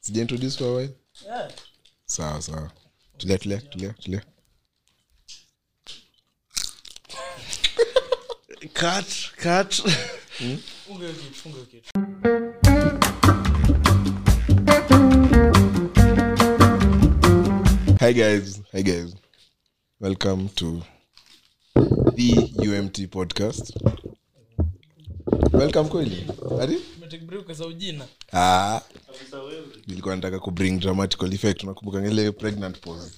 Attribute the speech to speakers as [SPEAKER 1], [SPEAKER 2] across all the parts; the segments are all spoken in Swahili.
[SPEAKER 1] sija introduce for a while
[SPEAKER 2] Eh,
[SPEAKER 1] sawa sawa tulia tulia tulia tulia
[SPEAKER 3] cut cut
[SPEAKER 1] hi guys hi guys welcome to the umt podcast welcome kweli Ati? Ah. nilikuwa nataka kubring dramatical effect unakumbuka ile pregnant pose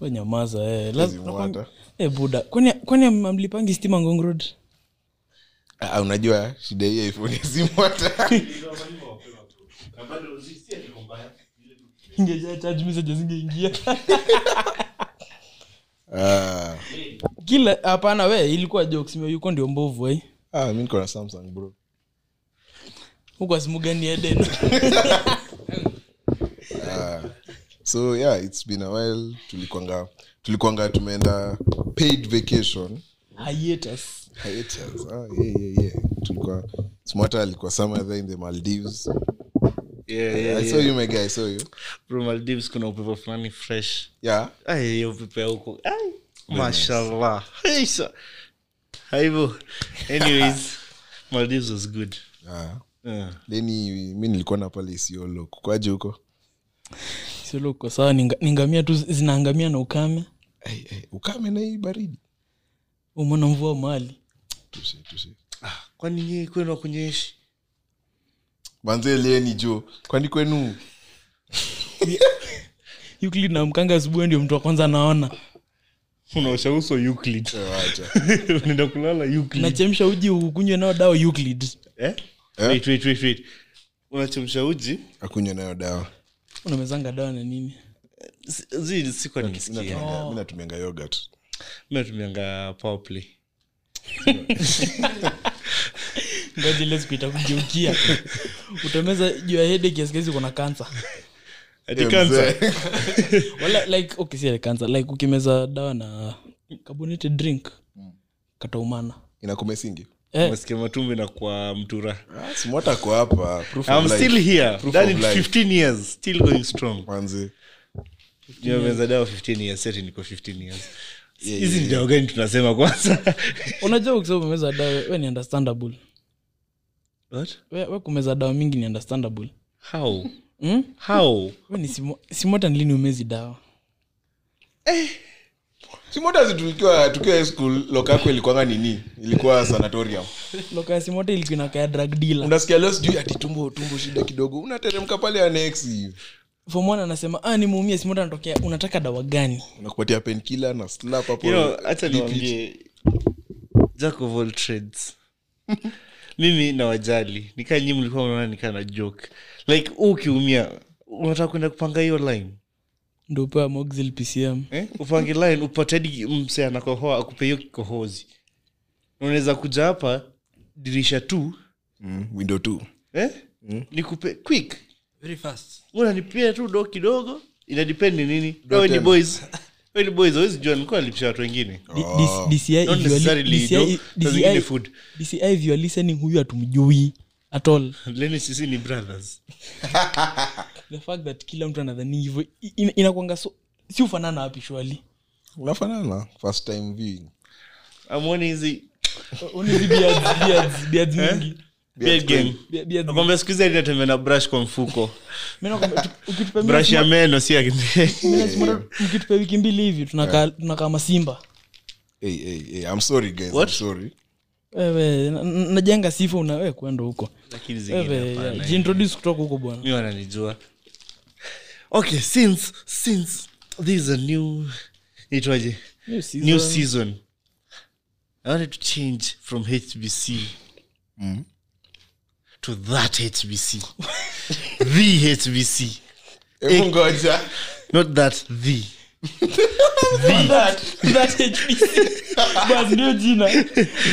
[SPEAKER 2] We nyamaza eh.
[SPEAKER 1] Hizi
[SPEAKER 2] Lazima-
[SPEAKER 1] mwata.
[SPEAKER 2] eh, buda Kwani- kwani am- amlipangi stima ngong road
[SPEAKER 1] Ah, unajua shida hii iphone simwata
[SPEAKER 2] ingejaa charge message zingeingia
[SPEAKER 1] ah,
[SPEAKER 2] kila hapana we ilikuwa jokes mimi yuko ndio mbovu eh. ai
[SPEAKER 1] ah, mi niko na samsung bro
[SPEAKER 2] huko asimugani eden
[SPEAKER 1] so yeah it's been a while tulikwanga tulikwanga tumeenda paid vacation
[SPEAKER 2] hiatus
[SPEAKER 1] hiatus ah, yeah, yeah, yeah. tulikuwa smata alikuwa somewhere there in the maldives
[SPEAKER 3] yeah, yeah,
[SPEAKER 1] i saw you my guy i saw you
[SPEAKER 3] Bro, Maldives kuna upepo fulani fresh
[SPEAKER 1] yeah
[SPEAKER 3] Ai, hiyo upepo ya huko Ai, mashallah Hey, sa- haivo anyways Maldives was good
[SPEAKER 1] ah.
[SPEAKER 3] Yeah.
[SPEAKER 1] leni mi nilikuwa na pale isiolo kukwaje huko
[SPEAKER 2] silo uko sawa ninga- ningamia tu zinaangamia na ukame
[SPEAKER 1] Ai, ai, ukame na hii baridi
[SPEAKER 2] umona mvua mali
[SPEAKER 1] tushe tushe
[SPEAKER 3] Ah, kwani nyie kwenu wakunyeshi
[SPEAKER 1] manze leni jo kwani kwenu
[SPEAKER 2] Euclid na mkanga asubuhi ndio mtu wa kwanza naona
[SPEAKER 3] unaosha uso Euclid.
[SPEAKER 1] Eh, acha.
[SPEAKER 3] unaenda kulala Euclid.
[SPEAKER 2] nachemsha uji ukunywe nao dawa Euclid.
[SPEAKER 3] Eh? Wait, wait, wait, wait. unachemsha uji
[SPEAKER 1] akunywe nayo dawa
[SPEAKER 2] unamezanga dawa na nini
[SPEAKER 3] Si- zi sikwa nimesikia
[SPEAKER 1] Natumianga- mi natumianga yogurt
[SPEAKER 3] mi natumianga power play
[SPEAKER 2] ngoja ile siku itakugeukia utameza juu ya hede kiasi kiasi kuna kansa
[SPEAKER 3] Ati
[SPEAKER 1] Eh,
[SPEAKER 3] cancer.
[SPEAKER 1] mzee.
[SPEAKER 2] wala like okay si cancer like ukimeza dawa na carbonated drink kataumana
[SPEAKER 1] inakumesingi
[SPEAKER 2] eh,
[SPEAKER 3] Unasikia matumbo inakuwa mtura
[SPEAKER 1] Ah, simwata ko hapa proof of
[SPEAKER 3] I'm
[SPEAKER 1] life.
[SPEAKER 3] still here.
[SPEAKER 1] Proof
[SPEAKER 3] Done
[SPEAKER 1] of
[SPEAKER 3] it
[SPEAKER 1] life.
[SPEAKER 3] 15 years, still going strong.
[SPEAKER 1] Manze,
[SPEAKER 3] Ndio meza dawa 15 years, sasa niko 15 years.
[SPEAKER 1] Yeah,
[SPEAKER 3] Hizi ni dawa gani tunasema kwanza?
[SPEAKER 2] unajua ukisema umemeza dawa we ni understandable
[SPEAKER 3] What?
[SPEAKER 2] we, we kumeza dawa mingi ni understandable
[SPEAKER 3] How?
[SPEAKER 2] mm?
[SPEAKER 3] How?
[SPEAKER 2] we ni simo- simota ni lini umezi dawa
[SPEAKER 1] simotazi tukiwa tukiwa high school loka yako ilikuwanga nini ilikuwa sanatorium
[SPEAKER 2] loka ya simota ilikuwa inakaya drug dealer
[SPEAKER 1] unasikia leo sijui ati tumbo tumbo shida kidogo unateremka pale anex
[SPEAKER 2] form one anasema ah nimeumia simota anatokea unataka dawa gani
[SPEAKER 1] unakupatia penkila na slap hapo
[SPEAKER 3] You know, hata
[SPEAKER 1] Repeat.
[SPEAKER 3] niwaambie Jack of all trades. Mimi nawajali. Nikaa nyinyi mlikuwa mnaona nikaa na joke. Like huu ukiumia unataka kwenda kupanga hiyo line.
[SPEAKER 2] ndo upewa moxil pcm
[SPEAKER 3] eh? upange line upate hadi mse anakohoa akupe hiyo kikohozi unaweza kuja hapa dirisha tu
[SPEAKER 1] Mm, window two.
[SPEAKER 3] eh? nikupe quick unanipia tu do kidogo inadepend ni nini wewe ni
[SPEAKER 1] tena.
[SPEAKER 3] boys wewe ni boys hawezi jua nilikuwa nalipisha watu wengine
[SPEAKER 2] D- D- DCI
[SPEAKER 3] Oh.
[SPEAKER 2] if you are
[SPEAKER 3] Not
[SPEAKER 2] li-
[SPEAKER 3] necessarily,
[SPEAKER 2] DCI
[SPEAKER 3] though. Saa zingine
[SPEAKER 2] DCI
[SPEAKER 3] food.
[SPEAKER 2] DCI if you are listening huyu hatumjui at all
[SPEAKER 3] leni sisi ni brothers
[SPEAKER 2] the fact that kila mtu anadhani hivyo i- ina- inakwanga so si ufanana wapi shwali
[SPEAKER 1] unafanana first time viewing
[SPEAKER 3] amwone hizi
[SPEAKER 2] unizi beards beards beards mingi
[SPEAKER 3] beard gang
[SPEAKER 2] Be- beards mingi.
[SPEAKER 3] Eh? nakwambia siku hizi hadi natembea na brush kwa mfuko
[SPEAKER 2] Mimi nakwambia, tu- ukitupa mimi
[SPEAKER 3] brush ya
[SPEAKER 2] nasema-
[SPEAKER 3] meno si ya
[SPEAKER 2] mimi nasema, mkitupa wiki mbili hivi tunakaa
[SPEAKER 3] Eh.
[SPEAKER 2] tunakaa masimba
[SPEAKER 1] hey, hey, hey, I'm sorry guys
[SPEAKER 3] What?
[SPEAKER 1] I'm sorry
[SPEAKER 2] wewe na- na- najenga sifa una wewe kwenda huko
[SPEAKER 3] lakini
[SPEAKER 2] wewe
[SPEAKER 3] zingine
[SPEAKER 2] yeah,
[SPEAKER 3] hapana
[SPEAKER 2] jiintroduce kutoka huko bwana
[SPEAKER 3] mi wananijua okay since since this is a new itwaje
[SPEAKER 2] New
[SPEAKER 3] new
[SPEAKER 2] season.
[SPEAKER 3] season i wanted to change from hbc Hmm? to that hbc the hbc
[SPEAKER 1] hebu ngoja
[SPEAKER 3] not that the
[SPEAKER 2] That- that HBC. Bas, ndio jina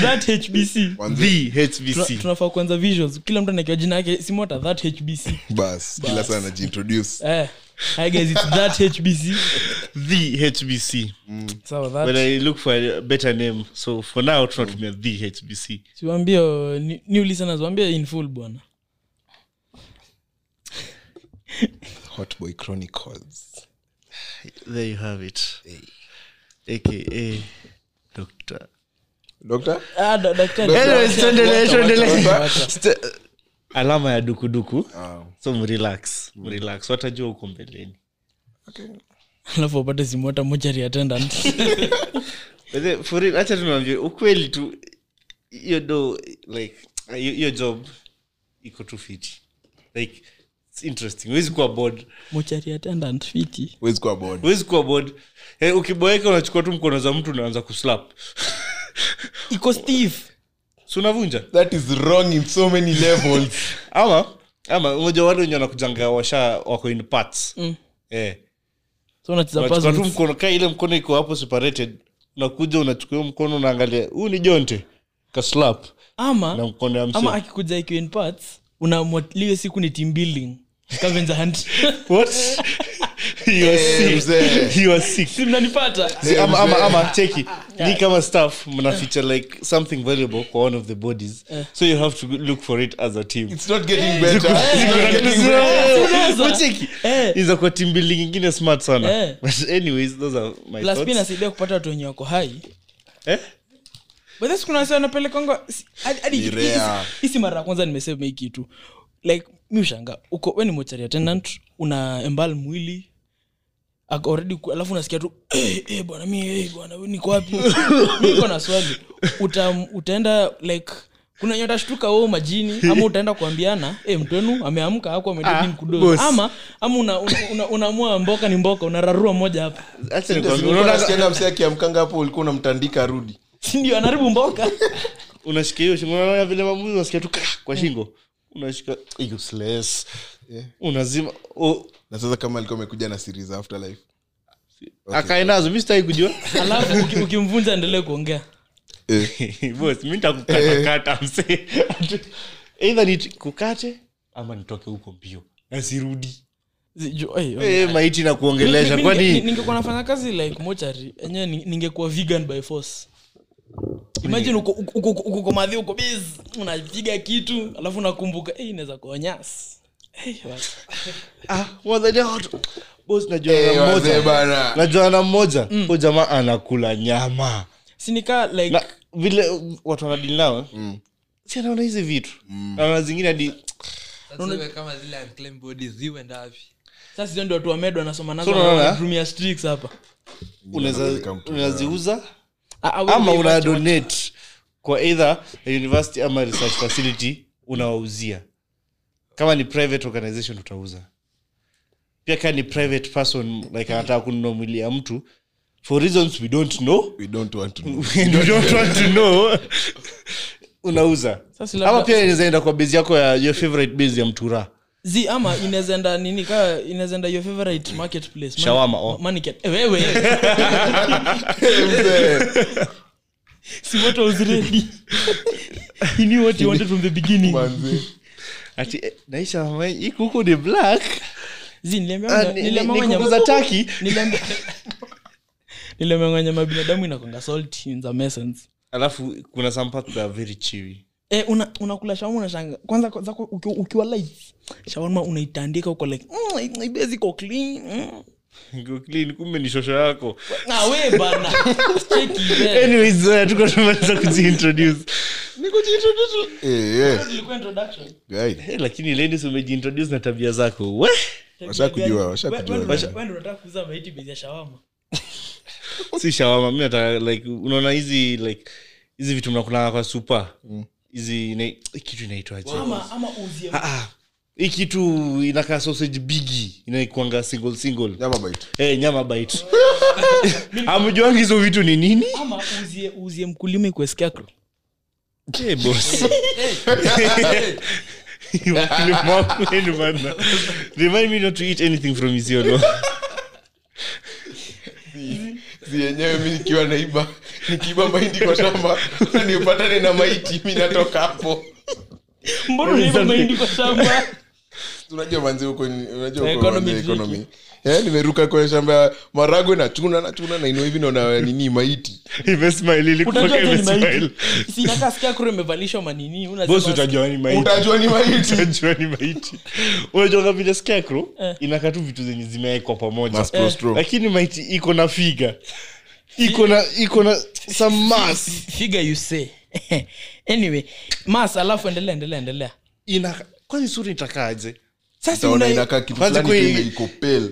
[SPEAKER 2] that hbc
[SPEAKER 3] the
[SPEAKER 2] Tuna-
[SPEAKER 3] hbc
[SPEAKER 2] tunafaa
[SPEAKER 3] Eh.
[SPEAKER 2] kuanza visuals kila mtu anakiwa jina yake simota that hbc
[SPEAKER 1] bas kila sana jiintroduce
[SPEAKER 2] eh, hi guys it's that hbc
[SPEAKER 3] the hbc
[SPEAKER 2] sawa that
[SPEAKER 3] but i look for a better name so for now tunatumia the hbc
[SPEAKER 2] siwaambia uh, ni- new listeners waambia in full bwana
[SPEAKER 1] hotboy chronicles
[SPEAKER 3] there you have it aka dr
[SPEAKER 1] dokta
[SPEAKER 2] ah, da- daktari
[SPEAKER 3] Anyways,
[SPEAKER 2] Wacha-
[SPEAKER 3] tuendelee,
[SPEAKER 2] wacha-
[SPEAKER 3] tuendelee.
[SPEAKER 2] wacha- wacha.
[SPEAKER 3] St- alama ya dukuduku
[SPEAKER 1] Ah,
[SPEAKER 3] so mrelax mrelax watajua huko mbeleni
[SPEAKER 2] alafu wapate simu hata mochari attendant
[SPEAKER 3] But then, for real, acha tunawambia ukweli tu hiyo do like hiyo hiyo job iko tu fiti like it's interesting huwezi kuwa bored
[SPEAKER 2] mochari attendant fiti
[SPEAKER 1] wezi kuwa bod
[SPEAKER 3] huwezi kuwa bored Eh, ukiboeka unachukua tu mkono za mtu unaanza kuslap
[SPEAKER 2] iko steve
[SPEAKER 3] si unavunja
[SPEAKER 1] that is wrong in so many levels
[SPEAKER 3] ama ama moja wale wenye wanakujanga washa wako in parts mm. eh,
[SPEAKER 2] so unacheza
[SPEAKER 3] unachukua tu
[SPEAKER 2] puzzles.
[SPEAKER 3] mkono kaa ile mkono iko hapo separated unakuja unachukua hiyo mkono unaangalia huu ni jonte kaslap
[SPEAKER 2] ama
[SPEAKER 3] na mkono ya
[SPEAKER 2] ama
[SPEAKER 3] mse
[SPEAKER 2] akikuja ikiwa in parts unaamua liwe siku ni team building Scavenger hunt.
[SPEAKER 3] What? You are sick.
[SPEAKER 1] mzee.
[SPEAKER 3] You are sick.
[SPEAKER 2] Si mnanipata
[SPEAKER 3] Eh, See, ama ama ama cheki ni kama staff mna feature like something valuable kwa one of the bodies so you have to look for it as a team Eh,
[SPEAKER 1] it's not getting better It's not getting
[SPEAKER 2] Unaweza. Eh.
[SPEAKER 3] izakuwa timbuilding ingine smart sana
[SPEAKER 2] Eh.
[SPEAKER 3] but anyways those are my
[SPEAKER 2] plus pia
[SPEAKER 3] thoughts
[SPEAKER 2] inasaidia kupata watu wenye wako hai
[SPEAKER 3] eh?
[SPEAKER 2] But that's kuna wase wanapelekangwa si- hadi- hadi-
[SPEAKER 1] Ni
[SPEAKER 2] hii-
[SPEAKER 1] rare.
[SPEAKER 2] hii- hii si mara ya kwanza nimesema hii kitu like mi ushanga uko we ni mochari attendant una embal mwili Ako already ku- alafu unasikia tu eh, eh, bwana mi eh, bwana we niko wapi mi niko na swali Uta, utaenda like kuna wenye watashtuka wewe majini ama utaenda kuambiana eh, mtu wenu ameamka haku
[SPEAKER 3] Ah,
[SPEAKER 2] amededin
[SPEAKER 3] boss.
[SPEAKER 2] kudoa ama ama unaamua una, una unaamua mboka ni mboka unararua moja hapa
[SPEAKER 3] Acha nikwambie, unaona-
[SPEAKER 1] better mse akiamkanga hapo ulikuwa unamtandika arudi
[SPEAKER 2] sindio anaribu mboka
[SPEAKER 3] unashika hiyo shingo unaona vile mamuzi unasikia tu kah, kwa shingo unashika useless unazima oh,
[SPEAKER 1] na sasa kama alikuwa amekuja na series afterlife
[SPEAKER 3] akae nazo mi sitaki kujua
[SPEAKER 2] alafu uki- ukimvunja endelee kuongea
[SPEAKER 1] eh,
[SPEAKER 3] Boss, mi nitakukatakata mse eidha ni kukate ama nitoke huko mbio nasirudi
[SPEAKER 2] Zi- ju- oi, oi.
[SPEAKER 3] hey, Eh, maiti na kuongelesha
[SPEAKER 2] Mi- mi- ninge-
[SPEAKER 3] kwani
[SPEAKER 2] ningekuwa nafanya kazi like mochari enyewe ni- ningekuwa vegan by force imagine uko- uko- uko- uko uko madhi uko biz unapiga kitu alafu unakumbuka hey, inaweza kuwa nyasi Eh, hey, watu.
[SPEAKER 3] Ah, wazee watu- boss, najua
[SPEAKER 1] eh,
[SPEAKER 3] na
[SPEAKER 1] wazee
[SPEAKER 3] mmoja
[SPEAKER 1] bana
[SPEAKER 3] najua na mmoja huyo jamaa anakula nyama
[SPEAKER 2] sinika like
[SPEAKER 3] na vile uh, watu wanadili nao si anaona hizi vitu naona zingine hadi
[SPEAKER 4] Sasa iwe kama zile unclaimed bodies ziwe ndavi
[SPEAKER 2] sasa hizo ndio watu wa med wanasoma nazo
[SPEAKER 3] So unaona?
[SPEAKER 2] wanatumia streaks hapa
[SPEAKER 3] unaweza-
[SPEAKER 1] anapeleka mtu
[SPEAKER 3] unaziuza
[SPEAKER 2] Ah, ah, we-
[SPEAKER 3] ama
[SPEAKER 2] we-
[SPEAKER 3] una donate kwa either a university ama research facility unawauzia kama ni private organization utauza pia kaa ni private person like anataka kununua mwili ya mtu for reasons we don't know
[SPEAKER 1] we don't want to know.
[SPEAKER 3] and we don't want to know unauza
[SPEAKER 2] Sasa labda-
[SPEAKER 3] ama pia inaweza enda kwa bezi yako ya your favorite bezi ya mtura
[SPEAKER 2] zi ama inaweza enda nini kaa inaweza enda your favorite marketplace Mani-
[SPEAKER 3] Shawarma, oh.
[SPEAKER 2] Maniket. Eh, wewe
[SPEAKER 1] Eh, mzee,
[SPEAKER 2] si what I was ready he knew what he wanted from the beginning
[SPEAKER 1] manze.
[SPEAKER 3] ati eh, naisha mama, hii kuku ni black
[SPEAKER 2] zi niliambia
[SPEAKER 3] ah,
[SPEAKER 2] mwenye-
[SPEAKER 3] ni- ni-
[SPEAKER 2] niliambia
[SPEAKER 3] ni
[SPEAKER 2] mwenye-
[SPEAKER 3] kuku za taki
[SPEAKER 2] Niliambia- niliambia nyama ya binadamu inakwanga salt in the essence
[SPEAKER 3] alafu kuna some parts that are very chewy
[SPEAKER 2] Eh, una unakula shawarma unashanga kwanza kwa- zako uki- ukiwa light shawarma unaitandika uko like mm, ibezi iko clean mm.
[SPEAKER 3] Go clean, kumbe ni shosho yako
[SPEAKER 2] na we bana cheki eh.
[SPEAKER 3] anyways eh, tuko tumaliza kujiintroduce
[SPEAKER 1] Eh, eh,
[SPEAKER 2] Ilikuwa introduction.
[SPEAKER 1] guy.
[SPEAKER 3] Eh, lakini ladies umejiintroduce na tabia zako we
[SPEAKER 1] Washakujua,
[SPEAKER 2] Wewe-
[SPEAKER 1] washakujua.
[SPEAKER 2] wewe ndio- wewe ndio unataka kuuza maiti bei ya shawarma
[SPEAKER 3] si shawama mi nataka like unaona hizi like hizi vitu mnakulanga kwa supa hizi ina- hii kitu inaitwaje
[SPEAKER 2] ama ama uzie
[SPEAKER 3] Ah, ah. hii kitu inakaa sausage bigi inaikuanga single single
[SPEAKER 1] Nyama bite.
[SPEAKER 3] Eh, nyama bite amjuangi hizo vitu ni nini
[SPEAKER 2] ama uzie uzie mkulima ikuwe scarecrow
[SPEAKER 3] Eh, boss. Wakulima wako ni bana. Remind me not to eat anything from Isiolo.
[SPEAKER 1] si yenyewe mi nikiwa naiba nikiiba mahindi kwa shamba na nipatane na maiti mi natoka hapo
[SPEAKER 2] mbona unaiba mahindi kwa shamba
[SPEAKER 1] unajua manzi huko ni- unajua
[SPEAKER 2] Eh,
[SPEAKER 1] huko
[SPEAKER 2] economy
[SPEAKER 1] manzi
[SPEAKER 2] tricky.
[SPEAKER 1] economy eh nimeruka kwa shamba ya maragwe na chuna na chuna na inua hivi naona nini maiti
[SPEAKER 3] imesmaili
[SPEAKER 2] utajua
[SPEAKER 3] ilikuwa
[SPEAKER 2] tu ni
[SPEAKER 3] imesmaili
[SPEAKER 2] maiti sinakaa sikia kuro imevalishwa manini
[SPEAKER 3] bosi
[SPEAKER 2] unasema
[SPEAKER 3] utajua ni maiti
[SPEAKER 1] utajua ni maiti
[SPEAKER 3] utajua ni maiti unajonga vile scarecrow
[SPEAKER 2] Eh.
[SPEAKER 3] inakaa tu vitu zenye zimewekwa pamoja
[SPEAKER 1] Mas pro stro.
[SPEAKER 3] lakini maiti iko na figa iko na iko na some mass
[SPEAKER 2] figure you say anyway mas alafu endelea endelea endelea
[SPEAKER 3] ina kwani sura itakaaje
[SPEAKER 2] sasa
[SPEAKER 1] utaona
[SPEAKER 2] una-
[SPEAKER 1] inakaa kitu
[SPEAKER 3] Kwanza
[SPEAKER 1] fulani tu
[SPEAKER 3] kui-
[SPEAKER 1] ime- iko pale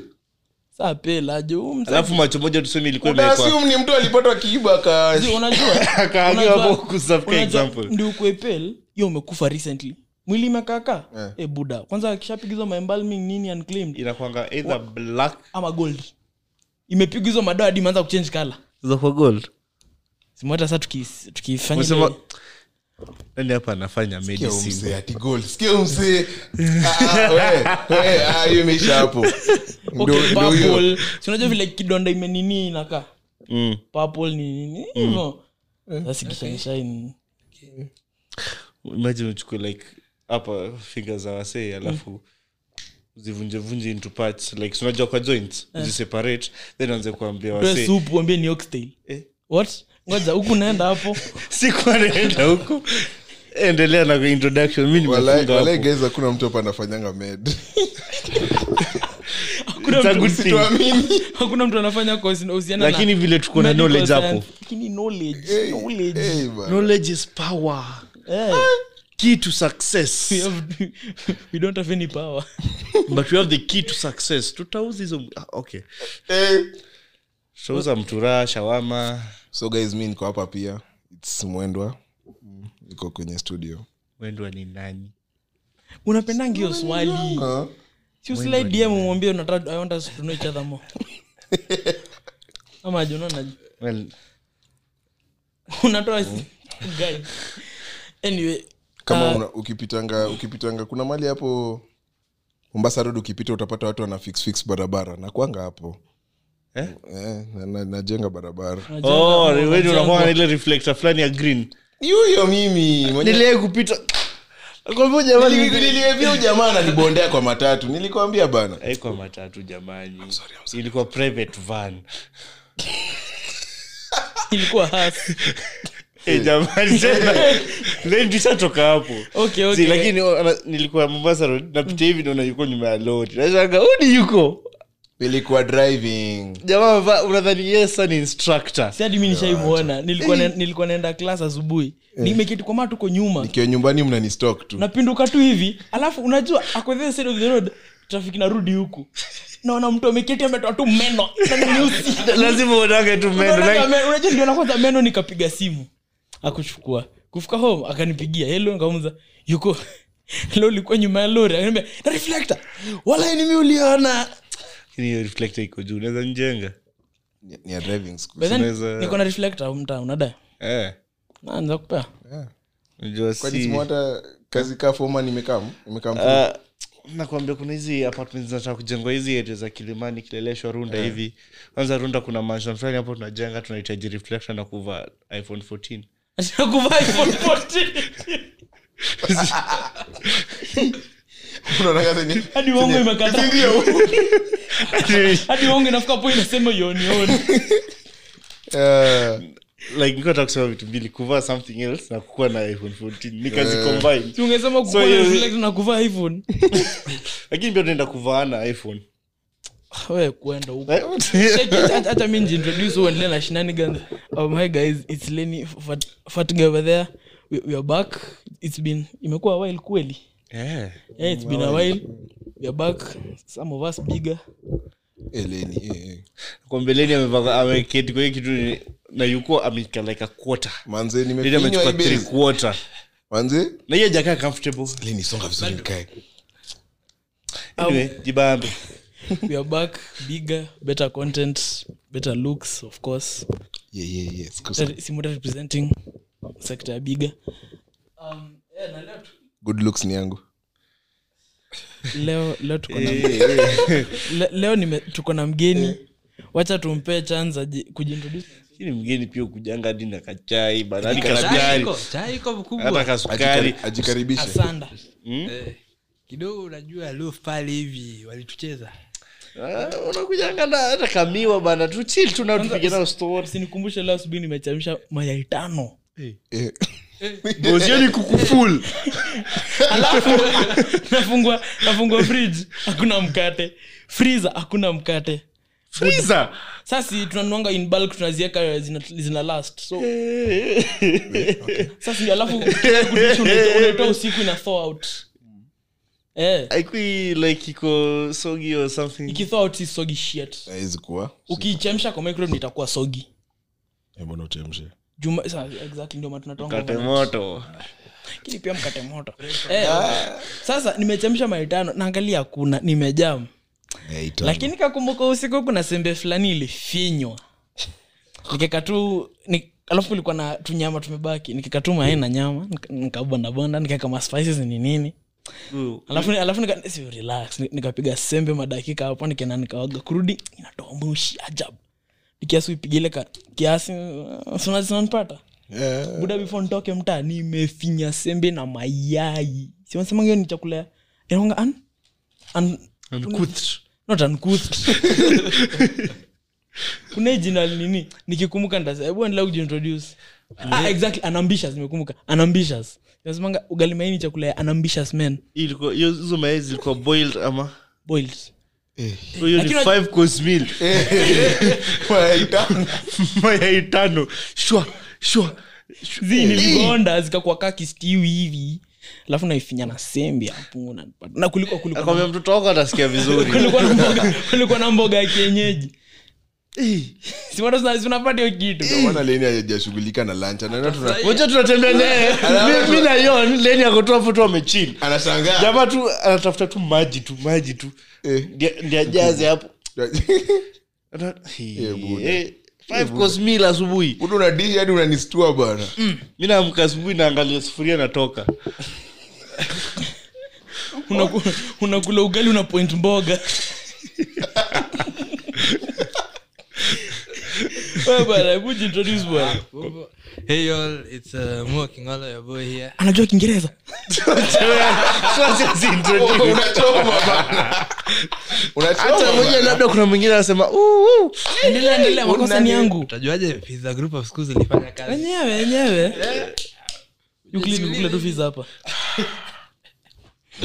[SPEAKER 2] saa pela jo
[SPEAKER 3] alafu macho moja tuseme ilikuwa imewekwa
[SPEAKER 1] unaassume ni mtu alipatwa kiiba ka
[SPEAKER 3] Akaangiwa hapo kusafika example.
[SPEAKER 2] ukwepel yo umekufa recently mwili imekaakaa
[SPEAKER 3] Eh.
[SPEAKER 2] yeah. e buda kwanza akishapigizwa maembalming nini unclaimed
[SPEAKER 3] inakwanga either black
[SPEAKER 2] ama gold imepigizwa madoa hadi imeanza kuchange kala
[SPEAKER 3] za kwa gold
[SPEAKER 2] simwata saa tuki- tukifanya
[SPEAKER 3] unasema
[SPEAKER 2] ile-
[SPEAKER 3] nani Yaani hapa anafanya
[SPEAKER 1] Sikia huyu
[SPEAKER 3] medicine
[SPEAKER 1] mzee ati gold. Sikia huyu mzee. Ah, ah, we, we, ah, hiyo imeisha hapo Ndio-
[SPEAKER 2] Okay,
[SPEAKER 1] ndio hiyo.
[SPEAKER 2] purple. Si unajua vile kidonda imenini inakaa
[SPEAKER 3] Mm.
[SPEAKER 2] purple ni nini
[SPEAKER 3] Hmm.
[SPEAKER 2] hivo sasa kishaishaini
[SPEAKER 3] imagine uchukue like hapa finger za wasee alafu zivunjevunje into parts like si unajua kwa joint
[SPEAKER 1] Eh.
[SPEAKER 3] uziseparate then anze kuambia
[SPEAKER 2] toe
[SPEAKER 3] wasee
[SPEAKER 2] supu ambie ni oxtail
[SPEAKER 3] Eh.
[SPEAKER 2] what ngoja huku naenda hapo
[SPEAKER 3] sikuwa naenda huko endelea na introduction mi
[SPEAKER 1] Walai-
[SPEAKER 3] nimefunga
[SPEAKER 1] walai
[SPEAKER 3] hapo
[SPEAKER 1] guys hakuna mtu hapa anafanyanga med
[SPEAKER 2] Hakuna
[SPEAKER 3] It's a
[SPEAKER 2] mtu-
[SPEAKER 3] good thing.
[SPEAKER 1] tuamini
[SPEAKER 2] hakuna mtu anafanya kuhusiana na-
[SPEAKER 3] lakini vile tuko na
[SPEAKER 2] medical
[SPEAKER 3] knowledge hapo
[SPEAKER 2] science. Lakini knowledge,
[SPEAKER 1] Hey,
[SPEAKER 2] knowledge.
[SPEAKER 1] hey, man.
[SPEAKER 3] knowledge is power
[SPEAKER 2] Eh,
[SPEAKER 3] key to success
[SPEAKER 2] we have- we don't have any power
[SPEAKER 3] but we have the key to success tutauza hizo ah, okay
[SPEAKER 1] Hey.
[SPEAKER 3] tutauza mturaa shawama
[SPEAKER 1] Eh. so guys mi niko hapa pia its mwendwa Mm, niko kwenye studio
[SPEAKER 3] wendwa ni nani
[SPEAKER 2] unapendangi hiyo swali
[SPEAKER 1] Ah.
[SPEAKER 2] Si usilai DM umwambie unataka- I want us to know each other more. Ama aje, unaonaje?
[SPEAKER 3] well,
[SPEAKER 2] unatoa guy. anyway
[SPEAKER 1] kama una, ukipitanga ukipitanga kuna mali hapo mombasa road ukipita utapata watu wana fix fix barabara nakwanga hapo
[SPEAKER 3] Eh?
[SPEAKER 1] Eh, na- na- najenga barabara
[SPEAKER 2] unajenga-
[SPEAKER 3] oh, wewe
[SPEAKER 2] unajenga-
[SPEAKER 3] unakuwa na ile reflector fulani ya green
[SPEAKER 1] yuyo mimi mwenye-
[SPEAKER 3] niliwahi kupita Nakwambia
[SPEAKER 1] Nili-
[SPEAKER 3] jamani,
[SPEAKER 1] nili- nilievia huyu jamaa ananibondea kwa matatu nilikwambia bana
[SPEAKER 3] haikuwa matatu jamani ilikuwa private van
[SPEAKER 2] ilikuwa hasi
[SPEAKER 3] Eh, jamani tena Then tushatoka hapo
[SPEAKER 2] Okay, okay.
[SPEAKER 3] Si, lakini o- ana- nilikuwa mombasa road napita hivi naona yuko nyuma ya lori nashanga uni yuko
[SPEAKER 1] ilikuwa driving
[SPEAKER 3] jamaa amevaa- unadhani yes an instructor
[SPEAKER 2] si hadi mi nishaimuona nilikuwa na- nilikuwa naenda klas asubuhi nimeketi kwa maa tuko nyuma
[SPEAKER 1] nikiwa nyumbani mnanistok tu
[SPEAKER 2] napinduka tu hivi alafu unajua ako the side of the road trafiki narudi huku naona mtu ameketi ametoa tu meno na ni nyeusi
[SPEAKER 3] lazima uonage tu meno
[SPEAKER 2] Unaona kama
[SPEAKER 3] like,
[SPEAKER 2] meno- unajua ndio na kwanza meno nikapiga simu akuchukua kufika home akanipigia helo nikamuza yuko leo ulikuwa nyuma ya lori akaniambia na reflector wala ni mimi uliona
[SPEAKER 3] lakini hiyo reflector iko juu unaweza njenga
[SPEAKER 1] Ni- ni ya driving school
[SPEAKER 2] But then,
[SPEAKER 3] Sinaweza-
[SPEAKER 2] eh. niko na reflector mtaa unadai
[SPEAKER 3] eh
[SPEAKER 2] naanza kupea
[SPEAKER 1] Yeah.
[SPEAKER 3] unajua
[SPEAKER 1] kwani
[SPEAKER 3] si-
[SPEAKER 1] simu hata kazi kaa foma nimekam nimekam
[SPEAKER 3] Ah, nakwambia kuna hizi apartments zinataka kujengwa hizi area za kilimani kileleshwa runda hivi kwanza runda kuna mansion fulani hapo tunajenga tunahitaji reflector na kuva iphone 14
[SPEAKER 2] Acha kuvaa iPhone 14.
[SPEAKER 1] unaona kazi yenye-
[SPEAKER 2] hadi wangu imekata hadi wangu inafika po inasema yonioni
[SPEAKER 1] Ah.
[SPEAKER 3] like nikuwa nataka kusema vitu mbili kuvaa something else na kukuwa na iphone 14 ni kazi combine
[SPEAKER 2] ungesema
[SPEAKER 3] So you-
[SPEAKER 2] kuona na kuvaa iphone
[SPEAKER 3] lakini pia tunaenda kuvaana iphone
[SPEAKER 2] we kuenda huko Shit, hata- hata mi njiintroduce uendele na shenanigans um, hi guys it's leni fat, fat guy over there we, we are back it's been imekuwa a while kweli
[SPEAKER 3] Eh,
[SPEAKER 2] yeah, it's been a while we are back some of us bigger
[SPEAKER 1] Eleni, eh, eh.
[SPEAKER 3] kwa mbeleni amevaa- ameketi kwa hiyo kitu ni- na yuko ameka like a quarter
[SPEAKER 1] manze
[SPEAKER 3] Lady
[SPEAKER 1] nimefinywa
[SPEAKER 3] amechukua
[SPEAKER 1] hii
[SPEAKER 3] three
[SPEAKER 1] base.
[SPEAKER 3] quarter
[SPEAKER 1] manze
[SPEAKER 3] na hiyo hajakaa comfortable
[SPEAKER 1] Eleni, songa vizuri nikae
[SPEAKER 3] anyway jibambe
[SPEAKER 2] we are back bigger better content better looks of course
[SPEAKER 1] Yeah, yeah, yeah. Siku-
[SPEAKER 2] simuta representing sekta ya bigger um, yeah, na leo tu-
[SPEAKER 1] good looks ni yangu
[SPEAKER 2] leo leo tuko na Le- leo nime- tuko na mgeni wacha tumpee chance aji- kujiintroduce
[SPEAKER 3] Lakini mgeni pia ukujanga hadi na kachai banani
[SPEAKER 4] Chai
[SPEAKER 3] kasukari
[SPEAKER 4] iko- chai iko mkubwa
[SPEAKER 3] hata kasukari
[SPEAKER 1] Ajikari- ajikaribishe
[SPEAKER 2] asanda
[SPEAKER 4] kidogo unajua lof pale hivi walitucheza
[SPEAKER 3] Ah, unakujanga na hata kamiwa bana tu chill tu nao tupige nao stories
[SPEAKER 2] usinikumbushe leo asubuhi nimechemsha mayai tano
[SPEAKER 1] Eh,
[SPEAKER 3] bozioni kukuful
[SPEAKER 2] alafu nafungua nafungua fridge hakuna mkate freezer hakuna mkate
[SPEAKER 3] freezer
[SPEAKER 2] sasa tunanuanga in bulk tunazieka zina, zina last so sasa alafu kudish unaitoa- unaitoa usiku ina thaw out eh
[SPEAKER 3] aikui like iko sogi or something
[SPEAKER 2] iki thaw out si soggy shit
[SPEAKER 1] haiwezi kuwa
[SPEAKER 2] ukiichemsha kwa microwave itakuwa soggy
[SPEAKER 1] Eh, mbona utemshe
[SPEAKER 2] juma sasa exactly ndio maana tunatoa
[SPEAKER 3] kate
[SPEAKER 2] nguvu.
[SPEAKER 3] moto
[SPEAKER 2] lakini pia mkate moto eh, sasa nimechemsha maitano naangalia hakuna nimejam
[SPEAKER 1] Eh, itamu.
[SPEAKER 2] lakini kakumbuka usiku kuna sembe fulani ilifinywa nikeka tu ni, alafu kulikuwa na tunyama tumebaki nikeka tu mayai na nyama nika- nikabondabonda nikeka maspices ni nini
[SPEAKER 3] Mm.
[SPEAKER 2] alafu ni- alafu nika- si relax ni- nikapiga sembe madakika hapo nikena nikawaga kurudi inatoa moshi ajabu nikiasi uipigile ka kiasi uh, sunanipata
[SPEAKER 1] Eh,
[SPEAKER 2] buda before nitoke mtaa nimefinya sembe na mayai simasema hiyo ni chakula inaonga an, an, not uncouth. kuna hii jina nini nikikumbuka ntasebuendelea kujintroduce ah, exactly unambitious nimekumbuka unambitious nasemanga ugali maini chakula ya unambitious men
[SPEAKER 3] Ilikuwa- hiyo- hizo mayai zilikuwa boiled ama
[SPEAKER 2] boiled
[SPEAKER 3] So hiyo ni
[SPEAKER 2] Lakini-
[SPEAKER 3] five course meal
[SPEAKER 1] mayai tamu.
[SPEAKER 3] mayai tano shwa shwa shwa.
[SPEAKER 2] zi niligonda zikakuwa kaa kistiwi hivi alafu naifinya na sembe ya pungu na- na kulikuwa kulikuwa na-
[SPEAKER 3] akwambia mtoto wako atasikia vizuri
[SPEAKER 2] kulikuwa na mboga kulikuwa na mboga ya kienyeji simatasinapatia hiyo kitu
[SPEAKER 1] Mbona leni hajashughulika na lunch anaona tuna
[SPEAKER 3] moja tunatembea naye Mi- mi na yon leni akotoa foto amechili
[SPEAKER 1] anashangaa
[SPEAKER 3] jamaa tu anatafuta tu maji tu maji tu
[SPEAKER 1] Eh.
[SPEAKER 3] Ndia- ndia jaze hapo Ana-
[SPEAKER 1] buda.
[SPEAKER 3] Eh, five course meal asubuhi
[SPEAKER 1] buda una dishi hadi unanistua bana
[SPEAKER 2] Mm,
[SPEAKER 3] mi naamka asubuhi naangalia sufuria natoka
[SPEAKER 2] Unaku- unakula ugali una point mboga Wewe bwana, hebu jiintroduce bwana.
[SPEAKER 4] hey all it's uh, Mo Kingolo, your boy here
[SPEAKER 2] anajua kiingereza
[SPEAKER 3] Sasa sisi introduce.
[SPEAKER 1] Oh, unachoma bana
[SPEAKER 3] hata moja
[SPEAKER 1] unachoma
[SPEAKER 3] labda kuna mwingine anasema "Uu, uu."
[SPEAKER 2] endelea endelea makosa ni yangu
[SPEAKER 4] utajuaje pizza group of schools ilifanya kazi
[SPEAKER 2] wenyewe wenyewe Euclid, nikule tu fees hapa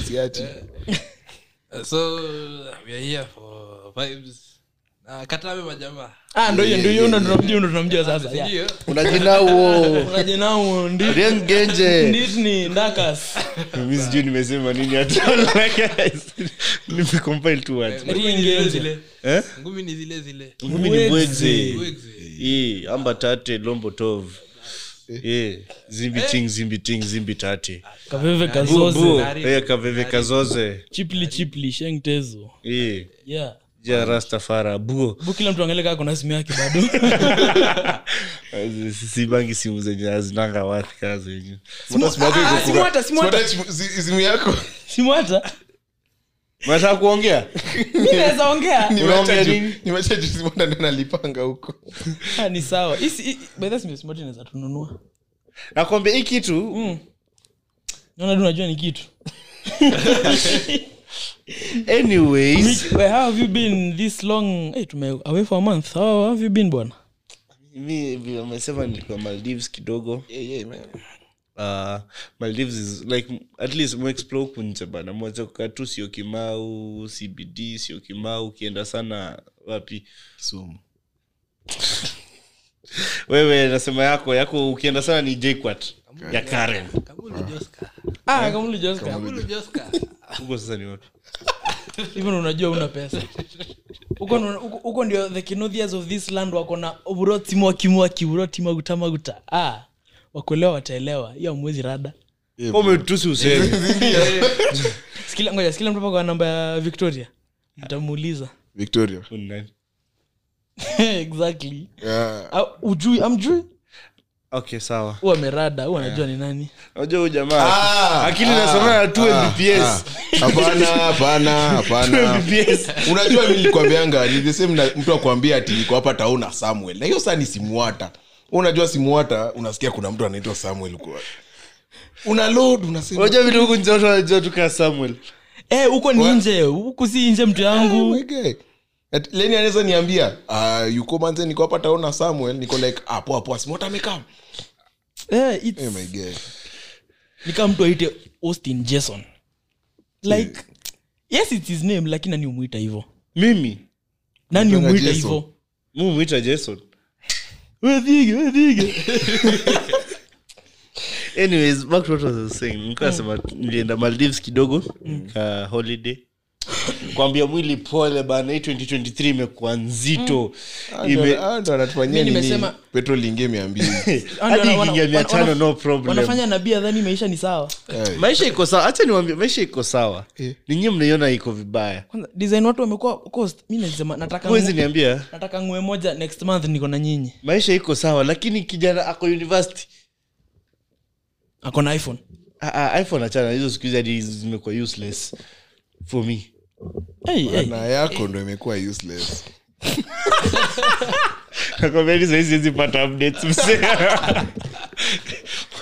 [SPEAKER 1] siachi
[SPEAKER 2] Eh.
[SPEAKER 4] Uh, so we are here for vibes na katame majamaa
[SPEAKER 2] ah ndio hiyo ndio hiyo ndio tunamjua ndio tunamjua sasa Oh, yeah.
[SPEAKER 4] ndio
[SPEAKER 3] unajina huo
[SPEAKER 2] unajinao ndi
[SPEAKER 3] riengenje
[SPEAKER 2] nditni ndakas
[SPEAKER 3] mi sijui nimesema nini hata like, nimecompile tu words.
[SPEAKER 4] ngumi ni zile zile
[SPEAKER 3] Eh?
[SPEAKER 4] ngumi ni zile zile
[SPEAKER 3] Mimi ni bweze
[SPEAKER 4] Wigs.
[SPEAKER 3] Eh, amba tate lombo tov Eh, zimbi ting zimbi ting zimbi tate
[SPEAKER 2] kaveve
[SPEAKER 3] Bu, bu.
[SPEAKER 2] kazoze
[SPEAKER 3] Eh, kaveve kazoze
[SPEAKER 2] chipli chipli shengtezo
[SPEAKER 3] Eh,
[SPEAKER 2] yeah
[SPEAKER 3] ja rastafara buo
[SPEAKER 2] bu kila mtu angalia kaa kuna simu yake bado
[SPEAKER 3] sibangi simu zenye azinanga wathi kazi
[SPEAKER 2] Ah, simu hata, simu hata.
[SPEAKER 1] simu yako
[SPEAKER 2] simu hata
[SPEAKER 3] mataa kuongea
[SPEAKER 2] mi naweza ongea
[SPEAKER 3] Unaongea nini?
[SPEAKER 1] nimechaji simona ndo nalipanga huko
[SPEAKER 2] Ah, ni sawa Isi- i- by the way, simu smart inaweza tununua
[SPEAKER 3] nakwambia hii kitu
[SPEAKER 2] naona tu unajua ni kitu
[SPEAKER 3] anyways
[SPEAKER 2] Where have you been this long hey, tume away for a month how have you been bwana
[SPEAKER 3] mi vile amesema nilikuwa maldives kidogo uh, maldives is like at least muexplore kunje bana mwaze kukaa tu sio kimau cbd sio kimau ukienda sana wapi
[SPEAKER 1] sumu
[SPEAKER 3] wewe nasema yako yako ukienda sana ni jquat ya karen
[SPEAKER 4] Kabulu Joska.
[SPEAKER 2] ah kamuli Joseph.
[SPEAKER 4] Kabulu Joska.
[SPEAKER 3] huko sasa ni wapi
[SPEAKER 2] even unajua una pesa huko ndo- huko- huko ndio the kinothias of this land wako na uburoti mwakimwaki uroti maguta maguta ah wakuelewa wataelewa hiyo amwezi rada
[SPEAKER 3] umetusi usemi
[SPEAKER 2] sikila ngoja sikila mtu hapa kwa namba ya victoria ntamuuliza
[SPEAKER 1] victoria
[SPEAKER 2] exactly
[SPEAKER 1] Yeah.
[SPEAKER 2] Ah, ujui amjui
[SPEAKER 3] okay sawa
[SPEAKER 2] huwa amerada huwa anajua ni nani
[SPEAKER 3] unajua huyu jamaa
[SPEAKER 1] Ah,
[SPEAKER 3] akili
[SPEAKER 1] ah,
[SPEAKER 3] nasomana tu
[SPEAKER 1] ah,
[SPEAKER 3] mbps
[SPEAKER 1] ah. hapana hapana hapana
[SPEAKER 3] mbps
[SPEAKER 1] unajua mi nilikwambianga ni the same na mtu akwambia ati niko hapa taona samuel na hiyo saa ni simuata unajua simuata unasikia kuna mtu anaitwa samuel kwa una load unasema
[SPEAKER 3] unajua vile huku njoto anajua tu kaa samuel
[SPEAKER 2] Eh, huko ni nje huku si nje mtu
[SPEAKER 1] "Oh
[SPEAKER 3] Eh,
[SPEAKER 2] yangu
[SPEAKER 1] Mwege. At- leni anaweza niambia uh, yuko manze niko hapa taona samuel niko like ah, poa poa simota amekam
[SPEAKER 2] eh, it's-
[SPEAKER 1] hey,
[SPEAKER 3] Oh
[SPEAKER 1] my guy.
[SPEAKER 2] nika mtu aite austin jason like yes it's his name lakini nani umwita hivo
[SPEAKER 3] mimi
[SPEAKER 2] nani
[SPEAKER 1] Mpenga
[SPEAKER 2] umwita
[SPEAKER 1] Jason.
[SPEAKER 2] hivo
[SPEAKER 3] mumwita jason
[SPEAKER 2] wethige wethige
[SPEAKER 3] anyways back to what I was saying
[SPEAKER 1] Mm.
[SPEAKER 3] Nilikuwa nasema nilienda maldives kidogo ka holiday kwambia mwili pole bana hii 2023 imekuwa nzito
[SPEAKER 1] Ah, ndo-
[SPEAKER 3] Ime- Eh,
[SPEAKER 1] ah, ndo anatufanyia
[SPEAKER 2] Mi
[SPEAKER 1] nini
[SPEAKER 2] nimesema-
[SPEAKER 1] petrol ingie mia mbili
[SPEAKER 3] hadi ikiingia mia tano no problem
[SPEAKER 2] wanafanya nabia dhani maisha ni sawa
[SPEAKER 1] Eh,
[SPEAKER 3] maisha iko sawa hacha niwambia maisha iko sawa
[SPEAKER 1] Eh.
[SPEAKER 3] ninyi mnaiona iko vibaya
[SPEAKER 2] kwanza design watu wamekuwa cost mi nasema nataka
[SPEAKER 3] huwezi
[SPEAKER 2] ngu-
[SPEAKER 3] niambia
[SPEAKER 2] nataka ngue moja next month niko na nyinyi
[SPEAKER 3] maisha iko sawa lakini kijana ako university
[SPEAKER 2] ako na iphone
[SPEAKER 3] Ah, ah, iphone achana hizo siku hizi hadi zimekuwa useless for me
[SPEAKER 2] hey, hey.
[SPEAKER 1] na yako ndo imekuwa useless
[SPEAKER 3] nakwambia hadi sahizi siwezi pata updates mse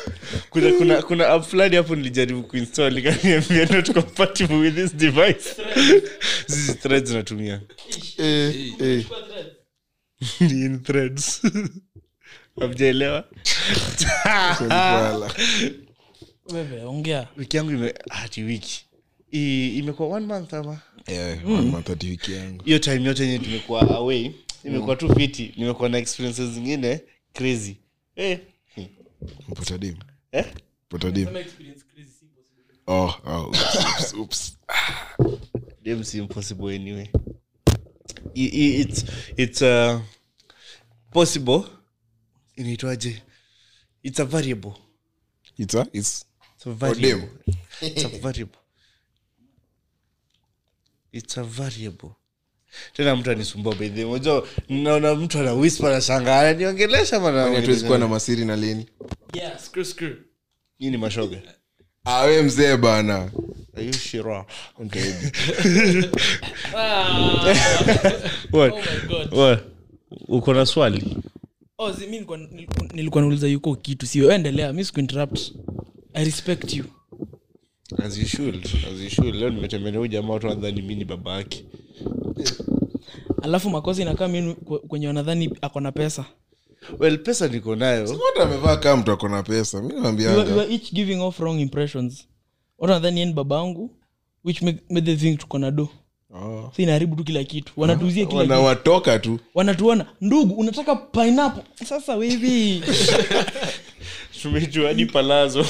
[SPEAKER 3] kuna kuna kuna app fulani hapo nilijaribu kuinstall ikaniambia not compatible with this device zizi threads zinatumia
[SPEAKER 1] eh, eh.
[SPEAKER 3] Ni in threads hamjaelewa
[SPEAKER 2] ah.
[SPEAKER 1] Wala.
[SPEAKER 2] wewe ongea
[SPEAKER 3] wiki yangu ime hati wiki I- imekuwa one month ama
[SPEAKER 1] Eh, one month at wiki yangu
[SPEAKER 3] hiyo time yote yenye tumekuwa away imekuwa tu fiti nimekuwa na experiences zingine crazy Eh, hey.
[SPEAKER 1] potadimu
[SPEAKER 3] eh?
[SPEAKER 1] potadimu oh, oh, oops, oops, oops.
[SPEAKER 3] Dem si impossible anyway I, i, it's, it's uh, possible inaitwaje it's a variable
[SPEAKER 1] It's a- it's-
[SPEAKER 3] it's a
[SPEAKER 1] oh,
[SPEAKER 3] variable
[SPEAKER 1] dem.
[SPEAKER 3] it's a variable it's a variable tena mtu anisumbua baidhi moja naona mtu ana whisper na shangaa ananiongelesha
[SPEAKER 1] Kwani Yaani hatuwezi kuwa
[SPEAKER 3] mana
[SPEAKER 1] na masiri na leni
[SPEAKER 3] hii ni mashoga
[SPEAKER 1] awe Ah, mzee bana
[SPEAKER 3] Are you sure?
[SPEAKER 1] Okay.
[SPEAKER 3] What? What? uko na swali
[SPEAKER 2] Oh, zi- mi nilikuwa- nilikuwa- nilikuwa nauliza yuko kitu sio endelea mi sikuinterrupt i respect you
[SPEAKER 3] as you should, as you should. leo nimetembelea huyu jamaa watu wanadhani mi ni baba yake
[SPEAKER 2] alafu makosa inakaa mi kwe- kwenye wanadhani ako na pesa
[SPEAKER 3] well pesa niko nayo
[SPEAKER 1] What amevaa kaa mtu ako na pesa mi
[SPEAKER 2] you are, you
[SPEAKER 1] nawambianga
[SPEAKER 2] are each giving off wrong impressions watu wanadhani yeni baba yangu which make, make they think tuko na do
[SPEAKER 1] Oh.
[SPEAKER 2] si inaharibu tu kila kitu wanatuuzia kila kitu
[SPEAKER 1] wanawatoka tu
[SPEAKER 2] wanatuona ndugu unataka pineapple sasa wevi
[SPEAKER 3] tumejua hadi palazo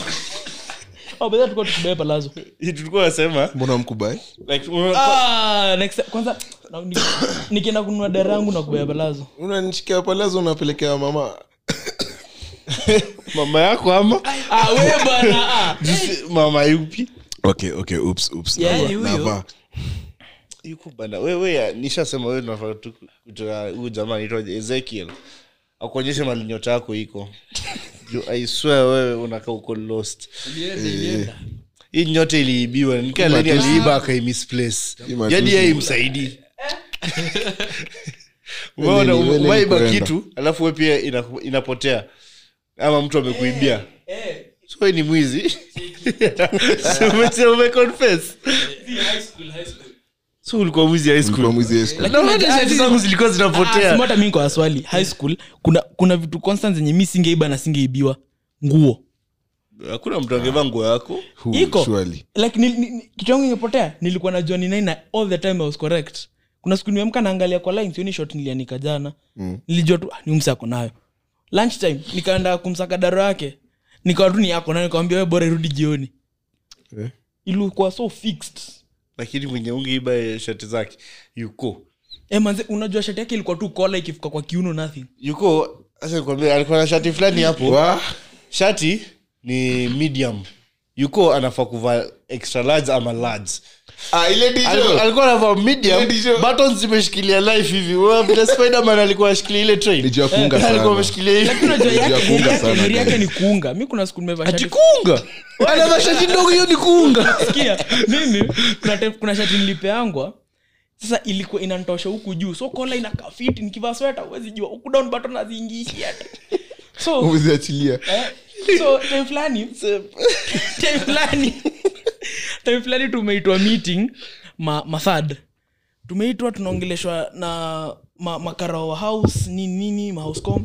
[SPEAKER 2] oh, bedha tukuwa tukubebe palazo
[SPEAKER 3] Hii tulikuwa nasema
[SPEAKER 1] mbona mkubai
[SPEAKER 3] like, unaona-
[SPEAKER 2] ah, next, kwanza na- ni- nikienda kununua dara yangu na kubebe palazo
[SPEAKER 1] unanishikia palazo unapelekea mama
[SPEAKER 3] mama yako ama
[SPEAKER 2] ah, we bana ah.
[SPEAKER 3] Jusi- mama yupi
[SPEAKER 1] okay okay oops oops
[SPEAKER 2] Yeah,
[SPEAKER 1] Nava-
[SPEAKER 2] yeah, huyo.
[SPEAKER 1] nava.
[SPEAKER 3] yuko bana wewe ya, nishasema wewe unafaa tu kutoa huyu jamaa anaitwaje ezekiel akuonyeshe mali nyota yako iko Juu I swear wewe unakaa uko lost
[SPEAKER 4] Ilienda, ilienda.
[SPEAKER 3] hii nyota iliibiwa nikaleni
[SPEAKER 1] Matusi.
[SPEAKER 3] aliiba akaimisplace
[SPEAKER 1] Hii matusi.
[SPEAKER 3] yani Yaani yeye imsaidii umeona
[SPEAKER 1] Wewe ni- wewe ni
[SPEAKER 3] umaiba
[SPEAKER 1] kuenda.
[SPEAKER 3] kitu alafu we pia ina, inapotea ama mtu amekuibia so wewe ni mwizi Ume- umeconfess so ulikuwa mwizi high
[SPEAKER 1] Ulikuwa
[SPEAKER 3] school
[SPEAKER 1] mwizi Ah, high school.
[SPEAKER 3] Na unaona shati zangu zilikuwa zinapotea
[SPEAKER 2] simata mi kwa swali high school kuna kuna vitu constant zenye mi singeiba na singeibiwa nguo
[SPEAKER 3] hakuna mtu angevaa nguo yako
[SPEAKER 1] Who,
[SPEAKER 2] iko
[SPEAKER 1] surely.
[SPEAKER 2] like ni, ni, ni- kitu yangu ingepotea nilikuwa najua ni nani na all the time i was correct kuna siku nimeamka naangalia kwa line sioni shot nilianika jana mm. nilijua tu ah, ni umsi ako nayo lunch time nikaenda kumsaka daro yake nikawa tu ni ako nayo nikamwambia we bora irudi jioni
[SPEAKER 1] Eh?
[SPEAKER 2] ilikuwa so fixed
[SPEAKER 3] lakini mwenye ungeiba eh, shati zake yuko
[SPEAKER 2] e, manze unajua shati yake ilikuwa tu kola ikifuka kwa kiuno nothing
[SPEAKER 3] yuko sasa nikwambia alikuwa na shati fulani hapo
[SPEAKER 1] Wa?
[SPEAKER 3] shati ni medium yuko anafaa kuvaa extra large ama large
[SPEAKER 1] Ah, ile dijo.
[SPEAKER 3] Aliku- alikuwa anavaa medium
[SPEAKER 1] Ndio, ndio.
[SPEAKER 3] buttons zimeshikilia life hivi Wewe vile spiderman alikuwa ashikilia ile train
[SPEAKER 1] Dijo ya kuunga
[SPEAKER 3] Eh, alikuwa
[SPEAKER 1] sana.
[SPEAKER 3] ameshikilia
[SPEAKER 2] lakini
[SPEAKER 3] hivi
[SPEAKER 2] unajua yake heri
[SPEAKER 1] kuunga
[SPEAKER 2] yake
[SPEAKER 1] sana,
[SPEAKER 2] heri yake
[SPEAKER 1] guys.
[SPEAKER 2] ni kuunga mi kuna siku nimevaa shati
[SPEAKER 3] atikunga anavaa shati ndogo hiyo ni kuunga
[SPEAKER 2] sikia mimi kuna, time- kuna shati nilipeangwa sasa ilikuwa inantosha huku juu so kola inakaa fiti nikivaa sweta huwezi jua huku down button haziingishi hata so
[SPEAKER 1] Umeziachilia.
[SPEAKER 2] eh, so time fulani time fulani time fulani tumeitwa meeting ma, mathad tumeitwa tunaongeleshwa na ma, makarao wa house nini nini mahousecom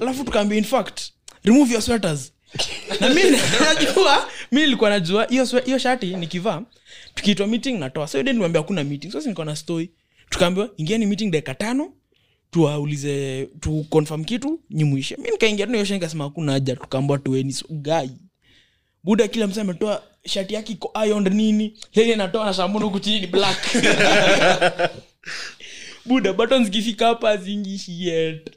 [SPEAKER 2] alafu tukaambia in fact remove your sweaters na mi najua mi nilikuwa najua hiyo swe- hiyo shati nikivaa tukiitwa meeting natoa so niambia hakuna meeting so nilikuwa na story tukaambiwa ingieni meeting dakika tano tuwaulize tu confirm kitu nyimwishe mi nikaingia tunaosha nikasema hakuna haja tukaambwa tuweni so, gai buda kila msa ametoa shati yake iko iron nini leni anatoa na shambuni huku chini ni black buda baton zikifika hapa haziingishi yet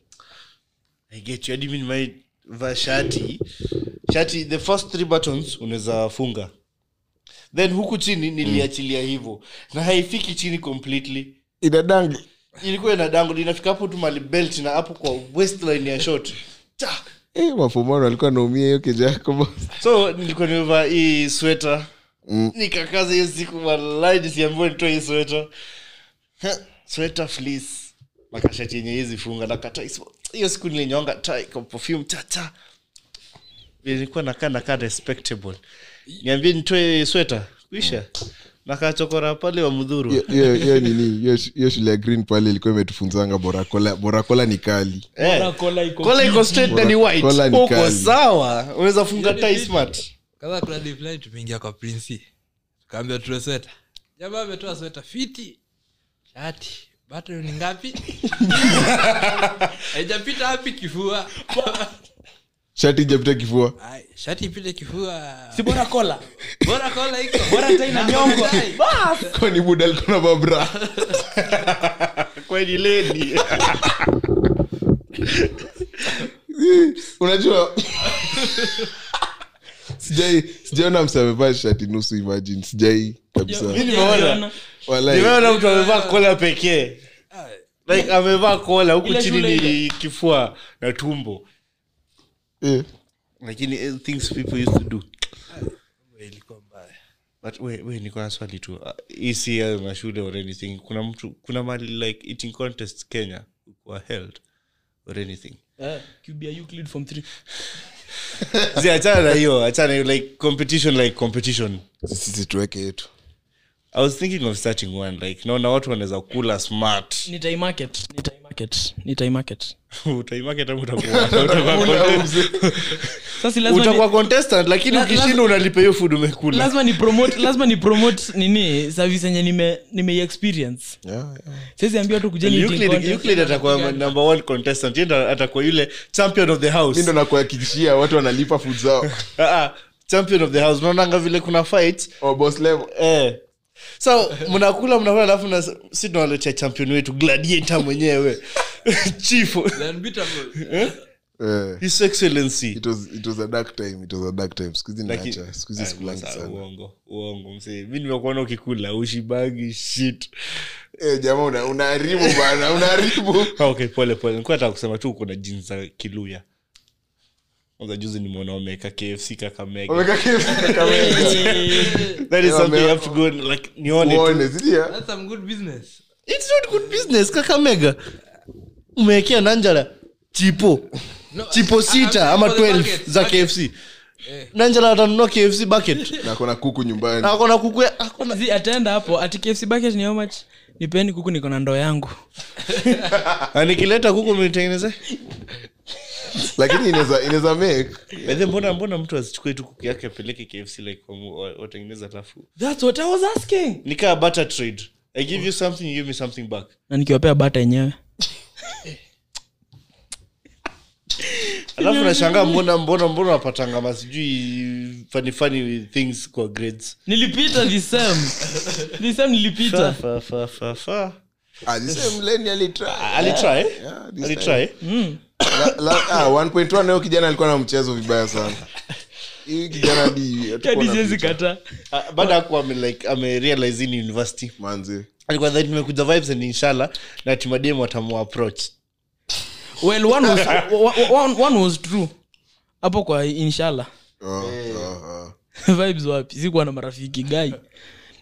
[SPEAKER 3] I get you. Hadi mimi nimevaa shati shati the first three buttons unaweza funga then huku chini niliachilia hivyo na haifiki chini completely
[SPEAKER 1] inadangi
[SPEAKER 3] ilikuwa inadangu inafika hapo tu mali belt na hapo kwa waistline ya short Ta!
[SPEAKER 1] Eh, mafumano alikuwa naumia hiyo kijako
[SPEAKER 3] so nilikuwa nimevaa hii sweta nikakaza hiyo siku walai nisiambiwe nitoe hii sweta Ha, sweta fleece makashati yenye hizi funga na kata isipo- hiyo siku nilinyonga tai kwa perfume tata nilikuwa nakaa nakaa respectable niambie nitoe sweta kuisha nakachokora pale wa mdhuru
[SPEAKER 1] Hiyo- hiyo hiyo nini hiyo sh- hiyo shule ya green pale ilikuwa imetufunzanga borakola borakola ni kali
[SPEAKER 3] Eh,
[SPEAKER 2] Kola, kola iko
[SPEAKER 3] kola iko straight na ni white
[SPEAKER 1] Kola ni
[SPEAKER 3] uko
[SPEAKER 1] kali.
[SPEAKER 3] sawa unaweza funga
[SPEAKER 2] Yaani
[SPEAKER 3] tai smart
[SPEAKER 4] kadhaa kuna diflani tumeingia kwa prinsi tukaambia tue sweta jamaa ametoa sweta fiti shati bato ni ngapi haijapita hapi kifua
[SPEAKER 1] shati japita kifua
[SPEAKER 4] Ai, shati ipite kifua
[SPEAKER 2] si bora kola
[SPEAKER 4] bora kola iko
[SPEAKER 2] bora tai na nyongo
[SPEAKER 4] Tai.
[SPEAKER 2] Bas!
[SPEAKER 1] kwani buda alikuwa na mabra
[SPEAKER 3] kweli leni
[SPEAKER 1] Eh, unajua sijai sijaona msa amevaa shati nusu imagine sijai
[SPEAKER 3] mi
[SPEAKER 1] kabisa
[SPEAKER 3] nimeona
[SPEAKER 1] Walai,
[SPEAKER 3] nimeona mtu amevaa kola pekee like amevaa kola huku
[SPEAKER 2] Ah. Ile
[SPEAKER 3] chini
[SPEAKER 2] shule
[SPEAKER 3] ni kifua na tumbo
[SPEAKER 1] eh,
[SPEAKER 3] lakini eh, things people used to do
[SPEAKER 2] Ah,
[SPEAKER 4] ilikuwa mbaya
[SPEAKER 3] but we, we niko na swali tu Ah, hii si ya mashule or anything kuna mtu kuna mali like eating contest kenya were held or anything
[SPEAKER 2] Eh, Cubia Euclid form three.
[SPEAKER 3] Zii, achana na hiyo achana na hiyo like competition like competition
[SPEAKER 1] sisi tuweke yetu
[SPEAKER 3] i was thinking of starting one like naona watu wanaweza kula smart
[SPEAKER 2] Nitai market, nitai market, nitai market.
[SPEAKER 3] utaimaketa utakuwa utakuwa-
[SPEAKER 2] Sasa si lazima
[SPEAKER 3] utakuwa
[SPEAKER 2] ni-
[SPEAKER 3] contestant lakini
[SPEAKER 2] La-
[SPEAKER 3] ukishinda unalipa hiyo food umekula
[SPEAKER 2] lazima ni promote lazima ni promote nini service yenye nime nimeiexperience
[SPEAKER 1] Yeah, yeah.
[SPEAKER 2] siwezi ambia tu kujeni eating
[SPEAKER 3] Euclid-
[SPEAKER 2] contest.
[SPEAKER 3] Euclid atakuwa number one contestant yenda atakuwa yule champion of the
[SPEAKER 1] mi ndo
[SPEAKER 3] house
[SPEAKER 1] nakuhakikishia watu wanalipa food zao
[SPEAKER 3] Ah, ah, champion of the house unaonanga vile kuna fight
[SPEAKER 1] Oh, boss level.
[SPEAKER 3] eh. so mnakula mnakula alafu na- si tunawaletea champion wetu gladiator mwenyewe chief
[SPEAKER 4] Then beatable.
[SPEAKER 1] Eh,
[SPEAKER 3] his excellency
[SPEAKER 1] it was- it was a dark time, it was a dark time. Siku hizi
[SPEAKER 3] Laki-
[SPEAKER 1] naacha, siku hizi
[SPEAKER 3] Ah,
[SPEAKER 1] sikulangi
[SPEAKER 3] sasa,
[SPEAKER 1] sana.
[SPEAKER 3] uongo uongo msee mi nimekuona ukikula ushibagi shit
[SPEAKER 1] Eh, jamaa una- unaharibu bana unaharibu
[SPEAKER 3] Ah, okay pole pole nikuwa nataka kusema tu kuna jini za kiluya kwanza juzi nimeona wameweka kfc kakamega
[SPEAKER 1] Wameka KFC kamera.
[SPEAKER 2] Eh,
[SPEAKER 3] that is
[SPEAKER 1] Yeah,
[SPEAKER 3] something you
[SPEAKER 1] man.
[SPEAKER 3] have to go and, like nione tu.
[SPEAKER 1] Uone, sidia?
[SPEAKER 4] That's some good business.
[SPEAKER 3] it's not good business kakamega umewekea nanjala chipo
[SPEAKER 4] No,
[SPEAKER 3] chipo
[SPEAKER 4] I-
[SPEAKER 3] sita
[SPEAKER 4] I'm
[SPEAKER 3] ama
[SPEAKER 4] Ah, for the
[SPEAKER 3] 12
[SPEAKER 4] bucket,
[SPEAKER 3] za
[SPEAKER 4] bucket. Eh.
[SPEAKER 3] kfc nanjala atanunua kfc bucket
[SPEAKER 1] na kuna kuku nyumbani
[SPEAKER 3] na akona kukwea akona
[SPEAKER 2] zi ataenda hapo ati KFC bucket ni how much nipeni kuku niko na ndoo yangu
[SPEAKER 1] Ah,
[SPEAKER 3] Na nikileta kuku mnitengeneze
[SPEAKER 1] lakini inaweza inaweza make
[SPEAKER 3] By the way, mbona mbona mtu azichukue tu kuku yake apeleke kfc like kwa mu- wa- watengeneze alafu
[SPEAKER 2] That's what I was asking.
[SPEAKER 3] nikaa butter trade i give you something you give me something back
[SPEAKER 2] na nikiwapea bata yenyewe
[SPEAKER 3] alafu nashangaa mbona mbona mbona wapatanga masijui funny funny things kwa grades
[SPEAKER 2] nilipita the same the same nilipita
[SPEAKER 3] Fa, fa, fa, fa.
[SPEAKER 1] Ah, this time Lenny alitry.
[SPEAKER 3] alitry
[SPEAKER 1] Yeah, this time.
[SPEAKER 3] Ah, alitry
[SPEAKER 1] La- la- ah, 1.1 leo kijana alikuwa na mchezo vibaya sana hii kijana hadi hatakuwa
[SPEAKER 2] hadi
[SPEAKER 3] Yaani
[SPEAKER 1] na
[SPEAKER 2] siwezi
[SPEAKER 1] future.
[SPEAKER 2] kataa
[SPEAKER 3] Ah, baada ya kuwa ame- like amerealize hii ni university
[SPEAKER 1] manzi
[SPEAKER 3] alikuwa dhani nimekuja vibes and inshallah na timadem watamua approach
[SPEAKER 2] well one was, wa- wa- one, one was true hapo kwa inshallah
[SPEAKER 1] Oh,
[SPEAKER 3] Eh.
[SPEAKER 1] oh, oh.
[SPEAKER 2] vibes wapi sikuwa na marafiki gai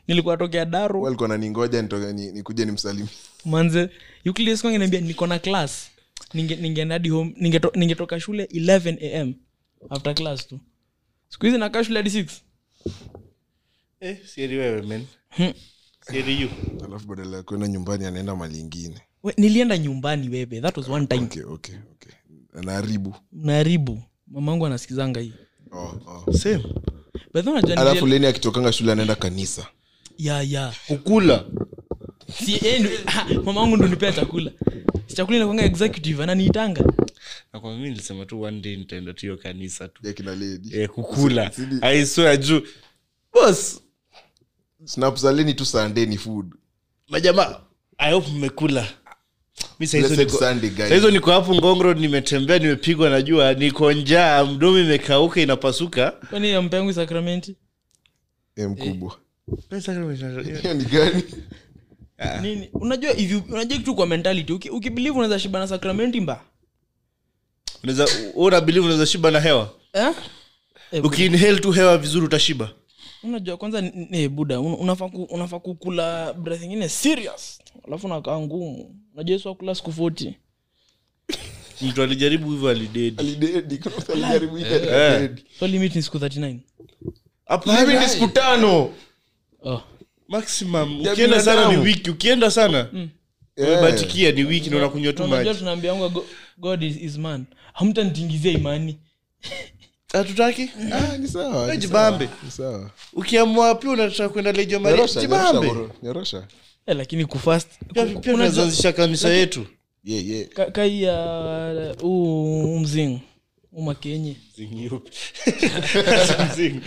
[SPEAKER 2] nilikuwa tokea daro
[SPEAKER 1] walikuwa naningoja nitoke- ni- nikuje nimsalimi
[SPEAKER 2] manze ukiliskongeniambia niko na class ninge- ningeenda hadi home ningeto- ningetoka shule 11 am after class tu siku hizi nakaa shule hadi 6
[SPEAKER 3] eh, sieri wewe men
[SPEAKER 1] Hmm.
[SPEAKER 3] sieri you
[SPEAKER 1] alafu badala ya kuenda nyumbani anaenda mali ingine
[SPEAKER 2] We, nilienda nyumbani wewe that was one time
[SPEAKER 1] okay, okay, okay. anaharibu
[SPEAKER 2] naharibu mamangu anasikizanga hii
[SPEAKER 1] oh, oh.
[SPEAKER 3] same
[SPEAKER 2] By the way, unajua
[SPEAKER 1] alafu
[SPEAKER 2] nilienda-
[SPEAKER 1] leni akitokanga shule anaenda kanisa
[SPEAKER 2] yeah, yeah.
[SPEAKER 3] kukula
[SPEAKER 2] Si- eh, ndio- ah, mamangu ndo nipea chakula Si chakula inakwanga executive ananiitanga
[SPEAKER 3] nakwambia mi nilisema tu one day nitaenda tu hiyo kanisa tu
[SPEAKER 1] ya kina ledi
[SPEAKER 3] eh, kukula aiswea juu bos
[SPEAKER 1] snaps za leni tu sunday ni food
[SPEAKER 3] majamaa i hope mmekula mi saa hizo
[SPEAKER 1] Blessed
[SPEAKER 3] niko-
[SPEAKER 1] Sunday, guys.
[SPEAKER 3] saa hizo niko hapo ngongro nimetembea nimepigwa na jua niko njaa mdomo imekauka inapasuka
[SPEAKER 2] kwani ampeangu sakramenti
[SPEAKER 1] eh, mkubwa
[SPEAKER 3] Eh.
[SPEAKER 1] hiyo ni gani
[SPEAKER 2] nini unajua if you, unajua kitu kwa mentality Uki- ukibilivu unaweza shiba na sakramenti mba
[SPEAKER 3] Unaweza- una believe unaweza shiba na hewa
[SPEAKER 2] eh? Eh,
[SPEAKER 3] ukiinhale tu hewa vizuri utashiba
[SPEAKER 2] unajua kwanza ni- ni buda un- unafaa ku- unafaa kukula breath ingine serious alafu nakaa ngumu unajua yesu akula siku 40
[SPEAKER 3] mtu alijaribu hivyo alidedi
[SPEAKER 1] alidedi kuna mtu alijaribu hii
[SPEAKER 3] Eh.
[SPEAKER 1] alidedi
[SPEAKER 2] so limit ni siku 39
[SPEAKER 1] mimi ni siku tano
[SPEAKER 2] oh.
[SPEAKER 3] maximum
[SPEAKER 1] Ya
[SPEAKER 3] ukienda sana ni
[SPEAKER 1] binadamu. Mm.
[SPEAKER 3] wiki ukienda sana
[SPEAKER 1] Eh.
[SPEAKER 3] umebatikia ni wiki na unakunywa tu
[SPEAKER 2] unajua
[SPEAKER 3] maji
[SPEAKER 2] tunaambianga go- god is, is man hamtanitingizia imani
[SPEAKER 3] hatutaki
[SPEAKER 1] Ah, ni sawa, ni
[SPEAKER 3] Jibambe.
[SPEAKER 1] sawa, ni sawa.
[SPEAKER 3] ukiamua pia unataka kwenda lejo maria
[SPEAKER 1] Nyorosha, nyorosha,
[SPEAKER 3] jibambe
[SPEAKER 1] bro, nyorosha.
[SPEAKER 2] eh, lakini kufast
[SPEAKER 3] pia pia tunaanzisha kanisa yetu
[SPEAKER 1] Yeah, yeah.
[SPEAKER 2] kaiya huu mzingu umakenye
[SPEAKER 3] Zing.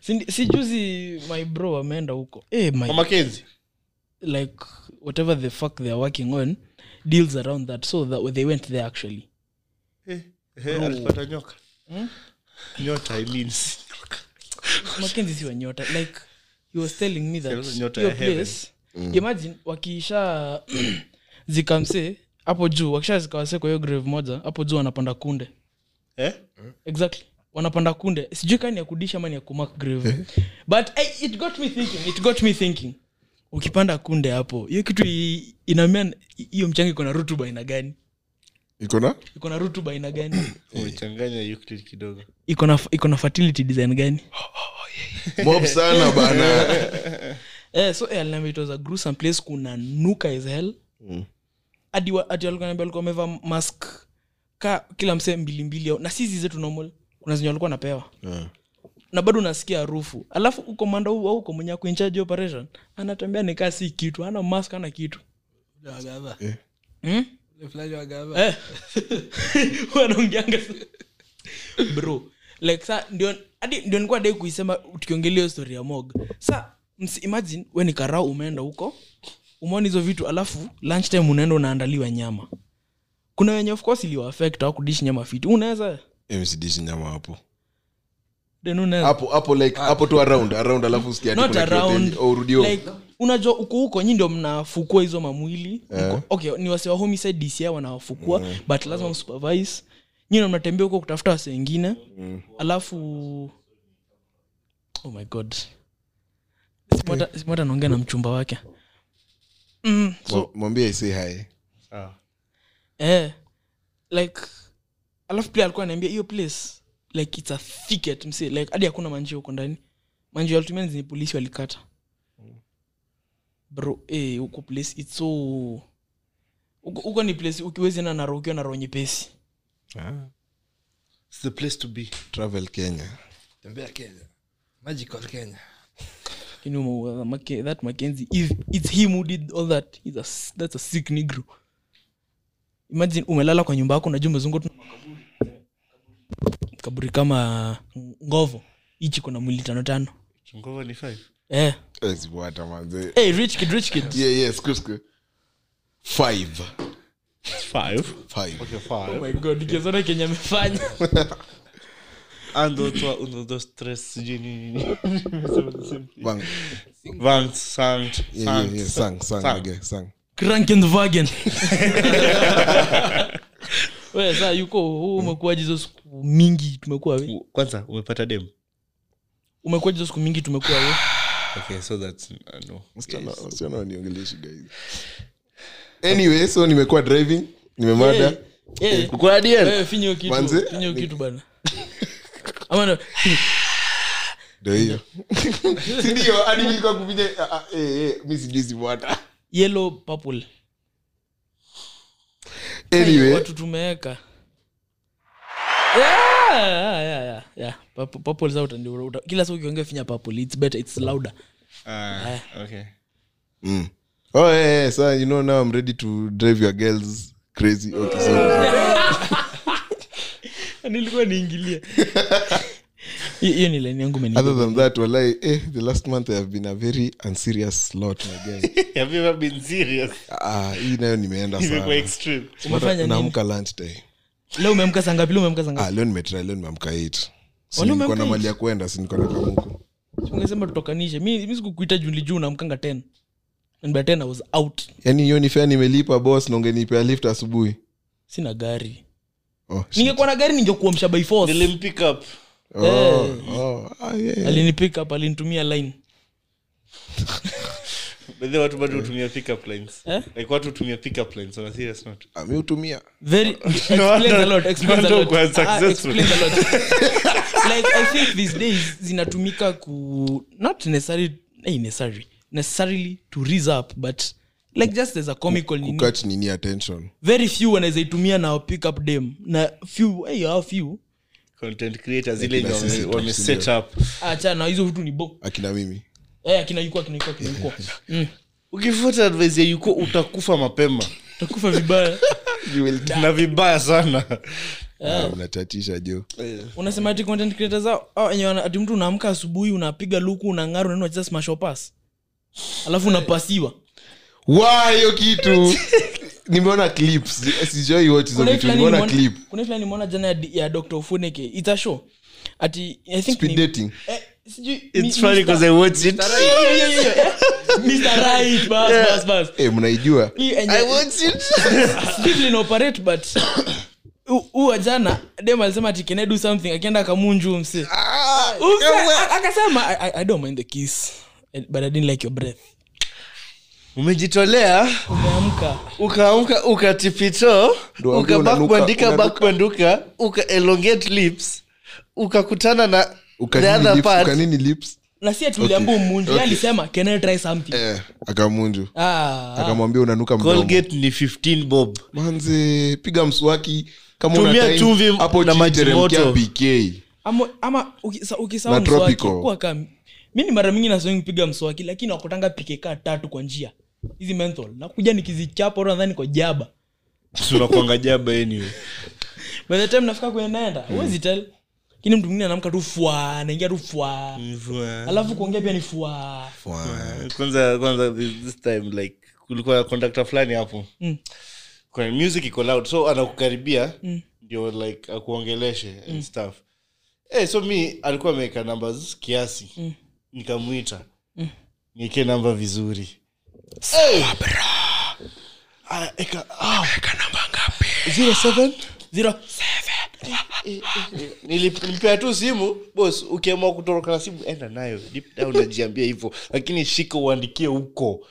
[SPEAKER 2] si si juzi my bro ameenda huko eh, my
[SPEAKER 3] Kwa Mackenzie.
[SPEAKER 2] like whatever the fuck they're working on deals around that so that they went there actually
[SPEAKER 3] Ehe, Eh, alipata nyoka nyota I mean.
[SPEAKER 2] makenzi si wanyota like he was telling me that
[SPEAKER 3] Sio nyota
[SPEAKER 2] hiyo
[SPEAKER 3] ya heaven.
[SPEAKER 2] place imagine wakiisha zikamse hapo juu wakisha zikawase kwa hiyo grave moja hapo juu wanapanda kunde
[SPEAKER 3] Eh?
[SPEAKER 2] exactly wanapanda kunde sijui kani ya kudisha mani ya kumak grave but eh, it got me thinking it got me thinking ukipanda kunde hapo hiyo kitu i- inamea hiyo mchanga iko na rutuba aina gani
[SPEAKER 1] iko na
[SPEAKER 2] iko na rutuba aina gani
[SPEAKER 3] umechanganya Euclid kidogo
[SPEAKER 2] iko na iko na fertility design gani
[SPEAKER 1] mob sana bana
[SPEAKER 2] eh, so eh, aliniambia it was a gruesome place kuna nuka as hell hadi wa- hadi walikuwa wananiambia walikuwa wamevaa mask ka kila msee mbili mbili au- na sisi zetu normal kuna zenye walikuwa napewa
[SPEAKER 1] Eh,
[SPEAKER 2] na bado unasikia harufu alafu uko manda huu au uko mwenye kuinchaji operation anatembea nikaa si kitu ana mask ana kitu
[SPEAKER 4] Wagava.
[SPEAKER 2] hmm?
[SPEAKER 4] Yule fulani wagava.
[SPEAKER 2] Eh. wanaongeanga sa- bro like sa ndio hadi ndio nilikuwa dai kuisema tukiongelea hiyo story ya mog sa ms, imagine we ni karao umeenda huko umeona hizo vitu alafu lunch time unaenda unaandaliwa nyama kuna wenye of course iliwaafect au kudish nyama fiti unaweza
[SPEAKER 1] mcdc nyama hapo
[SPEAKER 2] then unaweza
[SPEAKER 1] hapo hapo like hapo tu around around alafu usikia ati oh,
[SPEAKER 2] not
[SPEAKER 1] kuna
[SPEAKER 2] around
[SPEAKER 1] kioteli, au urudio
[SPEAKER 2] like unajua uko huko nyi ndio mnafukua hizo mamwili
[SPEAKER 1] Eh. Mm.
[SPEAKER 2] Mko- okay ni wase wa homicide dci wanawafukua but lazima msupervise nyi ndio mnatembea huko kutafuta wase wengine
[SPEAKER 1] Mm.
[SPEAKER 2] alafu oh my god Simota-
[SPEAKER 1] Eh.
[SPEAKER 2] simota anaongea na mchumba wake mm, so
[SPEAKER 1] Mwa- mwambie isei hai
[SPEAKER 3] Sawa.
[SPEAKER 2] eh, like alafu pia alikuwa anaambia hiyo place like it's a thicket msee like hadi hakuna manjia huko ndani manjia walitumia zenye polisi walikata bro eh, huko place it's so huko huko ni place ukiwezi enda na roho ukiwa na roho nyepesi
[SPEAKER 3] It's the place to be.
[SPEAKER 1] travel kenya
[SPEAKER 4] Tembea Kenya. Magical Kenya.
[SPEAKER 2] you know uh, Mac- that Mackenzie if it's him who did all that he's a, s- that's a sick negro imagine umelala kwa nyumba yako unajua umezungwa tu na makaburi kaburi kama ngovo hichi kuna mwili tano tano
[SPEAKER 3] Chungova ni five.
[SPEAKER 2] eh
[SPEAKER 1] Eh, zibuata manze
[SPEAKER 2] hey, rich kid rich kid
[SPEAKER 1] yeah yeah siku siku five
[SPEAKER 3] Okay,
[SPEAKER 1] five
[SPEAKER 3] five.
[SPEAKER 2] oh my god kiazana kenya amefanya
[SPEAKER 3] And those were- those- those stress, sijui nini, nini. Nimesema the same thing.
[SPEAKER 1] Bang.
[SPEAKER 3] Vans, sanct,
[SPEAKER 1] Yeah, yeah,
[SPEAKER 3] sanct.
[SPEAKER 1] yeah, sang sang
[SPEAKER 3] Sang.
[SPEAKER 1] nige, sang
[SPEAKER 2] krankenwagen we saa yuko huu umekuwa jizo siku mingi tumekuwa we
[SPEAKER 3] U- kwanza umepata dem
[SPEAKER 2] umekuwa jizo siku mingi tumekuwa we
[SPEAKER 3] okay, so that's, uh, no.
[SPEAKER 1] Msichana- msichana waniongeleshi guys anyway so nimekuwa driving nimemada
[SPEAKER 2] Eh, eh.
[SPEAKER 3] Uko ADL?
[SPEAKER 2] Eh, finyo kitu
[SPEAKER 1] Manze?
[SPEAKER 2] finyo kitu bana ama no,
[SPEAKER 1] ndo hiyo sindio hadi mi nilikuwa kupiga ah, ah, eh, eh, mi sijui zifuata
[SPEAKER 2] yellow purple
[SPEAKER 1] anyway
[SPEAKER 2] watu tumeweka Yeah, yeah, yeah, yeah, yeah. Purple- purple za utandi- uta- kila siku ukiongea finya purple it's better it's louder
[SPEAKER 1] Ah,
[SPEAKER 2] Eh.
[SPEAKER 3] okay
[SPEAKER 1] mm. oh, eh, eh, so you know now i'm ready to drive your girls crazy okay, so,
[SPEAKER 2] nilikuwa niingilia Hi- hiyo ni laini yangu imeniingia.
[SPEAKER 1] other than that walai eh, the last month i have been a very unserious lot my guy
[SPEAKER 3] have you ever been serious
[SPEAKER 1] ah, hii nayo nimeenda
[SPEAKER 3] imekuwa
[SPEAKER 1] sana
[SPEAKER 3] extreme
[SPEAKER 2] Umefanya nini?
[SPEAKER 1] naamka lunch time
[SPEAKER 2] leo umeamka saa ngapi leo umeamka saa ngapi
[SPEAKER 1] ah, leo nimetry leo nimeamka 8
[SPEAKER 2] Oh, leo
[SPEAKER 1] sinikuwa na
[SPEAKER 2] umeamka
[SPEAKER 1] mali ya kwenda sinikuwa na kamuku
[SPEAKER 2] ungesema tutokanishe mi mi sikukuita juu nilijua unaamkanga 10 and by 10 i was out
[SPEAKER 1] yaani hiyo ni fea nimelipa bos na ungenipea lift asubuhi
[SPEAKER 2] sina gari
[SPEAKER 1] oh, shit.
[SPEAKER 2] ningekuwa na gari ningekuamsha by force
[SPEAKER 3] nilimpick up
[SPEAKER 1] oh, oh, ah, yeah.
[SPEAKER 2] alinipick up alinitumia line
[SPEAKER 3] by the way, watu
[SPEAKER 1] Eh.
[SPEAKER 3] bado hutumia pickup lines
[SPEAKER 2] Eh?
[SPEAKER 3] like watu hutumia pickup lines on a serious note
[SPEAKER 1] Ah, mi hutumia
[SPEAKER 2] very explains
[SPEAKER 3] wonder-
[SPEAKER 2] a lot explains
[SPEAKER 3] no
[SPEAKER 2] a
[SPEAKER 3] wonder
[SPEAKER 2] lot.
[SPEAKER 3] uko
[SPEAKER 2] Ah,
[SPEAKER 3] unsuccessful.
[SPEAKER 2] explains a lot. like i think these days zinatumika ku not necessarily eh, necessary necessarily to raise up but like just as a comical nini
[SPEAKER 1] kukat nini attention
[SPEAKER 2] very few wanaweza itumia na pick up dem na few hey, how few
[SPEAKER 3] content creators ile
[SPEAKER 1] Kila
[SPEAKER 3] yenye
[SPEAKER 1] sisi
[SPEAKER 3] wame- wame
[SPEAKER 1] tunakusudia.
[SPEAKER 3] set up
[SPEAKER 2] acha na hizo vitu ni bo
[SPEAKER 1] akina mimi
[SPEAKER 2] eh akina yuko akina yuko akina yuko mm.
[SPEAKER 3] ukifuata advice ya yuko utakufa mapema
[SPEAKER 2] takufa vibaya
[SPEAKER 3] na vibaya sana
[SPEAKER 1] Ah, unachatisha jo
[SPEAKER 2] unasema ati content creators hao hao wenye wana- ati mtu unaamka asubuhi unapiga luku unang'ara unaenda unacheza smash or pass alafu unapasiwa
[SPEAKER 1] Why, hiyo kitu nimeona clips sijoi watch hizo
[SPEAKER 2] Kuna hii
[SPEAKER 1] vitu
[SPEAKER 2] fulani
[SPEAKER 1] nimeona
[SPEAKER 2] nimeona-
[SPEAKER 1] clip
[SPEAKER 2] kuna hii fulani nimeona jana ya D- ya dr ufuneke it's a show ati i think
[SPEAKER 1] Speed
[SPEAKER 2] ni-
[SPEAKER 1] dating.
[SPEAKER 2] eh, sijui mi-
[SPEAKER 3] it's funny
[SPEAKER 2] Mr.
[SPEAKER 3] because i watch it
[SPEAKER 2] Yo, yo, yo, yo, eh? Mr. Right, bas, bas, bas.
[SPEAKER 1] Eh, mnaijua
[SPEAKER 2] Hii enye- Steve lina operate, but hu- huwa jana dem alisema ati "Can I do something akienda akamunju mse
[SPEAKER 3] Ah,
[SPEAKER 1] Ah.
[SPEAKER 2] Mse, a- akasema I, I- I don't mind the kiss eh, but I didn't like your breath
[SPEAKER 3] umejitolea
[SPEAKER 2] umeamka
[SPEAKER 3] ukaamka ukatipito
[SPEAKER 1] Ndio ambia unanuka-
[SPEAKER 3] ukabanduka
[SPEAKER 1] unanuka.
[SPEAKER 3] bakbanduka uka elongate lips ukakutana na the
[SPEAKER 1] Ukanini
[SPEAKER 3] other
[SPEAKER 1] lips,
[SPEAKER 3] part
[SPEAKER 1] ukanini lips
[SPEAKER 2] na si ati uliambia
[SPEAKER 1] Okay.
[SPEAKER 2] umunju
[SPEAKER 1] Okay.
[SPEAKER 2] Yeye alisema can I try something
[SPEAKER 1] eh, akamunju
[SPEAKER 2] Ah, ah.
[SPEAKER 1] akamwambia unanuka mdomo
[SPEAKER 3] colgate ni 15 bob
[SPEAKER 1] manze piga mswaki kama
[SPEAKER 3] Tumia
[SPEAKER 1] una time,
[SPEAKER 3] chumvi
[SPEAKER 1] hapo
[SPEAKER 3] na
[SPEAKER 1] chini
[SPEAKER 3] maji
[SPEAKER 1] teremkia
[SPEAKER 3] moto.
[SPEAKER 1] PK.
[SPEAKER 2] ama, ama uki- sa- ukisahau
[SPEAKER 1] Na
[SPEAKER 2] mswaki,
[SPEAKER 1] tropical.
[SPEAKER 2] kuwa kama- mi ni mara mingi nasoingi kupiga mswaki lakini wakutanga pikikaa tatu kwa njia hizi menthol nakuja nikizichapa ora nadhani kwa jaba
[SPEAKER 3] tunakwanga jaba anyway
[SPEAKER 2] by the time nafika kwenye naenda huwezi tel lakini mtu mwingine anaamka tu fwa anaingia tu fwa alafu kuongea pia ni fwa
[SPEAKER 3] kwanza kwanza this this time like kulikuwa na conductor fulani hapo
[SPEAKER 2] Mm.
[SPEAKER 3] kwa music iko loud so anakukaribia ndio like akuongeleshe and stuff eh so mi alikuwa ameweka numbers kiasi nikamwita nieke namba vizuri Eh! Ah, eka- ah. Zero seven?
[SPEAKER 2] zero
[SPEAKER 3] Nilip- nilipewa tu simu bos ukiamua kutoroka na simu enda nayo deep down najiambia hivyo lakini shika uandikie huko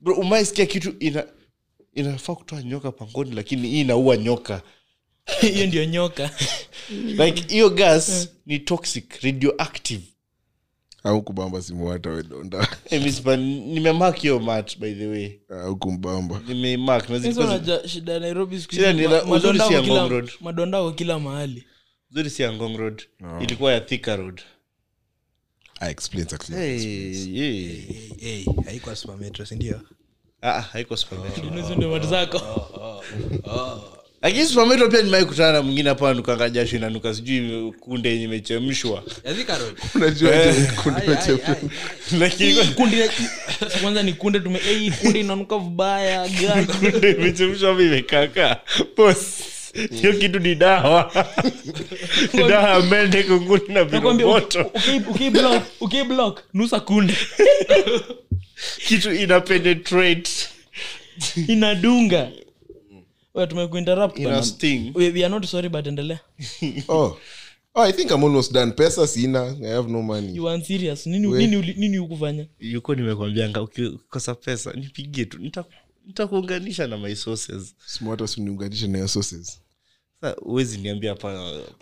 [SPEAKER 3] Bro, umaisikia kitu ina inafaa kutoa nyoka pangoni lakini hii inaua nyoka
[SPEAKER 2] hiyo ndio nyoka
[SPEAKER 3] like hiyo gas ni toxic radioactive
[SPEAKER 1] au kubamba simu hata wedonda
[SPEAKER 3] hey, Miss Ban, nimemark hiyo mat by the way
[SPEAKER 1] au kumbamba
[SPEAKER 3] nimemark na
[SPEAKER 2] Sasa
[SPEAKER 3] zilikuwa
[SPEAKER 2] unajua shida ya nairobi siku
[SPEAKER 3] Shida
[SPEAKER 2] hizi,
[SPEAKER 3] ni
[SPEAKER 2] ma-
[SPEAKER 3] la- uzuri
[SPEAKER 2] madonda
[SPEAKER 3] si
[SPEAKER 2] wako
[SPEAKER 3] ya
[SPEAKER 2] kila-
[SPEAKER 3] Ngong Road.
[SPEAKER 2] madonda wako kila mahali
[SPEAKER 3] nzuri si ya ngong road ilikuwa ya thika road
[SPEAKER 1] I Ah, explain exactly.
[SPEAKER 3] Eh.
[SPEAKER 4] Hey, hey, haikuwa super metro sindio
[SPEAKER 3] Ah, ah, haiko supermetro
[SPEAKER 2] Hizo ndio mali zako
[SPEAKER 3] lakini supermetro pia nimewahi kutana na mwingine hapa anukanga jasho inanuka sijui kunde yenye imechemshwa
[SPEAKER 4] yazikarod
[SPEAKER 1] Unajua
[SPEAKER 3] Eh.
[SPEAKER 1] je, kuna chef-
[SPEAKER 3] lakini
[SPEAKER 2] Hii kundi kwanza ni kunde tume eh, hii kunde inanuka vibaya gani
[SPEAKER 3] kunde imechemshwa hapa imekaka bos hiyo kitu ni dawa ni dawa ya mende kunguni na
[SPEAKER 2] Nakwambia,
[SPEAKER 3] viroboto
[SPEAKER 2] uki- uki- ukiblock- ukiblock, nusa kunde
[SPEAKER 3] kitu ina penetrate
[SPEAKER 2] inadunga Oya, tumekuinterrupt
[SPEAKER 3] ina
[SPEAKER 2] bana.
[SPEAKER 3] sting
[SPEAKER 2] We- we are not sorry but endelea
[SPEAKER 1] Oh. Oh, I think I'm almost done. Pesa sina. I have no money.
[SPEAKER 2] you are serious nini nini uli- nini ukufanya
[SPEAKER 3] yuko nimekwambianga uki- ukikosa pesa nipigie tu nita- nitakuunganisha na my sources
[SPEAKER 1] Smartest uniunganishe na your sources.
[SPEAKER 3] Sasa huwezi niambia hapa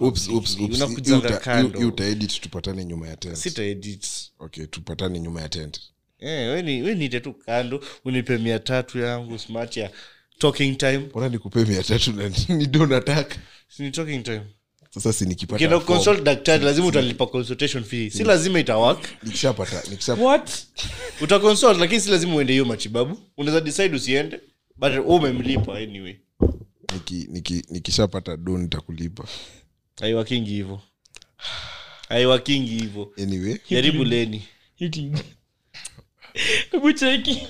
[SPEAKER 1] Oops, oops, oops.
[SPEAKER 3] Unakujanga
[SPEAKER 1] Hii uta-
[SPEAKER 3] kando.
[SPEAKER 1] hii utaedit tupatane nyuma ya tent
[SPEAKER 3] sitaedit
[SPEAKER 1] okay tupatane nyuma ya tent
[SPEAKER 3] Eh, we ni- we niite tu kando unipe mia tatu yangu smart ya talking time
[SPEAKER 1] mbona nikupe mia tatu na nido nataka
[SPEAKER 3] Si ni talking time
[SPEAKER 1] sasa si nikipata
[SPEAKER 3] ukienda
[SPEAKER 1] form,
[SPEAKER 3] consult daktari lazima utalipa consultation fee si lazima itawak
[SPEAKER 1] nikishapata nikishapata
[SPEAKER 2] what
[SPEAKER 3] utakonsult lakini si lazima uende hiyo matibabu unaweza decide usiende but wewe umemlipa anyway
[SPEAKER 1] niki, niki, nikishapata do nitakulipa
[SPEAKER 3] haiwakingi hivyo haiwakingi hivyo
[SPEAKER 1] anyway
[SPEAKER 3] jaribu leni
[SPEAKER 2] Hiki. Hebu cheki.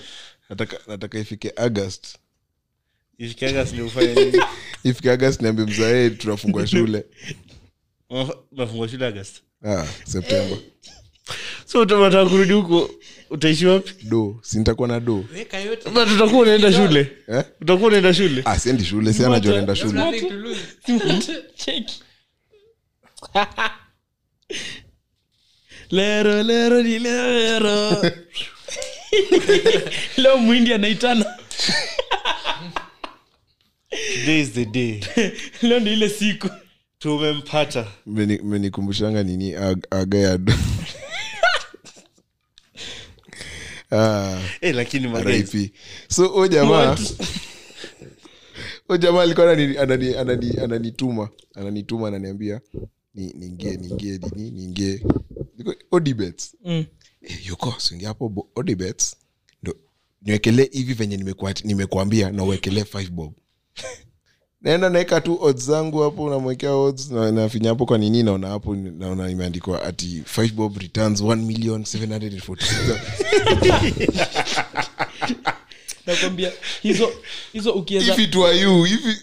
[SPEAKER 1] nataka, nataka ifike august
[SPEAKER 3] ifikiaga siniufanya nini
[SPEAKER 1] ifike august niambe mzae tunafungwa shule
[SPEAKER 3] Unafa- unafungwa shule agast
[SPEAKER 1] ah, septemba
[SPEAKER 3] so utamata kurudi huko utaishi wapi
[SPEAKER 1] do si nitakuwa na do
[SPEAKER 4] weka yote
[SPEAKER 3] but utakuwa unaenda shule
[SPEAKER 1] eh?
[SPEAKER 3] utakuwa unaenda shule
[SPEAKER 1] ah, siendi shule si anajua naenda
[SPEAKER 4] There's
[SPEAKER 1] shule
[SPEAKER 4] nothing to lose.
[SPEAKER 3] Hmm?
[SPEAKER 2] Cheki. lero lero ni lero leo mwindi anaitana
[SPEAKER 3] today is the day
[SPEAKER 2] leo ni ile siku
[SPEAKER 3] tumempata
[SPEAKER 1] Mmeni- mmenikumbushanga nini ag- aga ya do ah.
[SPEAKER 3] eh, lakini my guys,
[SPEAKER 1] rip so huyu jamaa huyu jamaa alikuwa anani- anani- anani- ananituma ananituma ananiambia ni- niingie niingie nini niingie Niko- odibets
[SPEAKER 2] Mm.
[SPEAKER 1] Eh, yuko singia hapo bo- odibets ndo niwekelee hivi venye nimekuat- nimekuambia na uwekelee five bob naenda naeka tu odds zangu hapo namwekea odds na nafinya hapo kwa nini naona hapo naona imeandikwa ati five bob returns 1 million 746
[SPEAKER 2] nakwambia hizo hizo ukiweza
[SPEAKER 1] hivi tu ayu hivi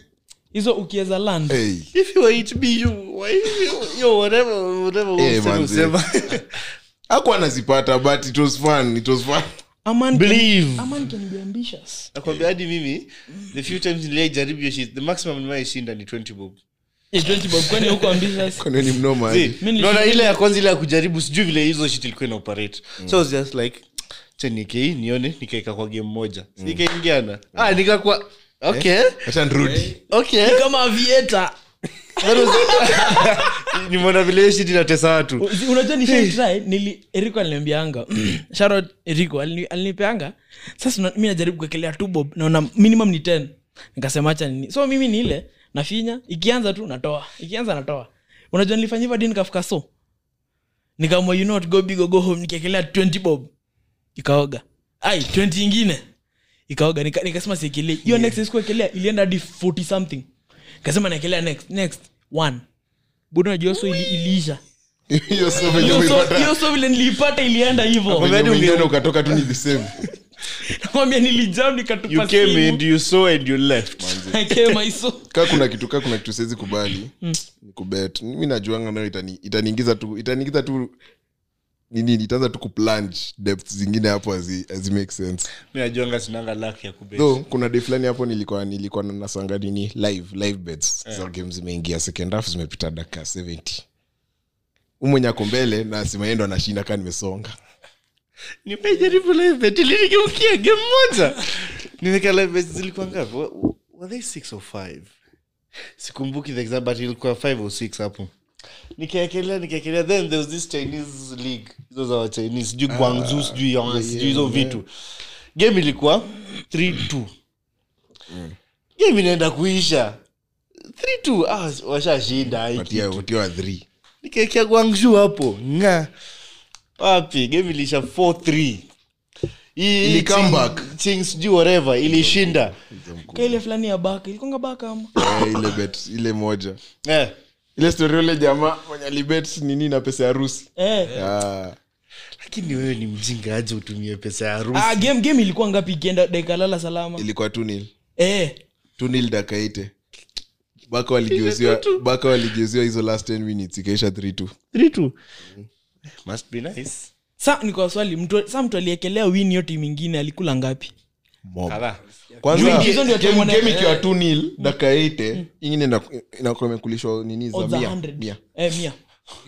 [SPEAKER 2] hizo ukiweza land
[SPEAKER 1] hey.
[SPEAKER 3] if you hate me you why you- yo whatever whatever
[SPEAKER 1] Eh,
[SPEAKER 3] usema,
[SPEAKER 1] manzi.
[SPEAKER 3] usema.
[SPEAKER 1] akuwa anazipata but it was fun it was fun
[SPEAKER 2] aman
[SPEAKER 3] Believe.
[SPEAKER 2] can, aman can be ambitious
[SPEAKER 3] nakwambia hadi mimi the few times niliaijaribu hiyo shit the maximum nimaishinda ni 20 bob
[SPEAKER 2] Yes, 20 bob Eh, kwani huko ambitious
[SPEAKER 1] Kwani ni mnoma aje?
[SPEAKER 3] See, naona ile ya kwanza ile ya kujaribu sijui vile hizo shit ilikuwa ina operate so I was just like chenikei nione nikaeka kwa game moja mm. Eh? nikaingiana ah nikakuwa okay
[SPEAKER 1] acha nirudi
[SPEAKER 3] okay
[SPEAKER 2] kama avieta
[SPEAKER 3] That was- nimeona vile hiyo shit inatesa watu
[SPEAKER 2] Uzi- unajua nishaitry nili eriko aliniambianga sharot eriko alini- alinipeanga sasa na- mi najaribu kuekelea tu bob naona minimum ni 10 nikasema acha nini so mimi ni ile nafinya ikianza tu natoa ikianza natoa unajua nilifanya hivyo hadi nikafuka so nikaamua you know what, go big or go home nikiekelea 20 bob ikaoga ai 20 ingine ikaoga Nika- nikasema siekelee hiyo next sikuekelea ilienda hadi 40 something kasema naekelea next next one budo najua so ili, iliisha
[SPEAKER 1] hiyo so venye
[SPEAKER 2] Eh. hiyo so-
[SPEAKER 1] umeipata
[SPEAKER 2] hiyo so vile niliipata ilienda hivo
[SPEAKER 3] Nakwambia-
[SPEAKER 1] venye umeiona ukatoka tu ni the same
[SPEAKER 2] kwambia nilijam
[SPEAKER 3] you
[SPEAKER 2] nikatupa
[SPEAKER 3] came
[SPEAKER 2] simu.
[SPEAKER 3] and you saw and you left
[SPEAKER 2] I came, I saw.
[SPEAKER 1] kaa kuna kitu kaa kuna kitu siwezi kubali
[SPEAKER 2] Hmm.
[SPEAKER 1] ni kubet mi najuanga nayo itani- itaniingiza tu itaniingiza tu nini itaanza tu kuplange depth zingine hapo hazi hazi make sense
[SPEAKER 3] mi najuanga sinanga lak ya kubet
[SPEAKER 1] though kuna day fulani hapo nilikuwa nilikuwa na- nasanga nini live live bets
[SPEAKER 2] Eh.
[SPEAKER 1] yeah. game zimeingia second half zimepita dakika 70 umwenye ako mbele na simaendo anashinda kaa nimesonga
[SPEAKER 3] nimejaribu livebet ilinigeukia game moja nimeka livebet zilikuwa ngapi Wa- wa- were they six or five sikumbuki the exact but ilikuwa five or six hapo nikaekelea nikaekelea then there was this chinese league hizo za wachinese sijui guangzu sijui yang sijui hizo vitu game ilikuwa three two Mm. game inaenda kuisha three two ah, washashinda hii
[SPEAKER 1] patia
[SPEAKER 3] kitu
[SPEAKER 1] patia wa 3
[SPEAKER 3] nikaekea guangzhou hapo nga wapi game ilisha 4-3 Hii-
[SPEAKER 1] Ili come
[SPEAKER 3] Ching-
[SPEAKER 1] back.
[SPEAKER 3] Ching sijui whatever ilishinda
[SPEAKER 2] Ka ile fulani ya baka ilikonga baka ama
[SPEAKER 1] Eh, ile bet ile moja
[SPEAKER 3] Eh,
[SPEAKER 1] ile story ule jamaa mwenye alibet nini na pesa ya harusi
[SPEAKER 2] eh.
[SPEAKER 1] Ah,
[SPEAKER 3] lakini wewe ni mjinga aje utumie pesa ya harusi
[SPEAKER 2] ah, game game ilikuwa ngapi ikienda dakika lala salama
[SPEAKER 1] ilikuwa tunil
[SPEAKER 2] eh.
[SPEAKER 1] tunil dakaite baka waligeuziwa baka waligeuziwa hizo last 10 minutes ikaisha 3 tu
[SPEAKER 3] 3-2. Mm. must be nice
[SPEAKER 2] sa niko swali mtu sa mtu aliekelea win hiyo timu ingine alikula ngapi
[SPEAKER 3] Kadhaa.
[SPEAKER 1] kwanza
[SPEAKER 2] Wingi, hizo ndio
[SPEAKER 1] game-
[SPEAKER 2] tumeona-
[SPEAKER 1] game eh. Mm. ikiwa tunil dakaite ingine inaku- inakuwa imekulishwa nini za
[SPEAKER 2] Odds za
[SPEAKER 1] mia
[SPEAKER 2] 100.
[SPEAKER 1] mia
[SPEAKER 2] eh, mia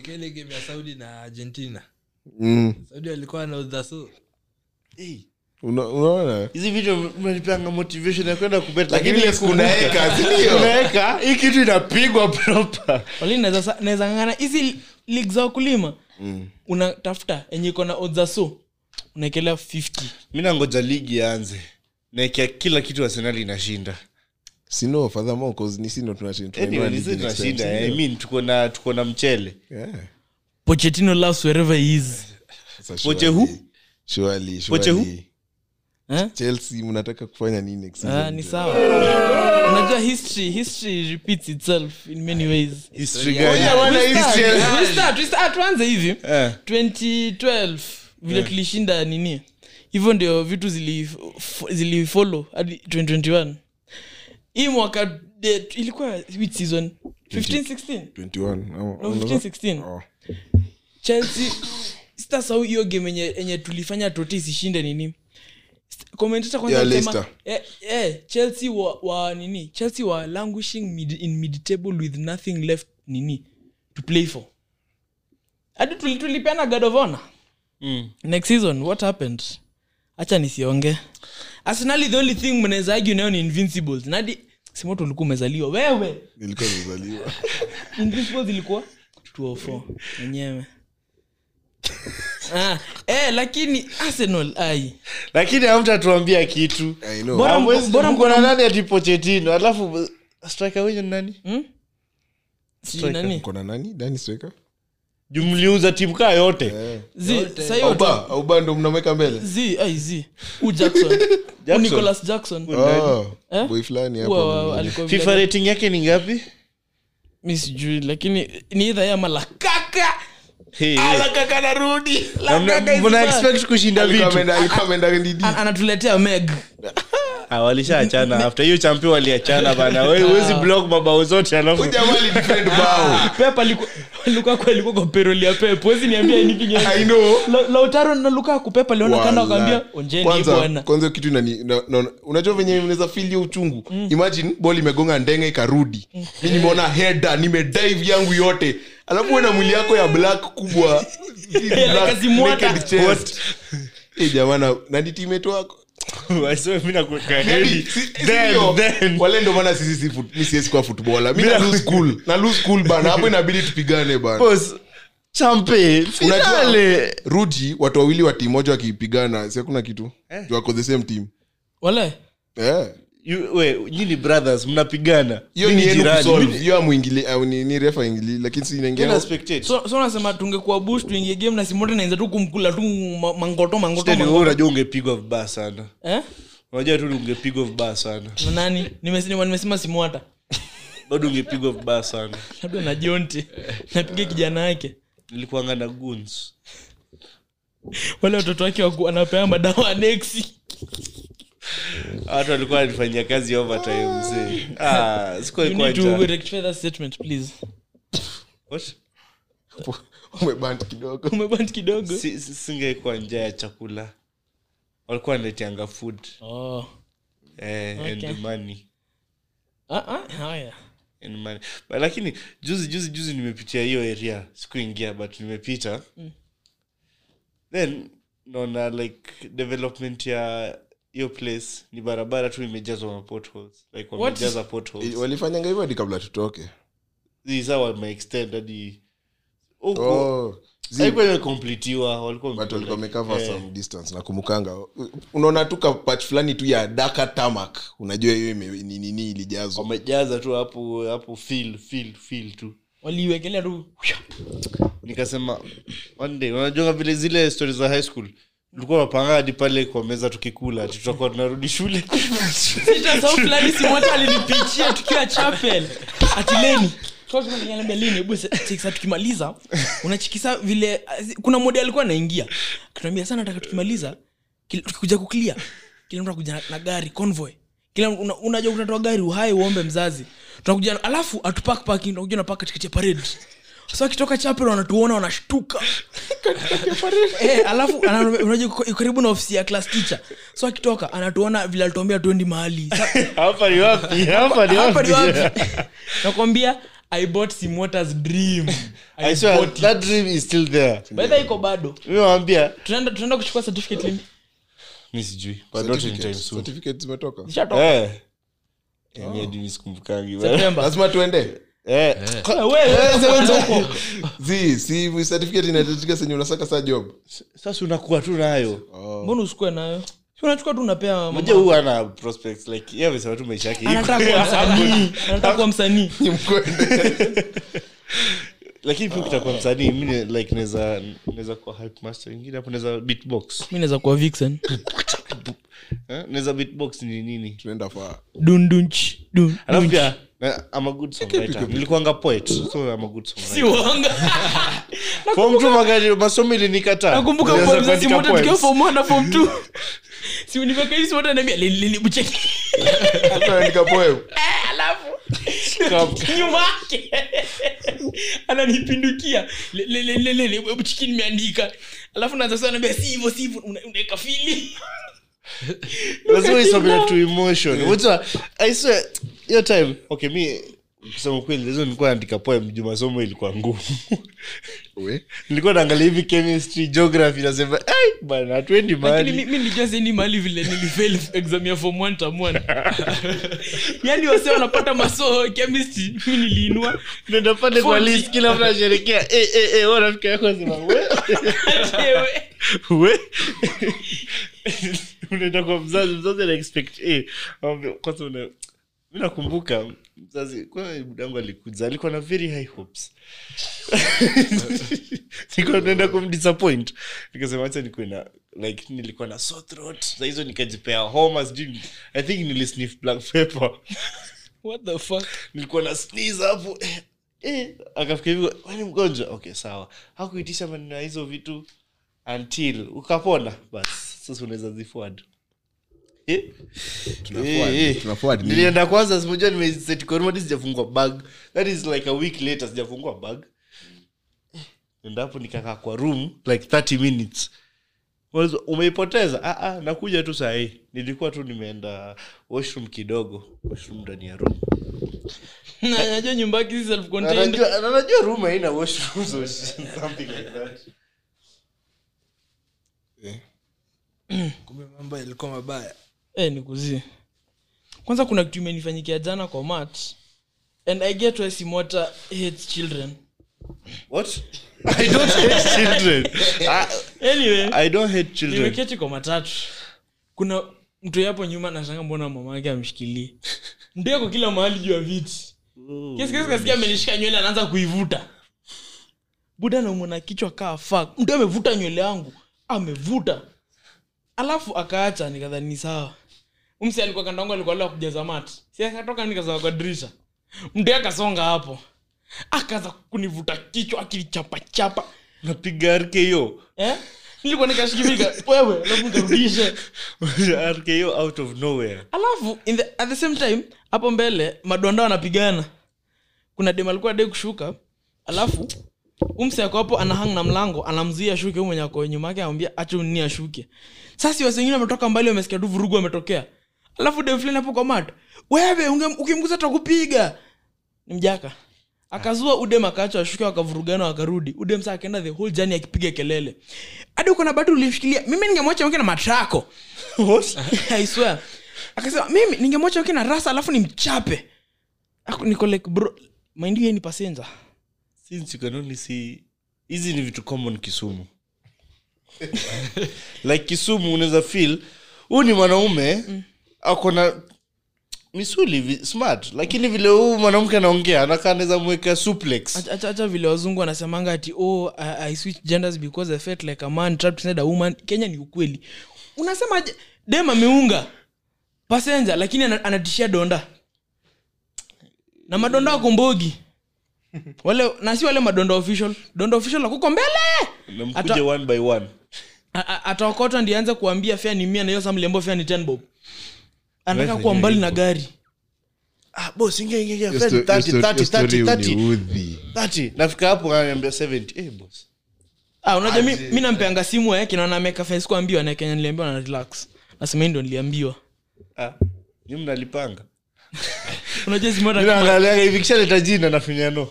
[SPEAKER 4] Ika ile game ya saudi na argentina
[SPEAKER 1] Mm.
[SPEAKER 4] saudi alikuwa na odds so
[SPEAKER 3] Hey,
[SPEAKER 1] Una- unaona
[SPEAKER 3] hizi video mnanipanga motivation ya kwenda kubet
[SPEAKER 1] Lakini yes, unaeka, si ndio?
[SPEAKER 3] unaeka hii kitu inapigwa proper
[SPEAKER 2] Wali naweza sa- naweza ng'ang'ana hizi lig za wakulima
[SPEAKER 3] Mm.
[SPEAKER 2] unatafuta enye iko na odds za so unaekelea 50
[SPEAKER 3] mi nangoja ligi yaanze naekea kila kitu arsenali inashinda
[SPEAKER 1] sino fadhamo cause ni sino tunashin- tunainua
[SPEAKER 3] Anyway,
[SPEAKER 1] ligi
[SPEAKER 3] sisi
[SPEAKER 1] next time,
[SPEAKER 3] tunashinda
[SPEAKER 1] si eh,
[SPEAKER 3] I
[SPEAKER 1] ndio?
[SPEAKER 3] mean, tuko na tuko na mchele
[SPEAKER 1] Yeah.
[SPEAKER 2] Pochettino loves wherever he is
[SPEAKER 1] Sasa
[SPEAKER 3] Poche
[SPEAKER 1] surely-
[SPEAKER 3] who?
[SPEAKER 1] surely-
[SPEAKER 3] Poche who?
[SPEAKER 1] surely.
[SPEAKER 2] eh?
[SPEAKER 1] chelsea mnataka kufanya nini next
[SPEAKER 2] ah,
[SPEAKER 1] season?
[SPEAKER 2] ni sawa unajua history history repeats itself in many ways
[SPEAKER 3] history
[SPEAKER 4] Yeah.
[SPEAKER 3] gani
[SPEAKER 1] Yeah, wana
[SPEAKER 2] We start-
[SPEAKER 1] history.
[SPEAKER 2] we start- we start- Ah, tuanze hivi
[SPEAKER 3] Eh.
[SPEAKER 2] 2012 vile tulishinda nini hivyo ndio vitu zilifolo zili follow hadi 2021 hii mwaka de, ilikuwa which season 1516
[SPEAKER 1] 21 ama-
[SPEAKER 2] No,
[SPEAKER 1] unaweza-
[SPEAKER 2] 15-16.
[SPEAKER 1] Oh.
[SPEAKER 2] chelsea sitasau hiyo game enye, enye tulifanya toti isishinde nini komentata kwanza
[SPEAKER 1] Yeah,
[SPEAKER 2] alisema,
[SPEAKER 1] Leicester.
[SPEAKER 2] eh, eh, chelsea wa, wa nini chelsea wa languishing mid, in mid table with nothing left nini to play for hadi tuli- tulipeana god of honor
[SPEAKER 3] Mm.
[SPEAKER 2] next season what happened hacha nisionge arsenali the only thing mnaweza argue nayo ni invincibles nadi simoto ulikuwa umezaliwa wewe
[SPEAKER 1] nilikuwa nimezaliwa
[SPEAKER 2] Invincibles ilikuwa 204 wenyewe ah, eh, lakini arsenal ai
[SPEAKER 3] lakini hamtatuambia kitu
[SPEAKER 1] I know.
[SPEAKER 2] Bora-
[SPEAKER 3] Hamwezi-
[SPEAKER 2] bora
[SPEAKER 3] mko na
[SPEAKER 2] mko-
[SPEAKER 3] nani ati Pochettino, alafu uh, striker wenyu ni nani
[SPEAKER 2] Si
[SPEAKER 3] Striker.
[SPEAKER 2] nani
[SPEAKER 1] Mko na nani Dani Striker?
[SPEAKER 3] Juu mliuza timu kaa yote
[SPEAKER 1] Eh.
[SPEAKER 2] zi sahiyo
[SPEAKER 1] Auba, Auba ndo mnamweka mbele
[SPEAKER 2] zi ai zi u jackson u nicholas jackson
[SPEAKER 1] Oh,
[SPEAKER 2] Eh?
[SPEAKER 1] boy fulani hapo
[SPEAKER 2] Huwa-
[SPEAKER 1] mwingine.
[SPEAKER 2] wa- alikuwa
[SPEAKER 3] fifa rating yake ni ngapi
[SPEAKER 2] mi sijui lakini ni idha ya malakaka
[SPEAKER 3] Hey,
[SPEAKER 1] Ah,
[SPEAKER 3] hey.
[SPEAKER 2] alakaka narudi
[SPEAKER 3] Na mna-
[SPEAKER 2] Ah, Lakaka is
[SPEAKER 3] mna
[SPEAKER 2] back.
[SPEAKER 3] expect kushinda
[SPEAKER 1] Alikuwa
[SPEAKER 3] vitu
[SPEAKER 1] ameenda- alikuwa ameenda ndidi.
[SPEAKER 2] An- anatuletea meg
[SPEAKER 3] Ah, walishaachana after hiyo champion waliachana bana We-
[SPEAKER 1] Ah.
[SPEAKER 3] huwezi block mabao zote alafu
[SPEAKER 1] Kuja wali defend bao.
[SPEAKER 2] pepa alikuwa- lukaku alikuwa kwa peroli ya pepo wezi niambia anything else.
[SPEAKER 1] I know.
[SPEAKER 2] La- lautaro na lukaku pepa alionekana
[SPEAKER 1] Wala.
[SPEAKER 2] wakaambia onjeni hii
[SPEAKER 1] kwanza
[SPEAKER 2] bwana
[SPEAKER 1] kwanza kitu inani- na- na- unajua venye unaweza feel hiyo uchungu imagine ball imegonga ndenge ikarudi mi nimeona heda nimedive yangu yote alafu wewe na mwili yako ya black kubwa Black
[SPEAKER 2] Akazimwaga.
[SPEAKER 1] naked chest. Eh, jamana nani teammate wako
[SPEAKER 3] Waseme mimi nakuweka
[SPEAKER 1] Yaani,
[SPEAKER 3] heli.
[SPEAKER 1] si- si
[SPEAKER 3] Then,
[SPEAKER 1] ndio?
[SPEAKER 3] then.
[SPEAKER 1] wale ndo maana sisi si fut- mi siwezi kuwa footballer. mi na lose cool. na lose cool bana hapo inabidi tupigane bana
[SPEAKER 3] Boss, champe
[SPEAKER 1] unajua
[SPEAKER 3] finale
[SPEAKER 1] ruji watu wawili wa timu moja wakipigana si hakuna kitu
[SPEAKER 3] Eh.
[SPEAKER 1] Ju wako the same team
[SPEAKER 2] wala
[SPEAKER 1] Eh.
[SPEAKER 3] You- we, nyinyi ni brothers mnapigana
[SPEAKER 1] hiyo
[SPEAKER 3] Mimi
[SPEAKER 1] ni yenu
[SPEAKER 3] jirani.
[SPEAKER 1] kusolve.
[SPEAKER 3] Mimi-
[SPEAKER 1] hiyo amwingili au ni, ni refa ingili lakini si
[SPEAKER 3] mimi
[SPEAKER 1] inaingia
[SPEAKER 3] na spectate.
[SPEAKER 2] so so unasema tungekuwa bush tuingie game na simoto naenza tu kumkula tu ma- mangoto mangoto
[SPEAKER 3] Tena
[SPEAKER 2] mangoto.
[SPEAKER 3] wewe unajua ungepigwa vibaya sana
[SPEAKER 2] eh
[SPEAKER 3] unajua tu ungepigwa vibaya sana
[SPEAKER 2] na nani nimesema nimesema simwata
[SPEAKER 3] bado ungepigwa vibaya sana
[SPEAKER 2] labda na jonti napiga kijana yake
[SPEAKER 3] nilikuanga na guns
[SPEAKER 2] wale watoto wake waku- wanapea madawa ya nexi
[SPEAKER 3] watu walikuwa wanifanyia kazi overtime mzee ah sikuwa
[SPEAKER 2] you
[SPEAKER 3] ikuwa
[SPEAKER 2] need to
[SPEAKER 3] njaa.
[SPEAKER 2] rectify that statement please
[SPEAKER 3] What?
[SPEAKER 1] umebant kidogo
[SPEAKER 2] umeband kidogo
[SPEAKER 3] Si- si- singekuwa njaa ya chakula walikuwa wanaletianga food
[SPEAKER 2] oh
[SPEAKER 3] eh, and
[SPEAKER 2] Okay.
[SPEAKER 3] money
[SPEAKER 2] ah ah haya
[SPEAKER 3] and money but lakini juzi juzi juzi nimepitia hiyo area sikuingia but nimepita
[SPEAKER 2] Mm.
[SPEAKER 3] then naona like development ya hiyo place ni barabara tu imejazwa mapotholes like
[SPEAKER 2] What is-
[SPEAKER 3] wamejaza potholes
[SPEAKER 1] Eh, walifanyanga hivyo hadi kabla tutoke
[SPEAKER 3] sasa wameextend hadi huku.
[SPEAKER 1] oh. zi-
[SPEAKER 3] haikuwa imekompletiwa walikuwa
[SPEAKER 1] but
[SPEAKER 3] wame-
[SPEAKER 1] walikuwa wamecover
[SPEAKER 3] Eh.
[SPEAKER 1] some distance nakumbukanga unaona tu kapat fulani tu ya daka tamak unajua hiyo ime- ni nini ilijazwa
[SPEAKER 3] wamejaza tu hapo hapo feel feel feel tu
[SPEAKER 2] waliiwekelea tu
[SPEAKER 3] nikasema one day unajonga vile zile stori za high school tulikuwa napanga hadi pale kwa meza tukikula ati tutakuwa tunarudi shule
[SPEAKER 2] sitasau fulani simwata alinipichia tukiwa chapel atileni tukimaliza unachikisa vile azi- kuna mode alikuwa anaingia kinaambia sana nataka tukimaliza kila- tukikuja kuklia kila mtu akuja na gari convoy kila mtu- una- unajua utatoa gari uhai uombe mzazi tunakuja alafu atupak parking tunakuja na park katikati ya parade sasa akitoka chapel wanatuona wanashtuka eh, alafu ana- unajua yuko- yuko karibu na ofisi ya class teacher so akitoka anatuona vile alituambia tuendi mahali Sa-
[SPEAKER 3] hapa ni wapi hapa ni
[SPEAKER 2] hapa ni
[SPEAKER 3] wapi
[SPEAKER 2] Ah, wapi nakwambia i bought simotas dream
[SPEAKER 3] I swear, that dream is still there
[SPEAKER 2] bedha iko bado
[SPEAKER 3] mimi nawaambia
[SPEAKER 2] tunaenda tunaenda kuchukua certificate lini
[SPEAKER 3] mi sijui but not anytime
[SPEAKER 1] Certificates.
[SPEAKER 3] soon.
[SPEAKER 1] Certificates zimetoka
[SPEAKER 2] Zishatoka.
[SPEAKER 3] Eh. Eh, mi hadi mi sikumbukangi, bana.
[SPEAKER 2] September.
[SPEAKER 1] lazima tuende
[SPEAKER 3] Eh.
[SPEAKER 2] Kwa- wewe, wewe, kwanza huko.
[SPEAKER 1] Zii, si we certificate inahitajika senye unasaka saa job
[SPEAKER 3] sasa unakuwa tu nayo
[SPEAKER 2] mbona usikue nayo Si unachukua tu unapea mama.
[SPEAKER 3] moja huu ana prospects like yeye amesema tu maisha yake iko.
[SPEAKER 2] Anataka kuwa msanii. Anataka kuwa msanii
[SPEAKER 1] Ni mkwende
[SPEAKER 3] lakini pia ukitakuwa msanii mi ne- like naweza naweza kuwa hype master ingine hapo naweza beatbox
[SPEAKER 2] mi naweza kuwa vixen
[SPEAKER 3] Eh, naweza beatbox ni nini
[SPEAKER 1] tunaenda faa
[SPEAKER 2] dundunch dun
[SPEAKER 3] alafu
[SPEAKER 2] dunch.
[SPEAKER 3] pia na- I'm a good songwriter nilikuanga poet so I'm a good
[SPEAKER 2] si
[SPEAKER 3] songwriter
[SPEAKER 2] wanga
[SPEAKER 3] form two wakati masomo ilinikataa
[SPEAKER 2] nakumbuka
[SPEAKER 3] Nilianza
[SPEAKER 2] form za
[SPEAKER 3] kuandika
[SPEAKER 2] simote tukiwa
[SPEAKER 3] poems.
[SPEAKER 2] form one na form two si univeka hivi simote anaambia "Lili, lili, mcheki."
[SPEAKER 1] tunaandika poem
[SPEAKER 2] Eh, alafu nyuma yake ananipindukia "Li- li- li- li- li- li, mcheki nimeandika alafu naanza sasa ananiambia, si hivyo si hivyo Una- unaweka fili
[SPEAKER 3] lazima isomela to emotion unajua i swear hiyo time okay mi kusema kweli lazima nilikuwa naandika poem juu masomo ilikuwa ngumu
[SPEAKER 1] We.
[SPEAKER 3] nilikuwa naangalia hivi chemistry geography nasema ai bana hatuendi
[SPEAKER 2] lakini mi-
[SPEAKER 3] mahali
[SPEAKER 2] mi nilijua siendi mahali vile nilifail exam ya form one term one. yaani wase wanapata masoo chemistry mi niliinua
[SPEAKER 3] naenda pale kwa
[SPEAKER 2] Forty.
[SPEAKER 3] list kila mtu anasherekea eh eh eh wewe rafiki yako anasema we
[SPEAKER 2] Achewe.
[SPEAKER 3] we unaenda kwa mzazi mzazi ana expect eh Anambia, kwanza una mi nakumbuka mzazi kwa budangu alikuja alikuwa na very high hopes nilikuwa naenda kumdisappoint nikasema acha nikuwe na like nilikuwa na sore throat saa hizo nikajipea homa sijui i think nilisniff black pepper
[SPEAKER 2] What the fuck?
[SPEAKER 3] nilikuwa na sneeze hapo eh, eh, akafika hivi wani mgonjwa okay sawa hakuitisha maneno ya hizo vitu until ukapona basi sasa unaweza zifuad Eh,
[SPEAKER 1] Tunafuad-
[SPEAKER 3] eh, eh.
[SPEAKER 1] tunafuad nini?
[SPEAKER 3] nilienda kwanza simojua nimesetkormadi sijafungua bag that is like a week later sijafungua bag endapo nikakaa kwa room like 30 minutes Wazo, umeipoteza ah, ah, nakuja tu sahii nilikuwa tu nimeenda washroom kidogo washroom ndani ya room
[SPEAKER 2] Na- najua nyumba yake si self-contained.
[SPEAKER 3] Anajua- anajua room haina washrooms or something like that.
[SPEAKER 4] kumbe mambo yalikuwa mabaya
[SPEAKER 2] Eh, nikuzie kwanza kuna kitu imenifanyikia jana kwa mat and i get why simota hates children
[SPEAKER 3] What? I don't hate children. I-
[SPEAKER 2] anyway
[SPEAKER 3] I don't hate children.
[SPEAKER 2] nimeketi kwa matatu kuna mtu yapo nyuma nashanga mbona mama yake amshikilie mtu yako kila mahali juu ya viti Kiasi- kiasi kasikia amenishika nywele anaanza kuivuta buda namwona kichwa kaa fak mtu amevuta nywele yangu amevuta alafu akaacha nikadhani ni sawa umsi alikuwa kando yangu alikuwa leo kujaza mati si akatoka nikazama kwa dirisha mtu akasonga hapo akaanza kunivuta kichwa akinichapachapa
[SPEAKER 3] napiga rko
[SPEAKER 2] eh? nilikuwa nikashikimika wewe alafu nikarudisha
[SPEAKER 3] rko out of nowhere
[SPEAKER 2] alafu in the, at the same time hapo mbele madonda wanapigana kuna dem alikuwa dai kushuka alafu umse ako hapo anahang na mlango anamzuia ashuke huyu mwenye ako nyuma yake amwambia acha ni ashuke sasa wasi wengine wametoka mbali wamesikia tu vurugu wametokea alafu dem fulani hapo kwa mat wewe unge- ukimgusa takupiga ni mjaka akazua udem akaacha washuke wakavurugana wakarudi udem saa akaenda the whole jani akipiga kelele hadi uko na bado ulimshikilia mimi ningemwacha mke na matrako I swear. akasema mimi ningemwacha mke na rasa alafu nimchape Aku- niko like bro mind you, yeye ni passenger
[SPEAKER 3] since you can only see hizi ni vitu common kisumu like kisumu unaweza feel huu ni mwanaume ako na misuli vi- smart lakini vile huu mwanamke anaongea anakaa anaweza mweka suplex
[SPEAKER 2] Acha- acha acha vile wazungu wanasemanga ati oh I, i switch genders because i felt like a man trapped inside a woman kenya ni ukweli unasema aje, dem ameunga passenger lakini ana- anatishia donda na madonda akombogi wale na si wale madonda official donda official akuko mbele
[SPEAKER 3] namkuja
[SPEAKER 2] Ata-
[SPEAKER 3] one by one
[SPEAKER 2] A- a- ataokota ndi aanze kuambia fea ni mia na hiyo samlembo fea ni ten bob anataka
[SPEAKER 3] Wewe
[SPEAKER 2] kuwa
[SPEAKER 3] unajua
[SPEAKER 2] mbali
[SPEAKER 3] hivyo.
[SPEAKER 2] na gari
[SPEAKER 3] Ah, boss, ingia, ingia, ingia,
[SPEAKER 1] Hiyo
[SPEAKER 3] friend,
[SPEAKER 1] sto- hiyo
[SPEAKER 3] 30,
[SPEAKER 1] sto- hiyo
[SPEAKER 3] 30,
[SPEAKER 1] story
[SPEAKER 3] 30, 30,
[SPEAKER 1] huniudhi.
[SPEAKER 3] 30. nafika hapo ananiambia 70 Eh, boss.
[SPEAKER 2] ah, unajua mi, mi nampeanga simu eh, aeke naona amekafesikuambiwa na kenya niliambiwa na relax nasema hii ndo niliambiwa
[SPEAKER 3] Ah, ni mnalipanga
[SPEAKER 2] unajua simota
[SPEAKER 3] Mi naangaliaga hivi kishaleta jina nafinya no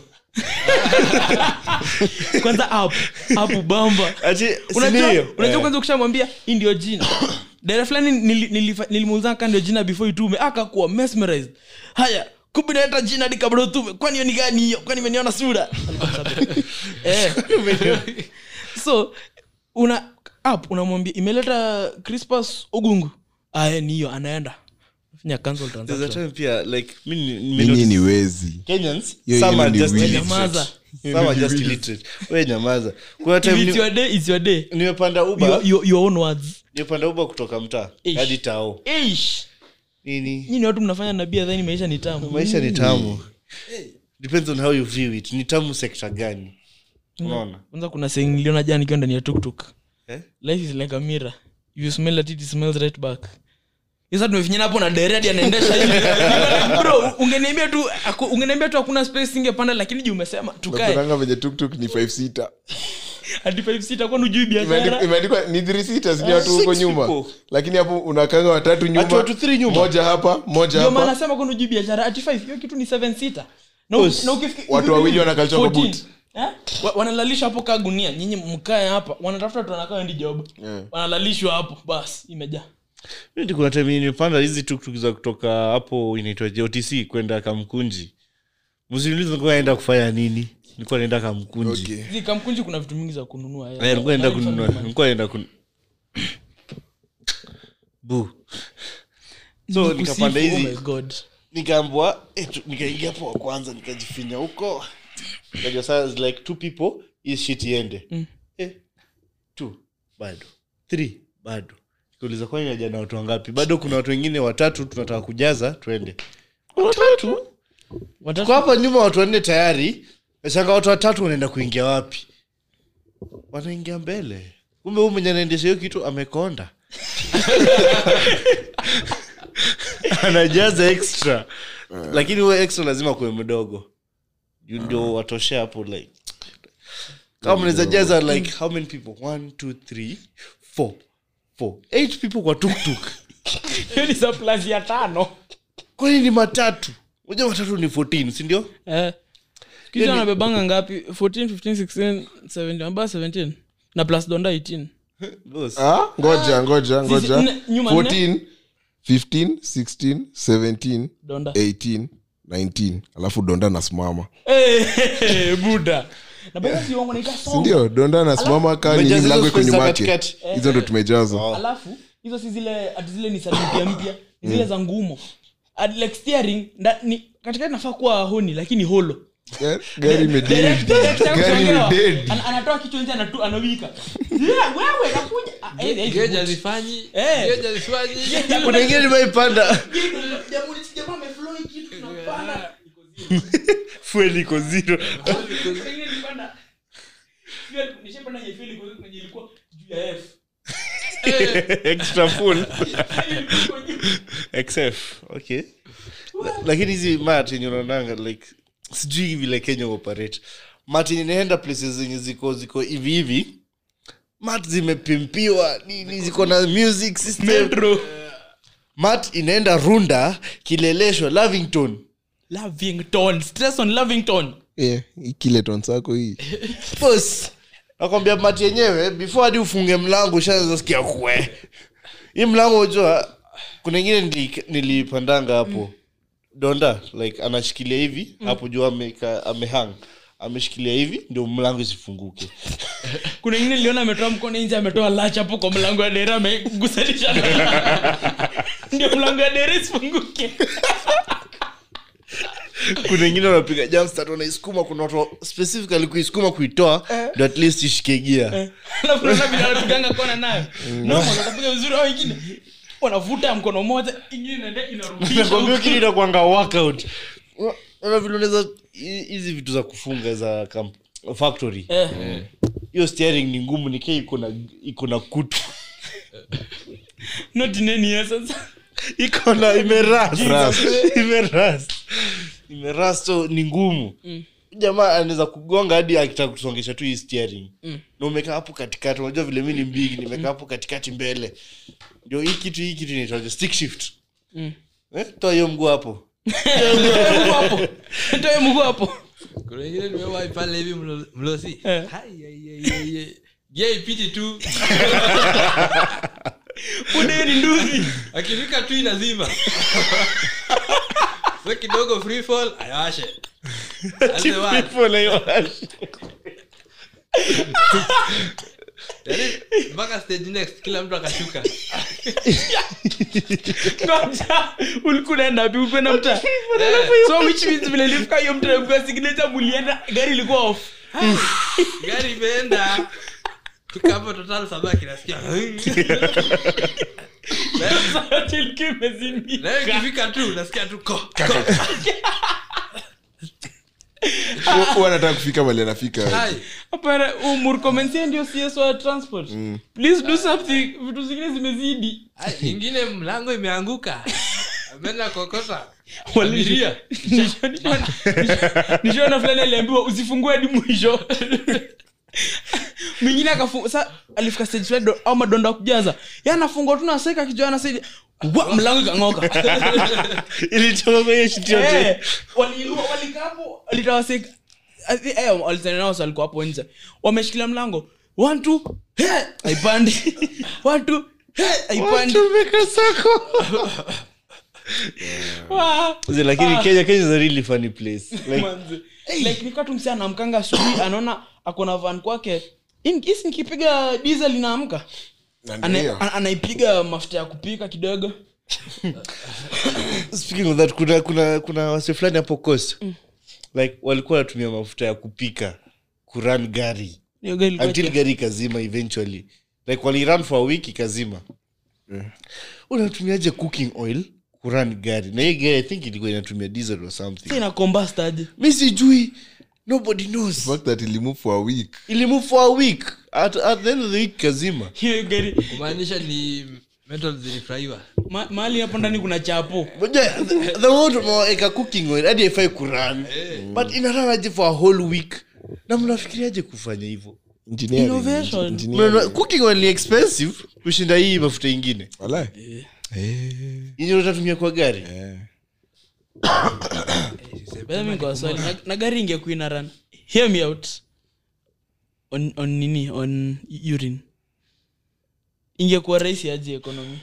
[SPEAKER 2] kwanza apu apu bamba
[SPEAKER 3] ati si ni
[SPEAKER 2] unajua
[SPEAKER 3] hiyo
[SPEAKER 2] unajua
[SPEAKER 3] Eh,
[SPEAKER 2] kwanza ukishamwambia hii ndio jina dada fulani nili- nilifa- nilimuuliza kando jina before itume akakuwa mesmerized haya kumbe naleta jina hadi kabla utume kwani hiyo ni gani hiyo kwani imeniona sura eh. so una app unamwambia imeleta crispus ogungu aya ni hiyo anaenda fanya cancel
[SPEAKER 3] there's a
[SPEAKER 2] transaction
[SPEAKER 3] time pia like mi ni- nime
[SPEAKER 1] ninyi ni
[SPEAKER 3] notice
[SPEAKER 1] wezi
[SPEAKER 3] Kenyans,
[SPEAKER 1] Yo,
[SPEAKER 3] some
[SPEAKER 1] you
[SPEAKER 3] are
[SPEAKER 1] ni
[SPEAKER 3] just
[SPEAKER 1] weird.
[SPEAKER 3] illiterate.
[SPEAKER 2] Nyamaza.
[SPEAKER 3] Some are just illiterate. We nyamaza. Kuna
[SPEAKER 2] If
[SPEAKER 3] time
[SPEAKER 2] it's
[SPEAKER 3] ni-
[SPEAKER 2] your day, it's your day.
[SPEAKER 3] nimepanda
[SPEAKER 2] Your-
[SPEAKER 3] uba
[SPEAKER 2] your- your own words.
[SPEAKER 3] nimepanda uba kutoka mtaa
[SPEAKER 2] Ish.
[SPEAKER 3] hadi tao
[SPEAKER 2] Eish.
[SPEAKER 3] nini
[SPEAKER 2] Nyinyi ni watu mnafanya nabia dhani maisha ni tamu
[SPEAKER 3] maisha ni tamu depends on how you view it ni tamu sekta gani unaona
[SPEAKER 2] kwanza kuna saying niliona jana nikiwa ndani ya tuktuk
[SPEAKER 3] Eh?
[SPEAKER 2] life is like a mirror if you smell at it, it smells right back sasa tumefinyana hapo na deredi anaendesha hivi. bro ungeniambia tu aku- ungeniambia tu hakuna space ingepanda lakini juu umesema tukae
[SPEAKER 1] napendanga venye tuktuk ni five sita
[SPEAKER 2] hadi five sita kwani hujui biashara
[SPEAKER 1] imeandikwa ni three sita sijui watu
[SPEAKER 3] Ah, Six
[SPEAKER 1] huko nyuma
[SPEAKER 3] people.
[SPEAKER 1] lakini hapo unakanga watatu
[SPEAKER 3] Ati
[SPEAKER 1] nyuma
[SPEAKER 3] watu three nyuma.
[SPEAKER 1] moja hapa moja
[SPEAKER 2] ndio maana
[SPEAKER 1] hapa
[SPEAKER 2] nasema kwani hujui biashara ati five hiyo kitu ni seven sita na, u-
[SPEAKER 3] Us.
[SPEAKER 2] na ukifiki-
[SPEAKER 1] Watu wawili wanakaliwa kwa
[SPEAKER 2] 14.
[SPEAKER 1] boot.
[SPEAKER 2] Eh? Wa- wanalalisha hapo kaa gunia nyinyi mkae hapa wanatafuta watu wanakaa endi job
[SPEAKER 1] Yeah.
[SPEAKER 2] wanalalishwa hapo basi imejaa
[SPEAKER 3] Mimi kuna time nilipanda hizi tuktuk za kutoka hapo inaitwa jotc kwenda kamkunji msiniulize nilikuwa naenda kufanya nini nilikuwa naenda kamkunji
[SPEAKER 1] Okay.
[SPEAKER 2] Hizi kamkunji kuna vitu mingi za kununua eh.
[SPEAKER 3] Eh, nilikuwa naenda
[SPEAKER 2] Na- na-
[SPEAKER 3] kununua nilikuwa naenda kun bu so
[SPEAKER 2] Nikusifu,
[SPEAKER 3] nikapanda
[SPEAKER 2] oh my
[SPEAKER 3] hizi
[SPEAKER 2] God.
[SPEAKER 3] nikaambwa eh, tu- nikaingia hapo wa kwanza nikajifinya huko Nikajua sasa it's like two people hii shit iende eh, two bado three bado nikauliza kwani naja na watu wangapi bado kuna watu wengine watatu tunataka kujaza twende watatu
[SPEAKER 2] Watatu-
[SPEAKER 3] kwa hapa nyuma watu wanne tayari shanga watu watatu wanaenda kuingia wapi wanaingia mbele kumbe huu mwenye anaendesha hiyo kitu amekonda anajaza extra lakini huo extra lazima kuwe mdogo Juu ndio watoshe hapo like kama mnaweza jaza like how many people one two three four four eight people kwa tuktuk
[SPEAKER 2] hiyo ni surplus ya tano
[SPEAKER 3] kwani ni matatu moja matatu ni 14 sindio
[SPEAKER 2] Eh.
[SPEAKER 3] Yaani-
[SPEAKER 2] Kitu anabebanga ngapi 14 15 16 17 ambao 17 na plus donda 18
[SPEAKER 3] Boss.
[SPEAKER 1] Ah, ngoja ngoja
[SPEAKER 2] Sisi,
[SPEAKER 1] ngoja
[SPEAKER 2] nne- nyuma nne.
[SPEAKER 1] 14 15 16 17
[SPEAKER 2] donda
[SPEAKER 1] 18 19 alafu donda nasimama
[SPEAKER 2] Eh, buda na bado si wangu naita song
[SPEAKER 1] sindio donda anasimama kaa nini
[SPEAKER 3] Umejaza
[SPEAKER 1] mlango
[SPEAKER 3] hizo
[SPEAKER 1] iko
[SPEAKER 3] space za
[SPEAKER 1] nyuma yake
[SPEAKER 3] katikati.
[SPEAKER 1] hizo ndo tumejaza
[SPEAKER 2] alafu hizo si zile ati zile ni sali mpya mpya ni zile za ngumo Ati like steering nda, ni, katikati nafaa kuwa honi lakini holo
[SPEAKER 1] Eh, gari
[SPEAKER 2] Direct- direct ya
[SPEAKER 1] Gari
[SPEAKER 2] kuchongewa.
[SPEAKER 1] ni dead.
[SPEAKER 2] Ana- anatoa kichwa nje anatu- anawika Yeah, wewe nakuja Ah, eh, eh,
[SPEAKER 4] George alifanyi,
[SPEAKER 2] Eh.
[SPEAKER 4] George alifanyi.
[SPEAKER 3] kuna ingine nimeipanda fuel iko zero extra full xf okay La- lakini hizi mat yenye unaonanga like sijui vile kenya operate mat yenye inaenda places zenye ziko ziko hivi hivi mat zimepimpiwa nini ziko na music system mat inaenda runda kileleshwa lavington
[SPEAKER 2] Lavington, stress on Lavington.
[SPEAKER 1] Eh, ikile tonsako hii
[SPEAKER 3] Boss, nakwambia mati yenyewe before hadi ufunge mlango ushaanza sikia kwe hii mlango ujua kuna ingine nili- nilipandanga hapo donda like anashikilia hivi hapo juu ameka- amehang ameshikilia hivi ndio mlango isifunguke
[SPEAKER 2] kuna ingine niliona ametoa mkono nje ametoa lach hapo kwa mlango wa dera amegusanisha na lach. ndio mlango wa dera isifunguke
[SPEAKER 3] kuna ingine wanapiga jamstart wanaisukuma kuna watu specifically kuisukuma kuitoa ndio at least ishike gia
[SPEAKER 2] alafu naona vile anapiganga kona nayo noma wanapiga vizuri au ingine wanavuta mkono moja ingine inaenda
[SPEAKER 3] nakwambia
[SPEAKER 2] inarudisha
[SPEAKER 3] kini inakwanga workout Unaona vile unaweza hi- hizi vitu za kufunga za kamp- factory
[SPEAKER 2] Eh,
[SPEAKER 3] hiyo steering ni ngumu nikia iko na iko na kutu
[SPEAKER 2] not in any year sasa
[SPEAKER 3] iko na imeras
[SPEAKER 1] Rust.
[SPEAKER 3] imeras imeras so ni ngumu jamaa anaweza kugonga hadi akitaka kusongesha tu hii steering na umekaa hapo katikati unajua vile mi ni mbigi nimekaa hapo katikati mbele ndio hii kitu hii kitu inaitwaje stick shift eh, toa hiyo mguu hapo
[SPEAKER 2] Mguu hapo toe mguu hapo
[SPEAKER 4] kuna ingine nimewahi pale hivi mlo- mlosi
[SPEAKER 2] Eh.
[SPEAKER 4] Hai, ai, ai, ai, ai. Gia ipiti tu
[SPEAKER 2] Punde hiyo ni nduzi
[SPEAKER 4] akifika tu inazima so kidogo free fall ayawashe That's the one. Yaani, mpaka stage next kila mtu akashuka
[SPEAKER 2] Ngoja, ulikuwa unaenda wapi? Ulikuwa unaenda mtaa?
[SPEAKER 4] Eh,
[SPEAKER 2] So which means vile nilifika hiyo mtaa ilikuwa signature, mulienda gari ilikuwa off
[SPEAKER 4] gari imeenda tukapo total saba kinasikia Na-
[SPEAKER 2] Yote ilikuwa imezimika.
[SPEAKER 4] na ikifika tu nasikia tu ko
[SPEAKER 3] Ah.
[SPEAKER 1] huwa anataka kufika mali anafika
[SPEAKER 4] Ai,
[SPEAKER 2] Hapana, huu murkomensia ndio CS wa transport. Please do something. Vitu zingine zimezidi.
[SPEAKER 4] ai, ingine mlango imeanguka ameenda kokota
[SPEAKER 2] Wali-
[SPEAKER 4] Abiria.
[SPEAKER 2] Nisho- nisho- nisho- nishoona fulani aliambiwa usifungue hadi mwisho mingine akafunga sa alifika stage fulani do- au madondo akujaza ye anafungwa tu naseka kichwa anasaidia wa mlango ikang'oka
[SPEAKER 3] ilitoka kwenye shiti yote
[SPEAKER 2] Eh, waliinua walikapo litawaseka eh, walitanenao walikuwa hapo nje wameshikilia mlango one two hey, aipandi one two hey, aipandi
[SPEAKER 3] Tumeka sako.
[SPEAKER 2] Wow.
[SPEAKER 3] Zee, lakini kenya kenya is a really funny place like
[SPEAKER 2] Manze. like nikaa tu msichana anamkanga asubuhi anaona akona van kwake In- isi nikipiga diesel inaamka Ana- ana- anaipiga mafuta ya kupika kidogo
[SPEAKER 3] speaking of that kuna kuna kuna wase fulani hapo coast like walikuwa wanatumia mafuta ya kupika kurun gari
[SPEAKER 2] Hiyo gari ilikuwa
[SPEAKER 3] until
[SPEAKER 2] chafu.
[SPEAKER 3] gari ikazima eventually like walirun for a week ikazima unatumiaje cooking oil kurun gari na hiyo gari i think ilikuwa inatumia diesel or
[SPEAKER 2] Sasa
[SPEAKER 3] something
[SPEAKER 2] ina combust aje
[SPEAKER 3] mi sijui nobody knows
[SPEAKER 1] ilimove for a week
[SPEAKER 3] ilimove for a week at, at the end of the week kazima
[SPEAKER 2] hiyo gari
[SPEAKER 4] kumaanisha ni metal zilifurahiwa
[SPEAKER 2] ma- mahali hapo ndani kuna chapo
[SPEAKER 3] Moja, the- the word maweka cooking eh, oil hadi haifai kuran
[SPEAKER 2] Eh.
[SPEAKER 3] but inaranaje for a whole week na mnafikiriaje kufanya hivyo
[SPEAKER 1] Engineering,
[SPEAKER 2] Innovation.
[SPEAKER 1] engineering.
[SPEAKER 3] Mnaona cooking oil ni expensive kushinda hii mafuta ingine
[SPEAKER 1] Walai. Eh,
[SPEAKER 3] yenye utatumia kwa gari
[SPEAKER 1] eh.
[SPEAKER 2] Bada mi kwa swali na- na gari ingekuwa ina run hear me out on, on nini on urine ingekuwa rahisi aje economy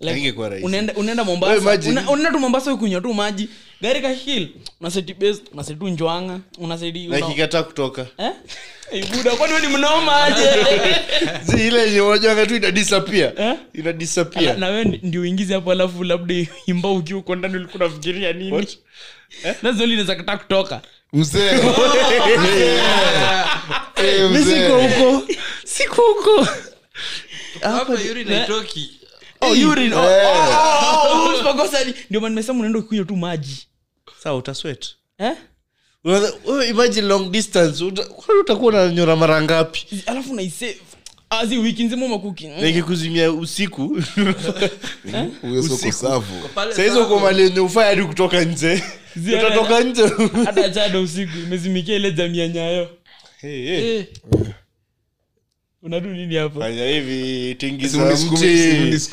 [SPEAKER 2] Like,
[SPEAKER 3] Haingekuwa rahisi.
[SPEAKER 2] unaenda unaenda
[SPEAKER 3] Wewe
[SPEAKER 2] mombasa
[SPEAKER 3] imagine.
[SPEAKER 2] una- unaenda tu mombasa ukunywa tu maji gari kahil unaseti base unaseti tu njwanga unaseti
[SPEAKER 3] na
[SPEAKER 2] una,
[SPEAKER 3] ikikataa kutoka
[SPEAKER 2] eh? Ei, buda kwani wewe ni mnoma aje
[SPEAKER 3] Zi ile yenye unajua tu ina disappear
[SPEAKER 2] Eh?
[SPEAKER 3] ina
[SPEAKER 2] na,
[SPEAKER 3] disappear
[SPEAKER 2] na wewe ndi- ndio uingize hapo alafu labda imba ukiwa uko ndani ulikuwa unafikiria nini Eh?
[SPEAKER 3] What?
[SPEAKER 2] nazo linaweza kataa kutoka
[SPEAKER 1] mzee Eh,
[SPEAKER 3] mi siko
[SPEAKER 1] mzee
[SPEAKER 3] huko siko huko
[SPEAKER 4] hapa yuri naitoki
[SPEAKER 2] Oh, urine. Oh,
[SPEAKER 1] Eh.
[SPEAKER 2] oh, oh, oh, usipokosa ni- ndio maana nimesema unaenda kunywa tu maji
[SPEAKER 3] sawa utaswet
[SPEAKER 2] eh?
[SPEAKER 3] Unaweza- wewe imagine long distance uta- kwani utakuwa unanyora mara ngapi
[SPEAKER 2] alafu naisave azi wiki nzima Hmm? makuki
[SPEAKER 3] na ikikuzimia usiku
[SPEAKER 1] huyo soko savu
[SPEAKER 4] Pale
[SPEAKER 3] sahizi
[SPEAKER 4] sasa
[SPEAKER 3] uko mali yenye ufai hadi kutoka nje
[SPEAKER 2] Ziada.
[SPEAKER 3] utatoka nje
[SPEAKER 2] hata jada usiku imezimikia ile jamii ya nyayo
[SPEAKER 3] Hey, hey.
[SPEAKER 4] Eh.
[SPEAKER 2] unadu nini hapo
[SPEAKER 3] fanya hivi tingiza
[SPEAKER 1] Simunis-
[SPEAKER 3] mti
[SPEAKER 1] simunis-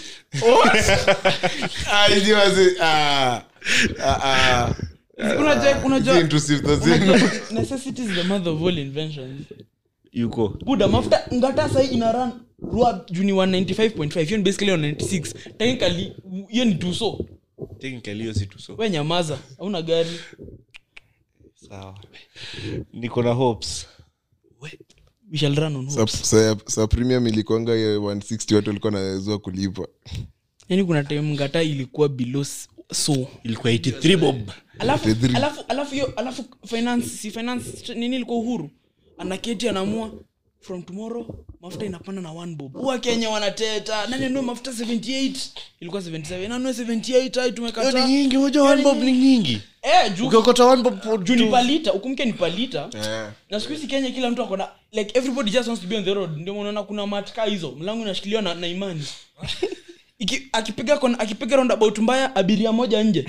[SPEAKER 1] Ah, hizi wazi- ah. Ah, ah.
[SPEAKER 2] unajua
[SPEAKER 1] Hizi
[SPEAKER 2] unajua
[SPEAKER 1] intrusive za zenu.
[SPEAKER 2] necessity is the mother of all inventions
[SPEAKER 3] yuko
[SPEAKER 2] buda mafuta ngata sahi ina run rua juni 195.5 hiyo ni basically 196 technically hiyo ni tuso
[SPEAKER 3] technically hiyo si tu so
[SPEAKER 2] we nyamaza hauna gari
[SPEAKER 3] sawa niko na hopes
[SPEAKER 2] we shall run on hope.
[SPEAKER 1] Sa- sa- sa premium ilikwanga ya 160 watu walikuwa nawezwa kulipa
[SPEAKER 2] yani kuna time ngata ilikuwa below s- so
[SPEAKER 3] ilikuwa 83 bob
[SPEAKER 2] alafu
[SPEAKER 1] Pedri.
[SPEAKER 2] alafu alafu hiyo alafu finance si finance nini ilikuwa uhuru anaketi anaamua from tomorrow mafuta inapanda na one bob huwa kenya wanateta nani anue mafuta 78 ilikuwa 77 anue 78 ai
[SPEAKER 3] hiyo ni
[SPEAKER 2] tumekata
[SPEAKER 3] nyingi unajua one bob ni nyingi
[SPEAKER 2] eh juu
[SPEAKER 3] ukiokota one bob for
[SPEAKER 2] juu ni
[SPEAKER 3] two-
[SPEAKER 2] palita ukumke ni palita na siku hizi kenya kila mtu akona like everybody just wants to be on the road ndio maana unaona kuna matka hizo mlango inashikiliwa na, na imani Iki, akipiga kona- akipiga roundabout mbaya abiria moja nje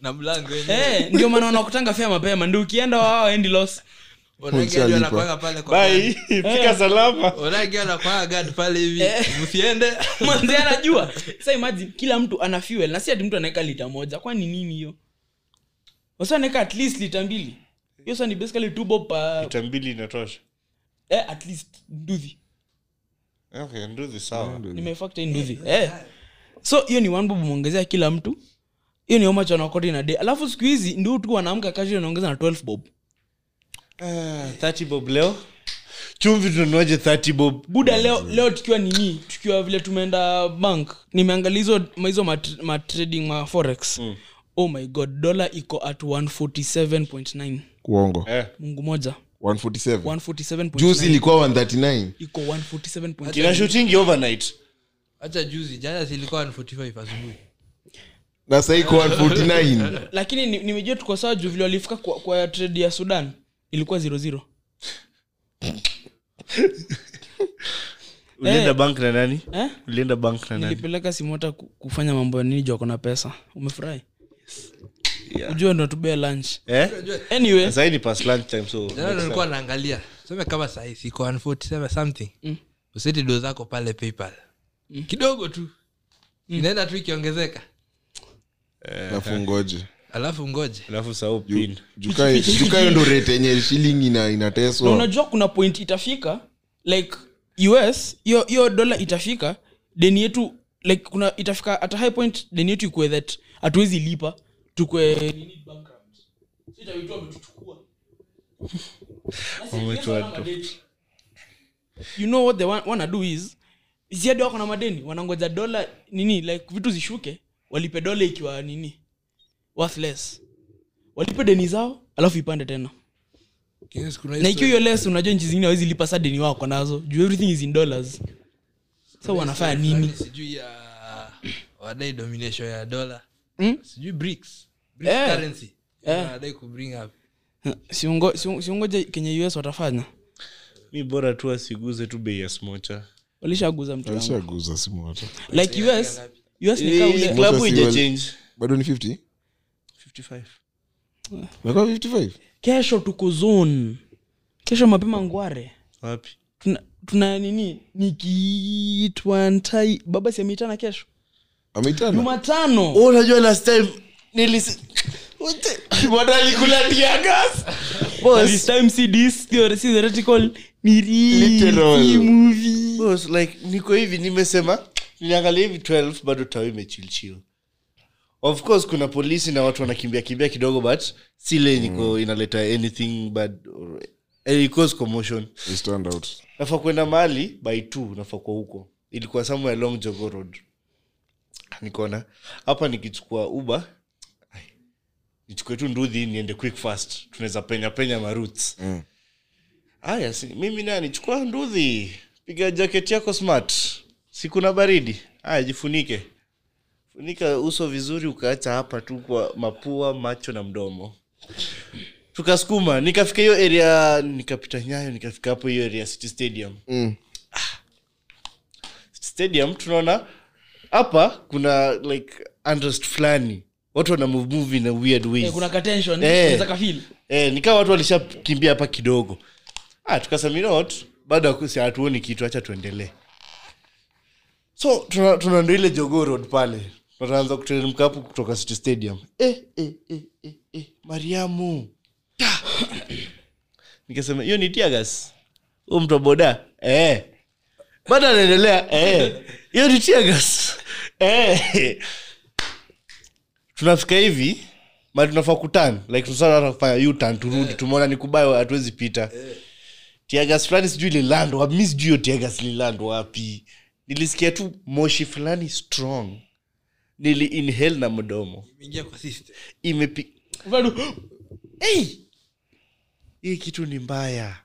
[SPEAKER 4] na mlango wenyewe
[SPEAKER 2] Eh, ndio maana wanakutanga fea mapema ndi ukienda wao endi los
[SPEAKER 4] Wanangi
[SPEAKER 1] Ushalipa.
[SPEAKER 4] hadi wanakwanga pale kwa
[SPEAKER 3] Bye. fika salama
[SPEAKER 4] Wanangi wanakwanga guard pale hivi
[SPEAKER 2] Eh.
[SPEAKER 4] msiende
[SPEAKER 2] mwanzi anajua sa imagine kila mtu ana fuel na si ati mtu anaweka lita moja kwani nini hiyo wasi anaweka at least lita mbili hiyo sa ni basically two bob per,
[SPEAKER 3] lita mbili inatosha
[SPEAKER 2] eh, at least nduthi
[SPEAKER 3] Okay, do this hour.
[SPEAKER 2] nimefactor in hivi eh. so hiyo ni one bob mwongezea kila mtu hiyo ni omacho anaokota na day alafu siku hizi ndio tu wanaamka kashi anaongeza na 12 bob
[SPEAKER 3] Ah, 30 bob leo chumvi tunanuaje 30 bob
[SPEAKER 2] buda leo leo tukiwa nini tukiwa vile tumeenda bank nimeangalia hizo ma- hizo matrading ma, trading ma forex mm. oh my god dola iko at 147.9
[SPEAKER 1] kuongo
[SPEAKER 3] eh.
[SPEAKER 2] mungu moja
[SPEAKER 1] 147 juzi
[SPEAKER 2] 147.9
[SPEAKER 1] ilikuwa 139
[SPEAKER 2] iko 147.9
[SPEAKER 3] ina shooting overnight
[SPEAKER 4] hacha juzi jana silikuwa 145 asubuhi
[SPEAKER 1] na sahii iko 149
[SPEAKER 2] lakini ni- nimejua tuko sawa juu vile walifika kwa, kwa trade ya sudan ilikuwa 00
[SPEAKER 3] ulienda bank na nani
[SPEAKER 2] eh?
[SPEAKER 3] ulienda bank na nani
[SPEAKER 2] nilipeleka simota ku- kufanya mambo ya nini juu akona pesa umefurahi ujue ndo tubea lunch
[SPEAKER 3] eh?
[SPEAKER 2] anyway
[SPEAKER 3] sahii ni past lunch time so
[SPEAKER 4] jana ndo nilikuwa naangalia seme kama sahii siko 147 something mm. useti do zako pale paypal mm. kidogo tu mm. inaenda tu ikiongezeka
[SPEAKER 1] nafungoje
[SPEAKER 4] alafu ngoje
[SPEAKER 3] alafu sahau pin
[SPEAKER 1] jukayo ndo rate yenye shilingi ina,
[SPEAKER 2] na
[SPEAKER 1] inateswa
[SPEAKER 2] unajua kuna point itafika like us hiyo hiyo dola itafika deni yetu like kuna itafika at a high point deni yetu ikue that hatuwezi lipa tukwe nini, bankrupt. Sisi itaitwa wametuchukua. you know what they wa- wanna do is ziadi wako na madeni wanangoja dola nini like vitu zishuke walipe dola ikiwa nini worthless walipe deni zao alafu ipande tena
[SPEAKER 4] Lakini siku
[SPEAKER 2] na
[SPEAKER 4] hiyo
[SPEAKER 2] ikiwa hiyo less unajua nchi zingine awezi lipa sa deni wako nazo juu everything is in dollars so wanafanya nini
[SPEAKER 4] sijui ya wadai domination ya dola
[SPEAKER 2] Mm?
[SPEAKER 4] sijui BRICS. BRICS
[SPEAKER 2] Eh.
[SPEAKER 4] currency wanadai kubring up
[SPEAKER 2] Siongo- sion- siongoje kenye us watafanya
[SPEAKER 3] mi bora tu asiguze tu bei ya smocha
[SPEAKER 2] walishaguza mtu wangu.
[SPEAKER 1] shaguza simu hata
[SPEAKER 2] like us us ni
[SPEAKER 3] Eh,
[SPEAKER 2] kama ule-
[SPEAKER 3] klabu
[SPEAKER 1] si
[SPEAKER 3] ija
[SPEAKER 1] wali-
[SPEAKER 3] change
[SPEAKER 1] bado ni 50
[SPEAKER 3] 55
[SPEAKER 1] Umekuwa 55
[SPEAKER 2] kesho tuko zone kesho mapema ngware
[SPEAKER 3] wapi
[SPEAKER 2] tuna, tuna nini nikiitwa ntai baba siamitana kesho
[SPEAKER 1] ameitana
[SPEAKER 2] jumatano
[SPEAKER 3] Oh, unajua last time nilis bwana alikula tiagas
[SPEAKER 2] This time see this theory- see theoretical, ni real,
[SPEAKER 1] Literal.
[SPEAKER 2] see movie.
[SPEAKER 3] boss like niko hivi nimesema niliangalia hivi 12 bado tawi imechilchil of course kuna polisi na watu wanakimbia kimbia kidogo but sile niko inaleta anything bad or, eh, it cause commotion
[SPEAKER 1] They stand out
[SPEAKER 3] nafaa kwenda mahali by t nafaa kwa huko ilikuwa somewhere along jogo road nikaona hapa nikichukua uber ai, nichukue tu nduthi niende quick fast tunaweza penya penya maruts
[SPEAKER 1] Mm.
[SPEAKER 3] aya si, mimi naye nichukua nduthi piga jaketi yako smart sikuna baridi aya jifunike funika uso vizuri ukaacha hapa tu kwa mapua macho na mdomo tukasukuma nikafika hiyo area nikapita nyayo nikafika hapo hiyo area city stadium
[SPEAKER 1] Mm.
[SPEAKER 3] City stadium tunaona hapa kuna like unrest fulani watu wana move move in a weird ways
[SPEAKER 2] Eh, kuna katension
[SPEAKER 3] Eh.
[SPEAKER 2] unaweza kafeel
[SPEAKER 3] eh, nikawa watu walishakimbia hapa kidogo ah, tukasema you know what bado haku- si hatuoni kitu hacha tuendelee so tuna- tunaenda ile jogoo road pale tunaanza kuteremka hapo kutoka city stadium eh, eh, eh, eh, eh, mariamu Ta! nikasema hiyo ni tiagas huu mtu wa boda eh. bado anaendelea eh. hiyo ni tiagas eh. tunafika hivi mali tunafaa kutan like tunasara hata kufanya utan turudi tumeona ni kubaya hatuwezi pita tiagas fulani sijui liland wapi mi sijui hiyo tiagas liland wapi nilisikia tu moshi fulani strong nili inhale na mdomo
[SPEAKER 4] imeingia kwa system
[SPEAKER 3] imepi
[SPEAKER 2] Bado,
[SPEAKER 3] hey! hii kitu ni mbaya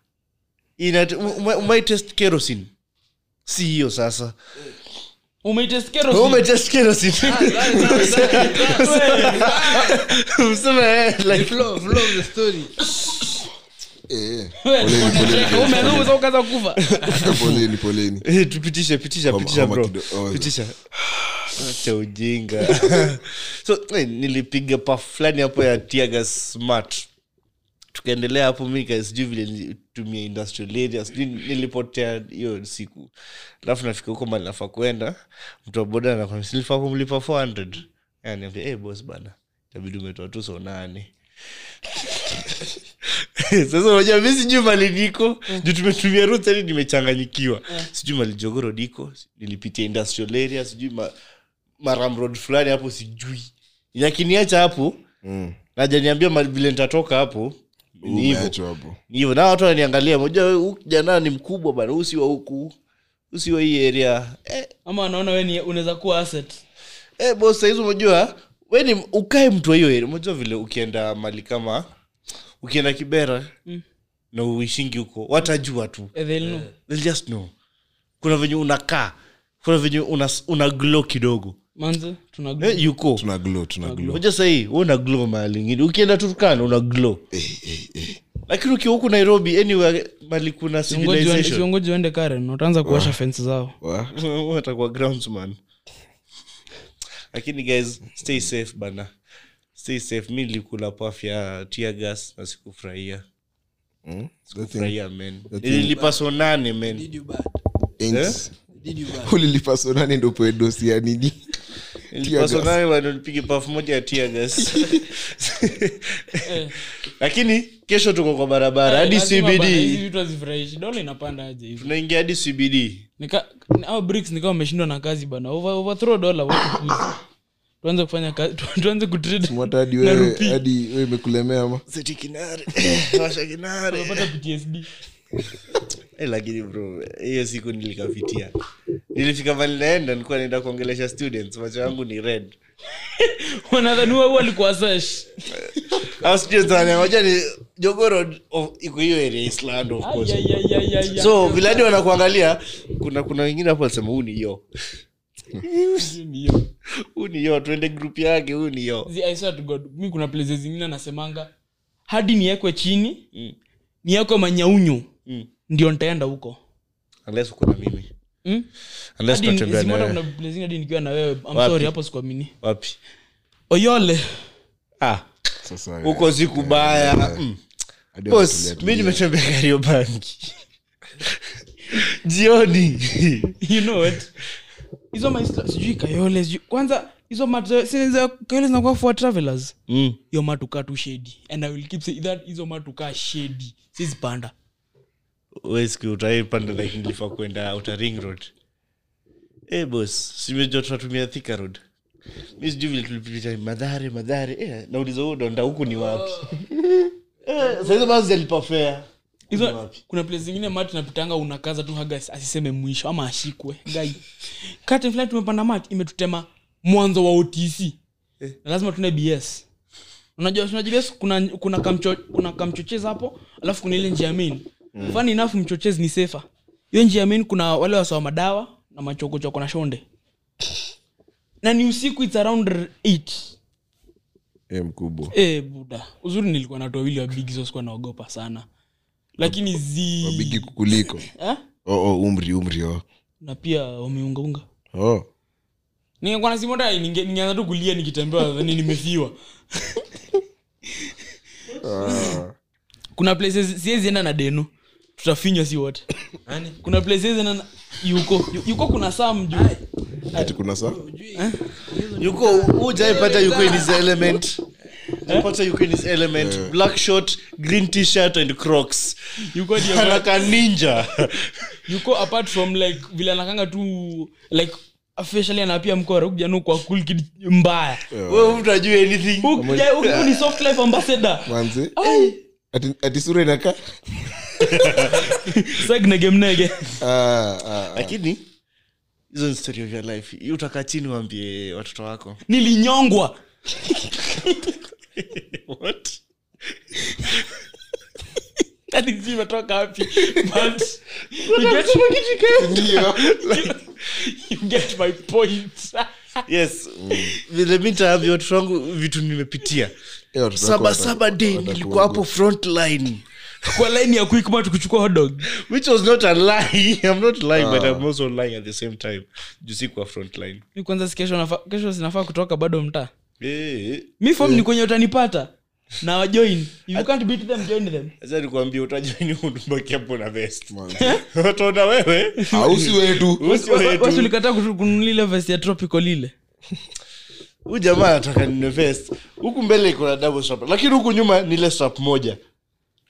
[SPEAKER 3] Ina- ume- umai test kerosene si hiyo sasa
[SPEAKER 2] umeitest kerosene.
[SPEAKER 3] ume test kerosene Useme, eh, like
[SPEAKER 4] flow flow of the story
[SPEAKER 1] Eh,
[SPEAKER 2] Wewe,
[SPEAKER 1] Poleni, poleni,
[SPEAKER 2] unatreka, umezungumza ukaanza kufa.
[SPEAKER 1] poleni poleni
[SPEAKER 3] Eh, tu- pitisha pitisha
[SPEAKER 1] Homa-
[SPEAKER 3] pitisha
[SPEAKER 1] homa oh,
[SPEAKER 3] bro
[SPEAKER 1] kido- homa.
[SPEAKER 3] pitisha acha ujinga so eh, nilipiga pa fulani hapo ya tiaga smart tukaendelea hapo mi nika- sijui vile nilitumia industrial area sijui nilipotea hiyo siku alafu nafika huko mali nafaa kuenda mtu wa boda anakwambia silifaa kumlipa 400 Yaani, aniambia hey, bos bana itabidi umetoa tu so nane sasa unajua mi sijui mali niko juu tumetumia route yani nimechanganyikiwa sijui mali jogoro niko nilipitia industrial area sijui ma, maram road fulani hapo sijui yakiniacha hapo
[SPEAKER 1] Mm.
[SPEAKER 3] najaniambia mali vile nitatoka hapo ni hivyo
[SPEAKER 1] Umeachwa hapo.
[SPEAKER 3] Ni hivyo na watu wananiangalia moja huu kijana ni mkubwa bana huu si wa huku huu si wa hii area eh,
[SPEAKER 2] ama anaona we ni unaweza kuwa asset
[SPEAKER 3] eh, bos sahizi umejua we ni ukae mtu wa hiyo area umejua vile ukienda mali kama ukienda kibera
[SPEAKER 2] Mm.
[SPEAKER 3] na uishingi huko watajua tu
[SPEAKER 2] Eh, they'll know.
[SPEAKER 3] They'll just know kuna venye unakaa kuna venye una, una glow kidogo
[SPEAKER 2] manze tuna group.
[SPEAKER 3] eh, yuko
[SPEAKER 1] tuna glow tuna glow
[SPEAKER 3] moja sahii we una glow mahali ingine ukienda turkana una glow
[SPEAKER 1] Eh,
[SPEAKER 3] lakini ukiwa huku nairobi anywhere mali kuna
[SPEAKER 2] Viongozi waende-
[SPEAKER 3] civilization
[SPEAKER 2] viongozi waende karen wataanza
[SPEAKER 1] Ah.
[SPEAKER 2] kuwasha fence zao
[SPEAKER 1] Wa-
[SPEAKER 3] atakuwa groundsman lakini guys stay safe bana stay safe mi nilikula paf ya tear gas na sikufurahia
[SPEAKER 1] Mm. That thing
[SPEAKER 3] furahia men nililipa so nane men
[SPEAKER 4] Did you bad?
[SPEAKER 1] ends.
[SPEAKER 2] Eh?
[SPEAKER 4] Did you bad?
[SPEAKER 1] ulilipa so nani ndo upewe dosi ya nini
[SPEAKER 3] nililipa so
[SPEAKER 1] gas.
[SPEAKER 3] nane bana nipige paf moja ya tear gas lakini kesho tuko kwa barabara hadi
[SPEAKER 2] Eh, Lazima bana, hizi
[SPEAKER 3] cbd
[SPEAKER 2] vitu hazifurahishi dola inapanda aje hivi
[SPEAKER 3] tunaingia hadi cbd
[SPEAKER 2] Nika- hao BRICS nikawa wameshindwa na kazi bana Over- overthrow dola wakukuzi tuanze kufanya kazi tu- tuanze kutrade
[SPEAKER 1] Mwata hadi wewe hadi wewe imekulemea ama
[SPEAKER 3] seti kinare washa kinare
[SPEAKER 2] tunapata PTSD
[SPEAKER 3] Eh, lakini bro hiyo siku nilikapitia nilifika mali naenda nilikuwa naenda kuongelesha students macho yangu ni red
[SPEAKER 2] wanadhani wewe walikuwa sesh
[SPEAKER 3] Hao students wananiambia, "Ngoja ni jogoro of- iko hiyo area island of course
[SPEAKER 2] Ai, ai, ai, ai, ai.
[SPEAKER 3] so viladi wanakuangalia kuna kuna wengine hapo wanasema huu ni yo
[SPEAKER 2] Hizi ni hiyo.
[SPEAKER 3] huu ni yo tuende group yake huu ni yo
[SPEAKER 2] Zi- I swear to God, mi kuna places zingine nasemanga hadi niekwe chini
[SPEAKER 3] Mm.
[SPEAKER 2] niekwe manyaunyu
[SPEAKER 3] Mm.
[SPEAKER 2] ndio nitaenda huko
[SPEAKER 3] unless uko na mimi
[SPEAKER 2] Mm? Hadi
[SPEAKER 3] unless
[SPEAKER 2] ni-
[SPEAKER 3] tunatembea na
[SPEAKER 2] simuona
[SPEAKER 3] wewe.
[SPEAKER 2] kuna place ingine hadi nikiwa na wewe I'm
[SPEAKER 3] Wapi?
[SPEAKER 2] sorry, hapo sikuamini
[SPEAKER 3] wapi
[SPEAKER 2] oyole
[SPEAKER 3] ah
[SPEAKER 1] sasa eh, wewe.
[SPEAKER 3] huko siku baya mm.
[SPEAKER 1] Hadi
[SPEAKER 3] Boss,
[SPEAKER 1] unatulia tu.
[SPEAKER 3] mi nimetembea kariobangi jioni
[SPEAKER 2] you know what hizo maisla sijui kayole sijui kwanza hizo mat za- si za kayole zinakuwa for travelers
[SPEAKER 3] mm.
[SPEAKER 2] hiyo mat ukaa tu shedi and i will keep saying that hizo mat ukaa shedi sizipanda
[SPEAKER 3] weski utaipanda like nilifa kwenda outer ring road e bos simejua tunatumia thika road mi sijui vile tulipita madhare madhare eh, nauliza huo donda huku ni wapi Eh, saizo basi alipa fea Ni
[SPEAKER 2] hizo
[SPEAKER 3] wapi?
[SPEAKER 2] kuna place zingine mat napitanga unakaza tu haga asi- asiseme mwisho ama ashikwe gai kati fulani tumepanda mat imetutema mwanzo wa otc
[SPEAKER 3] Eh.
[SPEAKER 2] na lazima tune bs unajua unajua bs kuna kuna kamcho kuna kamchochezi hapo alafu kuna ile njia main mm. funny enough mchochezi ni safer hiyo njia main kuna wale wasawa madawa na machokochoko na shonde na ni usiku it's around 8
[SPEAKER 1] Eh, mkubwa
[SPEAKER 2] eh buda uzuri nilikuwa na watu wawili wa big so sikuwa naogopa sana lakini zi
[SPEAKER 1] wabigi kukuliko
[SPEAKER 2] Eh?
[SPEAKER 1] oh, oh, umri umri oh.
[SPEAKER 2] na pia wameungaunga
[SPEAKER 1] Oh.
[SPEAKER 2] ningekuwa na simu hata ninge- ningeanza tu kulia nikitembea ni nimefiwa kuna places siwezi enda na deno tutafinywa si wote
[SPEAKER 4] Nani?
[SPEAKER 2] kuna places siwezi enda na yuko Yu- yuko kuna sam juu
[SPEAKER 1] ati kuna saa
[SPEAKER 3] yuko ujaipata yuko in his element
[SPEAKER 1] Eh?
[SPEAKER 3] napata yuko in his element black short green t-shirt and crocs
[SPEAKER 2] yuko
[SPEAKER 1] Eh.
[SPEAKER 2] ndio-
[SPEAKER 3] anaka ninja
[SPEAKER 2] yuko apart from like vile anakanga tu like officially anapia mkora ukijana kwa cool kid mbaya
[SPEAKER 3] we mtu ajue anything
[SPEAKER 1] Eh.
[SPEAKER 2] Ukija- huku ni soft life ambassador
[SPEAKER 1] manzi
[SPEAKER 2] Ai,
[SPEAKER 1] ati, ati sura inakaa
[SPEAKER 2] segnege mnege
[SPEAKER 1] Ah, ah, ah.
[SPEAKER 3] lakini hizo ni story of your life Hii utakaa chini waambie watoto wako
[SPEAKER 2] nilinyongwa
[SPEAKER 3] What?
[SPEAKER 2] Yaani sijui imetoka wapi but you get,
[SPEAKER 1] Ndio.
[SPEAKER 2] you get my point
[SPEAKER 3] yes
[SPEAKER 1] Mm.
[SPEAKER 3] vile mi nitaambia watoto wangu vitu nimepitia
[SPEAKER 1] Eh, watoto wako
[SPEAKER 3] saba
[SPEAKER 1] wata-
[SPEAKER 3] saba day
[SPEAKER 1] watakuwa
[SPEAKER 3] nilikuwa hapo
[SPEAKER 1] good.
[SPEAKER 3] front line
[SPEAKER 2] kwa laini ya kuikma tukichukua hodog
[SPEAKER 3] which was not a lie i'm not lying but
[SPEAKER 1] Ah.
[SPEAKER 3] i'm also lying at the same time jusi kwa front line
[SPEAKER 2] mi kwanza si kesho nafa- kesho sinafaa kutoka bado mtaa
[SPEAKER 3] Eh,
[SPEAKER 2] mi fom ni kwenye utanipata na wajoin if you can't beat them join them
[SPEAKER 3] sasa nikuambia utajani unubaki hapo na vest
[SPEAKER 1] Manzi.
[SPEAKER 3] wataona wewe
[SPEAKER 1] Au si wewe tu
[SPEAKER 3] Wewe si wewe tu.
[SPEAKER 2] wasulikataa kunulile vest ya tropical ile
[SPEAKER 3] huyu jamaa anataka ninwe vest huku mbele iko na double strap lakini huku nyuma ni ile strap moja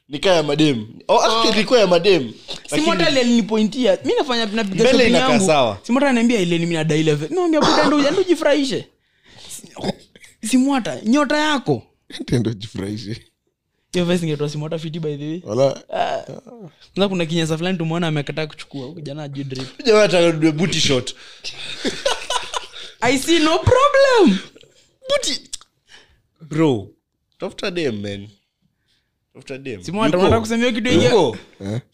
[SPEAKER 3] nikaa ya madem oh, actually ilikuwa ya madem Lakini-
[SPEAKER 2] simota alinipointia mi nafanya napiga
[SPEAKER 3] Mbele
[SPEAKER 2] shopping
[SPEAKER 3] inakaa sawa.
[SPEAKER 2] yangu simota anaambia ileni mi nadailev naambia buda ndo ndo jifurahishe simwata nyota yako
[SPEAKER 1] tendo jifurahishe
[SPEAKER 2] hiyo vesi ingetoa simwata fiti by the way
[SPEAKER 1] wala
[SPEAKER 2] sasa kuna kinyasa fulani tumeona amekataa kuchukua huyu kijana ajui drip
[SPEAKER 3] Jamaa anataka nunue booty short
[SPEAKER 2] i see no problem
[SPEAKER 3] bro tafuta dem man tafuta dem
[SPEAKER 2] simwata
[SPEAKER 3] Yuko.
[SPEAKER 2] unataka kusemea kitu yenye
[SPEAKER 3] Yuko.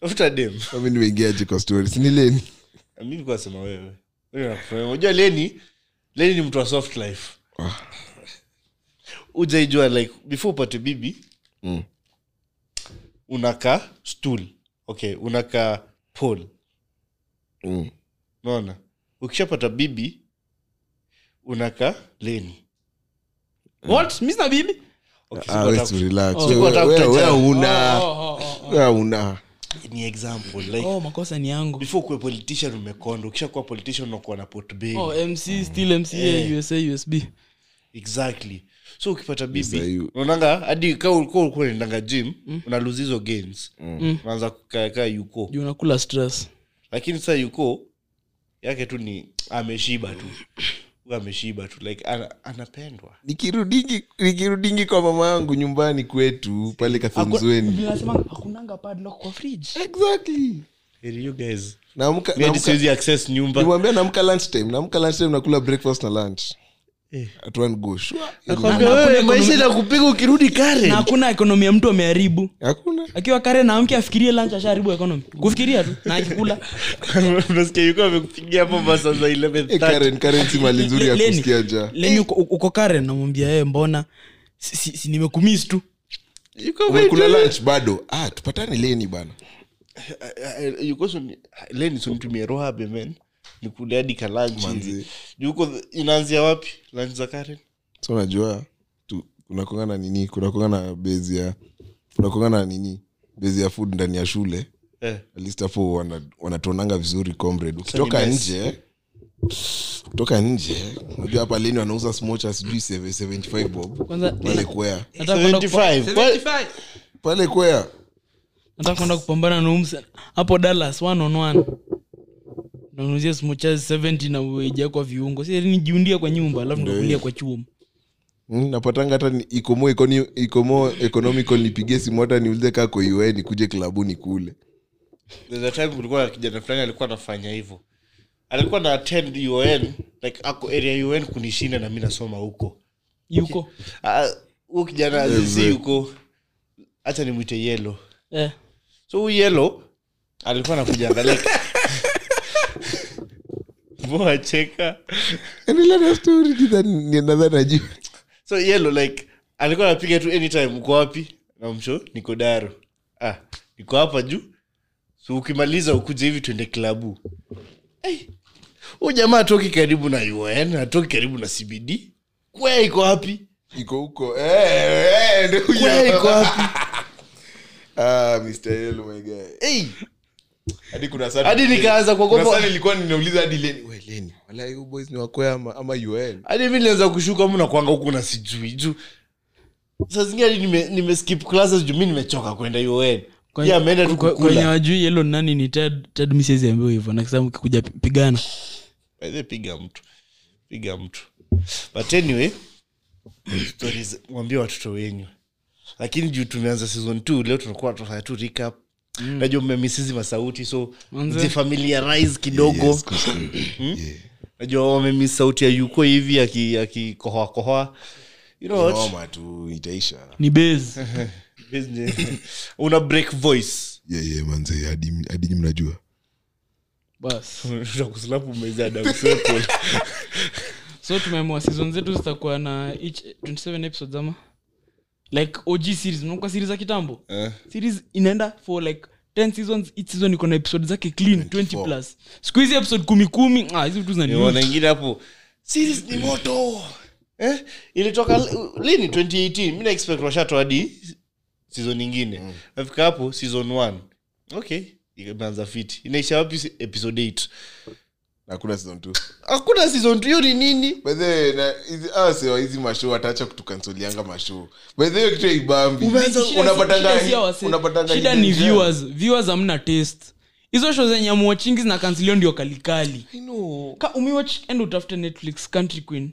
[SPEAKER 3] tafuta dem
[SPEAKER 1] mimi nimeingiaje kwa stories ni leni
[SPEAKER 3] mimi nilikuwa nasema wewe Wewe unakufanya. unajua leni leni ni mtu wa soft life
[SPEAKER 1] Ah.
[SPEAKER 3] ujaijua like before upate bibi
[SPEAKER 1] Mm.
[SPEAKER 3] unakaa stool okay unakaa pole
[SPEAKER 1] Mm.
[SPEAKER 3] naona ukishapata bibi unakaa leni
[SPEAKER 2] what mi sina bibi
[SPEAKER 3] okay,
[SPEAKER 1] Ah,
[SPEAKER 3] sikuwa
[SPEAKER 1] wewe
[SPEAKER 3] nataka
[SPEAKER 1] si relax.
[SPEAKER 3] Oh.
[SPEAKER 1] Wewe-
[SPEAKER 3] Sikuwa
[SPEAKER 1] wewe-
[SPEAKER 3] tafuta
[SPEAKER 1] wewe
[SPEAKER 3] cha-
[SPEAKER 1] una
[SPEAKER 2] Oh, oh, oh,
[SPEAKER 1] wewe una
[SPEAKER 3] ku- ni example like
[SPEAKER 2] oh. oh makosa ni yangu
[SPEAKER 3] before kuwe politician umekonda ukishakuwa politician unakuwa na potbel
[SPEAKER 2] oh mc still mca
[SPEAKER 3] Eh.
[SPEAKER 2] usa usb
[SPEAKER 3] exactly so ukipata
[SPEAKER 1] Sasa
[SPEAKER 3] bibi
[SPEAKER 1] hiyo-
[SPEAKER 3] unaonanga hadi kaa ulikuwa ulikuwa unaendanga gym unaluzi hizo gains unaanza kukaakaa yuko
[SPEAKER 2] juu unakula stress
[SPEAKER 3] lakini sasa yuko yake tu ni ameshiba tu Huwa ameshiba tu like ana, anapendwa
[SPEAKER 1] nikirudingi nikirudingi kwa mama yangu nyumbani kwetu pale kathonzweni
[SPEAKER 2] nasema hakunanga padlock kwa fridge
[SPEAKER 1] exactly
[SPEAKER 3] Hey, you guys
[SPEAKER 1] naamka
[SPEAKER 3] Mi hadi
[SPEAKER 1] naamka-
[SPEAKER 3] siwezi access nyumba
[SPEAKER 1] nimwambia namka lunchtime namka lunchtime nakula breakfast na lunch
[SPEAKER 3] Eh.
[SPEAKER 1] atuan gush
[SPEAKER 2] Nakwambia wewe, maisha
[SPEAKER 3] inakupiga ukirudi
[SPEAKER 1] Eh.
[SPEAKER 2] na
[SPEAKER 3] kare
[SPEAKER 2] hakuna ekonomi ya mtu ameharibu
[SPEAKER 1] hakuna
[SPEAKER 2] akiwa kare na mke afikirie lunch ashaharibu ekonomi kufikiria tu na akikula
[SPEAKER 3] unasikia yuko amekupigia hapo masaa za 11:30
[SPEAKER 1] Eh, Karen, Karen si mali nzuri ya
[SPEAKER 2] Leni,
[SPEAKER 1] kusikia njaa
[SPEAKER 2] Leni, uko- uko kare namwambia ee mbona si, si, si nimekumis tu
[SPEAKER 3] Yuko
[SPEAKER 1] umekula lunch bado ah, tupatane leni bana
[SPEAKER 3] yuko suni- leni sunitumie rohabe men nikule hadi kalanchi
[SPEAKER 1] Manzi.
[SPEAKER 3] yuko inaanzia wapi lanchi za karen
[SPEAKER 1] so unajua tu- kunakuanga na nini kunakuanga na bezi ya kunakuanga na nini bezi ya food ndani ya shule
[SPEAKER 3] eh.
[SPEAKER 1] at least hapo wana- wanatuonanga vizuri comrade ukitoka
[SPEAKER 3] mess.
[SPEAKER 1] nje kutoka nje unajua hapa leni wanauza smocha sijui 75 bob
[SPEAKER 2] kwanza
[SPEAKER 1] pale kwea
[SPEAKER 2] nataka kwenda ku-
[SPEAKER 3] 75. Kwa-
[SPEAKER 4] 75.
[SPEAKER 1] pale kwea
[SPEAKER 2] nataka kwenda kupambana na umsa hapo dallas one on one nanunuzie smochas 70 na uweja kwa viungo si yaani nijiundia kwa nyumba alafu nikulia kwa chuom
[SPEAKER 1] Mm, napatanga hata ni- ikomo ikoni- ikomo economical nipigie simu hata niulize kaa kwa ua nikuje klabuni kule
[SPEAKER 3] There's a time kulikuwa na kijana fulani alikuwa anafanya hivyo alikuwa na attend un like ako area un kunishinda na mi nasoma huko
[SPEAKER 2] yuko
[SPEAKER 3] Ah, huyo kijana azizi yuko hacha nimwite yelo
[SPEAKER 2] eh.
[SPEAKER 3] so huyu yelo alikuwa nakujanga like mbo acheka
[SPEAKER 1] endelea na story kisa ninadhani najua
[SPEAKER 3] so yellow like alikuwa anapiga tu anytime uko wapi namsho niko daro ah, niko hapa juu so ukimaliza ukuje hivi tuende klabu Eh, huyu jamaa atoki karibu na un atoki karibu na cbd kwea iko wapi
[SPEAKER 1] iko huko Eh, eh, ndio huyo.
[SPEAKER 3] kwea iko wapi
[SPEAKER 1] Ah, Mr. Yellow, my guy.
[SPEAKER 3] hey,
[SPEAKER 1] hadi kuna saa-
[SPEAKER 3] Hadi nikaanza kuogopa.
[SPEAKER 1] Kuna saa nilikuwa ninauliza hadi leni we leni wala you boys ni wakwea ama, ama un
[SPEAKER 3] hadi mi nilianza kushuka mna kwanga huku na sijui juu saa zingine hadi nime, nime skip classes juu mi nimechoka kwenda un
[SPEAKER 2] Kwenye-
[SPEAKER 3] ya ameenda tu
[SPEAKER 2] kwe- kwenye
[SPEAKER 3] kukula
[SPEAKER 2] wajui yelo nani ni ted ted misiezi ambiwa hivyo na kisamu kikuja pigana
[SPEAKER 3] Aise, piga mtu piga mtu but anyway stories mwambie watoto wenyu lakini juu tumeanza season t leo tunakuwa tunafanya tu recap najua mmemisizi masauti so
[SPEAKER 2] Manze.
[SPEAKER 3] jifamiliarize kidogo
[SPEAKER 1] Yes, kusi- Hmm? Yeah.
[SPEAKER 3] najua wamemis sauti ya yuko hivi aki- akikohoakohoa you know what?
[SPEAKER 1] Ngoma tu itaisha
[SPEAKER 2] ni base
[SPEAKER 3] Business. una break voice
[SPEAKER 1] Yeah, yeah, manze hadi hadi nyi mnajua
[SPEAKER 2] bas
[SPEAKER 3] utakuslapu meza damsepol
[SPEAKER 2] so tumeamua season zetu zitakuwa na each 27 episodes ama like og series mnakumbuka series za kitambo series inaenda for like 10 seasons each season iko na episode zake clean 20 plus siku hizi episode kumi kumi ah, hizi vitu
[SPEAKER 3] Ni wana
[SPEAKER 2] zinani
[SPEAKER 3] ingine hapo series ni moto eh? ilitoka li- lini 2018 mi naexpect washato hadi season ingine nafika hapo season 1 okay imeanza fiti inaisha wapi se- episode 8
[SPEAKER 1] hakuna season two
[SPEAKER 3] hakuna season two, hiyo ni nini
[SPEAKER 1] By the way, na hizi hawa si wa hizi mashow wataacha kutukansolianga mashow By the way, kitu ya ibambi
[SPEAKER 2] Shida-
[SPEAKER 1] unapatanga
[SPEAKER 2] shida si ya wase-
[SPEAKER 1] unapatanga
[SPEAKER 2] shida
[SPEAKER 1] hidden
[SPEAKER 2] ni
[SPEAKER 1] gem.
[SPEAKER 2] viewers viewers hamna taste hizo show zenye muwachingi zina kansilio ndio kalikali
[SPEAKER 1] I know.
[SPEAKER 2] ka umiwatch enda utafute netflix country queen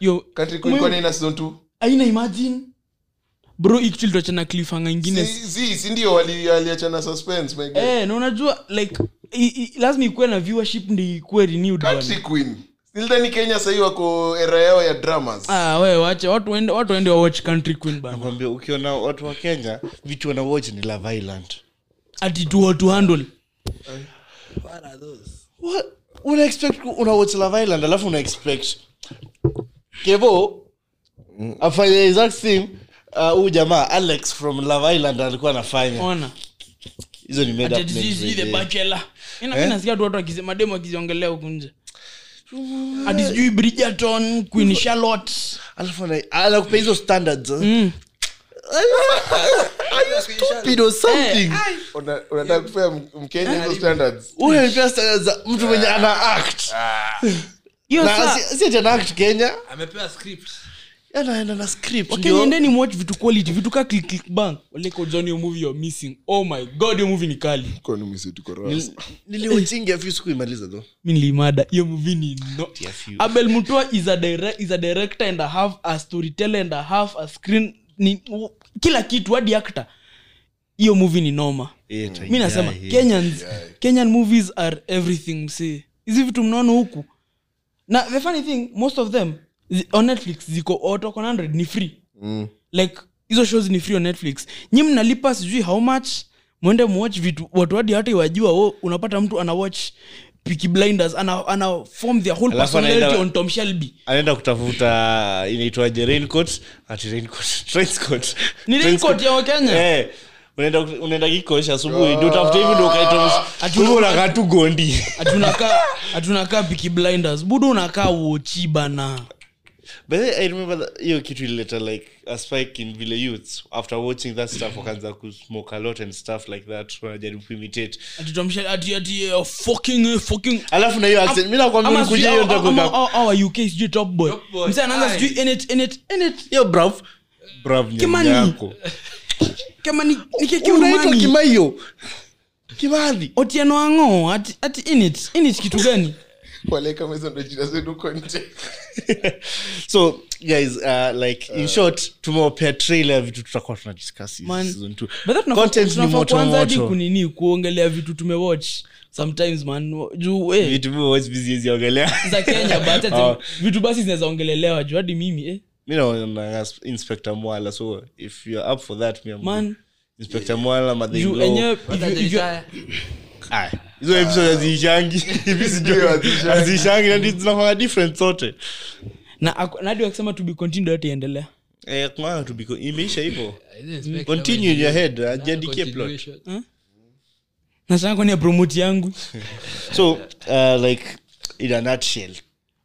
[SPEAKER 2] yo
[SPEAKER 1] Country Queen
[SPEAKER 2] Mwe-
[SPEAKER 1] kwani haina season two?
[SPEAKER 2] aina imagine bro ikichilitochana cliffhanger ingine
[SPEAKER 1] Si- si- si ndio wali- waliachana suspense, my guy.
[SPEAKER 2] eh, na unajua like i, i, lazima ikuwe na viewership ndi ikuwe renewed bwana.
[SPEAKER 1] Country Queen. Sildani kenya sahii wako era yao ya dramas
[SPEAKER 2] ah, we wache watu waende watu waende wawatch country queen bana
[SPEAKER 3] kwambia ukiona watu wa kenya vitu wana watch ni love island
[SPEAKER 2] ati tu watu handle
[SPEAKER 3] What? una expect ku- una watch love island alafu una expect kevo afanya exact same uh, huyu jamaa alex from love island alikuwa anafanya
[SPEAKER 2] ona
[SPEAKER 3] hizo ni made up
[SPEAKER 2] ati ati sijui
[SPEAKER 3] names
[SPEAKER 2] sijui the
[SPEAKER 3] by the way.
[SPEAKER 2] bachelor Ina-
[SPEAKER 3] Eh?
[SPEAKER 2] mi nasikia tu watu wakise- mademu wakiziongelea huku nje ati sijui bridgerton queen charlotte
[SPEAKER 3] alafu ana- anakupea hizo standards eh?
[SPEAKER 2] Mm.
[SPEAKER 3] Are you stupid or something?
[SPEAKER 2] Eh,
[SPEAKER 1] Una- unataka kupea m-
[SPEAKER 2] Ah,
[SPEAKER 1] mkenya hizo standards
[SPEAKER 3] unanipea standards za mtu mwenye ana act
[SPEAKER 2] hiyo
[SPEAKER 3] na
[SPEAKER 2] saa
[SPEAKER 3] si- si ati ana act kenya Yaani
[SPEAKER 4] amepewa script
[SPEAKER 3] anaenda na script ndio.
[SPEAKER 2] kenyendeni muwatch vitu quality vitu ka click click bang waleko john yo movie you're missing oh my god yo movie ni kali
[SPEAKER 1] Kwa nini misi tuko rasa?
[SPEAKER 3] Nil- niliwachingia few sikuimaliza though
[SPEAKER 2] mi nilimada hiyo movie ni no
[SPEAKER 3] few.
[SPEAKER 2] abel mutua is a, dire- is a director and a half a storyteller and a half a screen ni u- kila kitu hadi actor hiyo movie ni noma
[SPEAKER 3] Eh,
[SPEAKER 2] mi nasema
[SPEAKER 3] yeah, yeah.
[SPEAKER 2] kenyans kenyan movies are everything msee hizi vitu mnaona huku na the funny thing most of them zi- on netflix ziko watoko 100 ni free
[SPEAKER 1] Mm.
[SPEAKER 2] like hizo shows ni free on netflix nyi mnalipa sijui how much mwende muwatch vitu watu hadi hata iwajua wo unapata mtu ana watch Peaky blinders ana, ana form their whole
[SPEAKER 3] Alafu anaenda-
[SPEAKER 2] personality on tom shelby
[SPEAKER 3] anaenda kutafuta inaitwaje raincoat ati raincoat raincoat
[SPEAKER 2] ni raincoat ya wakenya
[SPEAKER 3] eh unaenda unaenda kikosh asubuhi ndio utafute hivi ndio ukaitoa kumbe unakaa tu gondi
[SPEAKER 2] atunakaa atunakaa Peaky blinders budo unakaa wochi bana
[SPEAKER 3] but then i remember that- hiyo kitu ilileta like a spike in vile youths after watching that stuff wakaanza kusmoke a lot and stuff like that wanajaribu kuimitate
[SPEAKER 2] ati tom shelby ati ati uh, fucking uh, fucking
[SPEAKER 3] alafu na hiyo accent mimi nakwambia
[SPEAKER 2] ama sijui
[SPEAKER 3] unakuja hiyo
[SPEAKER 2] au- au- ama-
[SPEAKER 3] ndio
[SPEAKER 2] au- au wa uk sijui top boy
[SPEAKER 4] Top Boy.
[SPEAKER 2] msee anaanza
[SPEAKER 4] Aye.
[SPEAKER 2] sijui enet enet enet
[SPEAKER 3] hiyo brav brav
[SPEAKER 2] Kimani.
[SPEAKER 3] nyako
[SPEAKER 2] kama ni
[SPEAKER 3] unaitwa
[SPEAKER 2] nikekimani
[SPEAKER 3] kimaio kimani
[SPEAKER 2] otieno ango ati ati init init kitu gani
[SPEAKER 1] Wale kama hizo ndo jina zetu huko nje.
[SPEAKER 3] so guys uh, like in short tumewapea trailer ya vitu tutakuwa tuna discuss hii
[SPEAKER 2] Man.
[SPEAKER 3] season two.
[SPEAKER 2] But that tunafaa-
[SPEAKER 3] Content ni
[SPEAKER 2] tunafaa
[SPEAKER 3] moto
[SPEAKER 2] kuanza hadi
[SPEAKER 3] moto.
[SPEAKER 2] kunini kuongelea vitu tumewatch sometimes man juu eh,
[SPEAKER 3] Vitu mimi always busy ziongelea.
[SPEAKER 2] za kenya but
[SPEAKER 3] Ah.
[SPEAKER 2] ati vitu basi zinaweza ongelelewa juu hadi mimi eh.
[SPEAKER 3] Mimi naona Inspector Mwala so if you're up for that me I'm
[SPEAKER 2] Man.
[SPEAKER 3] Inspector Mwala Mother
[SPEAKER 2] juu
[SPEAKER 3] in Law.
[SPEAKER 2] enyewe if you- if you-
[SPEAKER 3] Ah, hizo episode hazishangi hivi sijui
[SPEAKER 1] hazishangi.
[SPEAKER 3] hazishangi na ndio zinafanya different sote
[SPEAKER 2] na ako- na hadi wakisema to be continued hata iendelea
[SPEAKER 3] eh kwa to because imeisha hivyo
[SPEAKER 2] Mm.
[SPEAKER 4] Continue
[SPEAKER 3] continue in your head ajiandikie plot
[SPEAKER 4] Continuation.
[SPEAKER 2] nashangaa kwani ya promoti yangu
[SPEAKER 3] so uh, like in a nutshell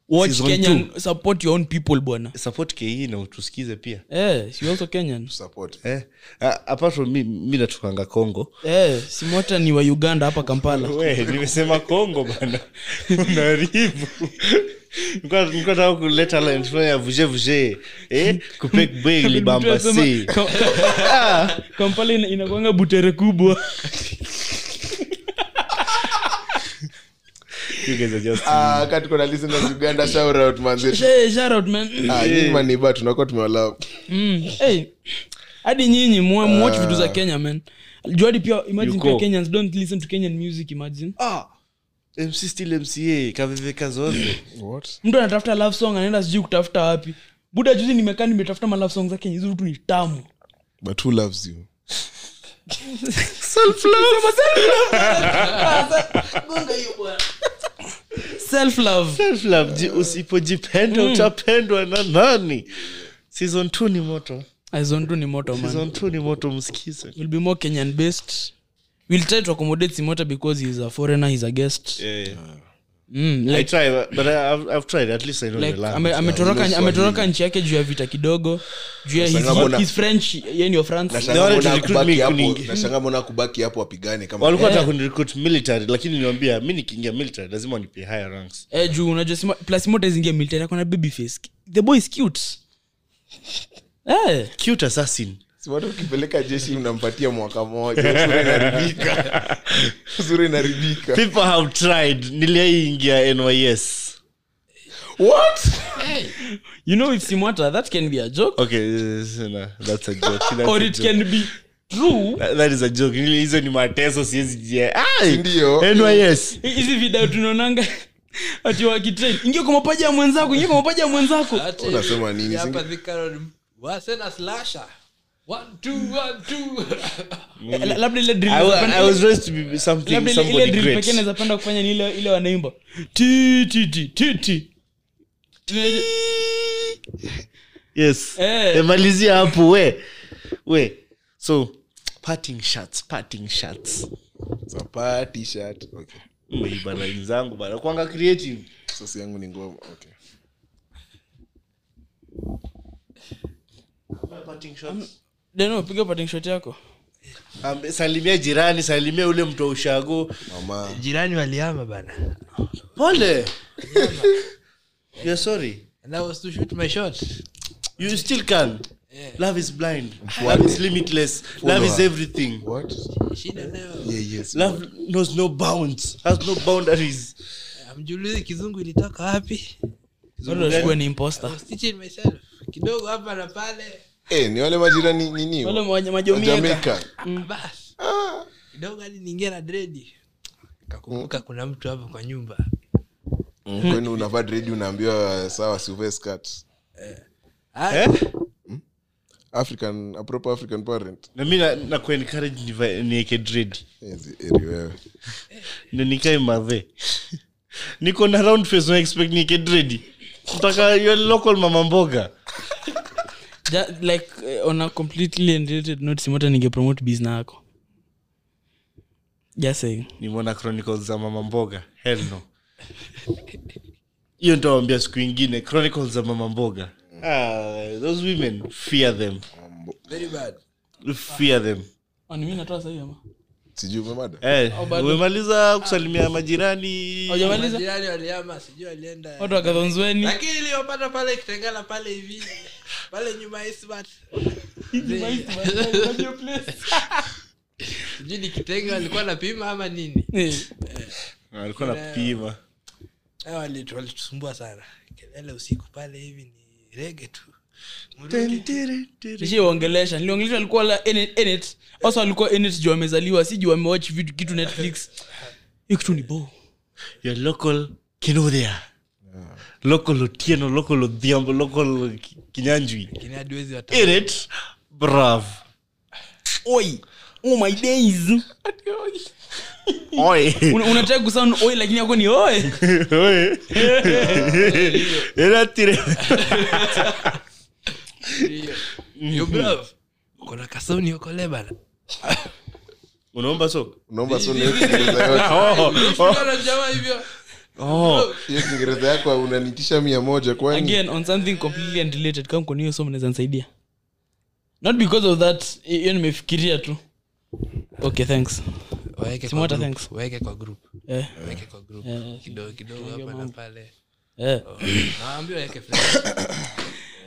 [SPEAKER 2] watch
[SPEAKER 3] Season
[SPEAKER 2] kenyan support your own people bwana
[SPEAKER 3] support ke na utusikize pia
[SPEAKER 2] eh, you also kenyan
[SPEAKER 1] Support.
[SPEAKER 3] eh, a- apart from mi, mi natukanga kongo
[SPEAKER 2] eh, simota ni wa uganda hapa kampala
[SPEAKER 3] we nimesema kongo bana unaribu nikuataka kuleta line fulani ya vuje vuje eh, kupek beg libamba si
[SPEAKER 2] Kam- kam- kampala ina- inakuanga butere kubwa
[SPEAKER 3] You guys are just
[SPEAKER 1] Ah, kati kuna listeners Uganda, shout out manzetu.
[SPEAKER 2] She- shout out, man.
[SPEAKER 1] Ah, nyinyi maniba tunakuwa tumewalao
[SPEAKER 2] Mm. Hey, hadi nyinyi mwa- muwatch vitu za kenya man juadi pia imagine
[SPEAKER 3] Ah. Yuko.
[SPEAKER 2] pia kenyans don't listen to kenyan music imagine
[SPEAKER 3] ah, mc still mca kaveveka zote
[SPEAKER 2] Mm. mtu anatafuta love song anaenda sijui kutafuta wapi buda juzi nimekaa nimetafuta ma love song za kenya hizo vitu ni tamu
[SPEAKER 1] But who loves you?
[SPEAKER 2] Sema self-love. Gonga hiyo bwana. Self love.
[SPEAKER 3] Self-love, ji- usipojipenda
[SPEAKER 2] Mm.
[SPEAKER 3] utapendwa na nani season t ni moto
[SPEAKER 2] Aizondu ni moto man.
[SPEAKER 3] season t ni moto msikize
[SPEAKER 2] will be more Kenyan based. We'll try to accommodate Simota because he's a foreigner, he's a guest.
[SPEAKER 3] yeah.
[SPEAKER 2] Mm, like-
[SPEAKER 3] I try, but I, I've, I've tried. At least I know
[SPEAKER 2] like,
[SPEAKER 3] the language.
[SPEAKER 2] ame- ametoroka ametoroka nchi yake juu ya vita kidogo juu ya his,
[SPEAKER 1] Sasa mbona-
[SPEAKER 2] his french yeye ni wa france
[SPEAKER 3] They wanted to recruit me
[SPEAKER 1] hapo
[SPEAKER 3] kuningi.
[SPEAKER 1] nashanga mbona kubaki hapo wapigane kama
[SPEAKER 3] walikuwa
[SPEAKER 2] eh?
[SPEAKER 3] yeah. recruit military lakini niliwambia mi nikiingia military lazima wanipe higher ranks
[SPEAKER 2] eh, juu unajua sima- plus moto zingia military ako na baby face the boy is cute eh
[SPEAKER 3] cute assassin
[SPEAKER 1] Si watu ukipeleka jeshi unampatia mwaka moja sura inaharibika sura inaharibika
[SPEAKER 3] people have tried niliaiingia nys
[SPEAKER 1] what
[SPEAKER 2] you know if simwata that can be a joke
[SPEAKER 3] okay yes, no, that's a joke that's
[SPEAKER 2] or
[SPEAKER 3] a
[SPEAKER 2] it
[SPEAKER 3] joke.
[SPEAKER 2] can be true
[SPEAKER 3] That- that is a joke Nili- hizo ni mateso siwezi jia Ai!
[SPEAKER 1] Ndio.
[SPEAKER 3] nys
[SPEAKER 2] hizi video tunaonanga ati wakitrain ingia kwa mapaja ya mwenzako ingia kwa mapaja ya mwenzako
[SPEAKER 3] Ah,
[SPEAKER 4] Hata
[SPEAKER 1] Unasema nini?
[SPEAKER 4] hivi, hapa
[SPEAKER 1] Singe-
[SPEAKER 4] Thika Road, wasena slasher. One, two, one, two.
[SPEAKER 2] Eh, la- labda ile drill
[SPEAKER 3] I, wa-
[SPEAKER 2] inapenda-
[SPEAKER 3] I was raised to be something
[SPEAKER 2] labda ile- ile
[SPEAKER 3] somebody
[SPEAKER 2] drill
[SPEAKER 3] great
[SPEAKER 2] pekee naweza penda kufanya ni ile ile wanaimba ti ti ti ti ti Tunaje-
[SPEAKER 3] yes
[SPEAKER 2] Eh.
[SPEAKER 3] emalizia hapo we we so parting shots parting shots
[SPEAKER 1] Sapa, t-shirt. Okay.
[SPEAKER 3] Mm. bana zangu bana kwanga creative
[SPEAKER 1] sosi yangu ni ngoma okay.
[SPEAKER 3] parting shots
[SPEAKER 2] Deno, piga parting shot yako
[SPEAKER 3] Ambe- salimia jirani salimia ule mtu wa ushago
[SPEAKER 1] mama
[SPEAKER 4] jirani waliama bana
[SPEAKER 3] pole you're sorry
[SPEAKER 4] and i was to shoot my shot
[SPEAKER 3] you still can love is blind love is limitless love is everything
[SPEAKER 1] what
[SPEAKER 4] shida nayo
[SPEAKER 1] yeah, yes.
[SPEAKER 3] love knows no bounds has no boundaries
[SPEAKER 4] amjulizi kizungu ilitoka wapi
[SPEAKER 2] Bado unashukua ni imposter
[SPEAKER 4] I was teaching myself kidogo hapa na pale
[SPEAKER 1] Eh, ni wale majirani nini
[SPEAKER 2] wale
[SPEAKER 1] wa
[SPEAKER 2] maja- majomieka
[SPEAKER 1] Jamaica.
[SPEAKER 4] Mm. basi Ah, kidogo hadi niingia na dredi kakumbuka kuna mtu hapa kwa nyumba
[SPEAKER 1] Mm, kwenu unavaa dredi unaambiwa sawa siuvae skirt.
[SPEAKER 4] Ah,
[SPEAKER 3] eh?
[SPEAKER 1] african a proper african parent Eh,
[SPEAKER 3] na mi na- na kuencourage nivae- nieke dread
[SPEAKER 1] Yes, eri wewe
[SPEAKER 3] Ndio nikae madhe niko na round face na expect nieke dread mtaka your local mama mboga
[SPEAKER 2] Ja- like eh, on a completely unrelated note simota ningepromote business yako just saying
[SPEAKER 3] nimeona chronicles za mama mboga hell no hiyo ntawambia siku ingine chronicles za mama mboga ah, those women fear them
[SPEAKER 4] very bad
[SPEAKER 3] fear them
[SPEAKER 2] Ani Ah, mimi natoa sahihi ama?
[SPEAKER 1] sijui umemada
[SPEAKER 3] eh,
[SPEAKER 2] bado.
[SPEAKER 3] umemaliza kusalimia majirani
[SPEAKER 2] Haujamaliza?
[SPEAKER 4] majirani waliama sijui walienda
[SPEAKER 2] Watu wakadhonzweni.
[SPEAKER 4] lakini iliyopata pale kitengana pale hivi pale nyuma ya Eastmart. sijui ni kitenga walikuwa napima ama nini
[SPEAKER 2] Eh,
[SPEAKER 3] Ah, alikuwa napima
[SPEAKER 4] Ah, wali- walitusumbua sana kelele usiku pale hivi ni rege tu
[SPEAKER 2] nishaiwaongelesha. Niliongelesha walikuwa la N- N8. Also walikuwa N8 juu wamezaliwa si juu wamewatch vitu kitu netflix hiyo kitu ni bo
[SPEAKER 3] your local kinodhia local otieno local odhiambo local Ki- kinyanjwi
[SPEAKER 4] kinadiwezi
[SPEAKER 3] in it brav
[SPEAKER 2] Oi. Oh my days.
[SPEAKER 3] Oi.
[SPEAKER 2] Una- unataka kusound oi lakini yako ni oi.
[SPEAKER 3] Oi. Era tire-
[SPEAKER 4] kuna kasauni huko lebana
[SPEAKER 3] unaomba soko
[SPEAKER 1] unaomba so niyo kiingereza yote
[SPEAKER 3] Oh.
[SPEAKER 4] jamaa hivyo
[SPEAKER 1] hiyo kiingereza yako unanitisha mia moja kwani
[SPEAKER 2] again on something completely unrelated kama kuna hiyo somo naweza nisaidia not because of that hi- hiyo nimefikiria tu okay thanks
[SPEAKER 4] waeke kwa
[SPEAKER 2] Simwata,
[SPEAKER 4] group,
[SPEAKER 2] thanks.
[SPEAKER 4] waeke kwa group
[SPEAKER 2] eh,
[SPEAKER 4] waeke kwa group
[SPEAKER 2] Eh.
[SPEAKER 4] kidogo kidogo hapa na pale
[SPEAKER 2] eh.
[SPEAKER 4] Oh, naambia waeke friends.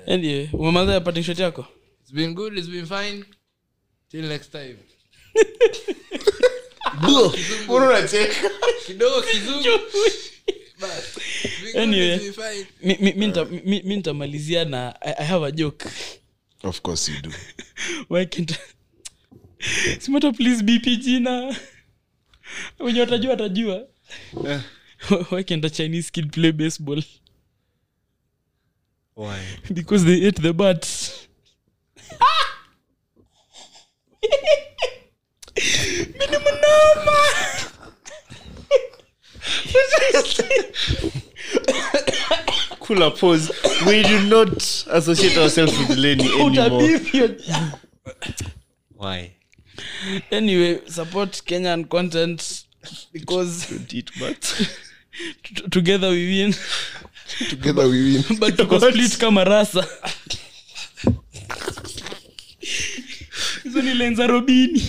[SPEAKER 2] anyway umemaliza ya parting shot yako
[SPEAKER 4] it's been good it's been fine till next time
[SPEAKER 1] Mbona unacheka
[SPEAKER 4] kidogo kizungu Bas. It's been good,
[SPEAKER 2] Anyway.
[SPEAKER 4] it's been fine.
[SPEAKER 2] Mi- mi- mi nita- mi- mi nitamalizia na I, i have a joke
[SPEAKER 1] of course you do
[SPEAKER 2] Why can't- Simoto please bp jina wenye watajua watajua Eh. why can't a chinese kid play baseball because they ate the bats
[SPEAKER 3] kula pause we do not associate ourselves with leni anymore why
[SPEAKER 2] anyway support kenyan content because
[SPEAKER 3] don't eat bats
[SPEAKER 2] T- together we win
[SPEAKER 1] together we win
[SPEAKER 2] but tuko split kama rasa hizo ni len za robini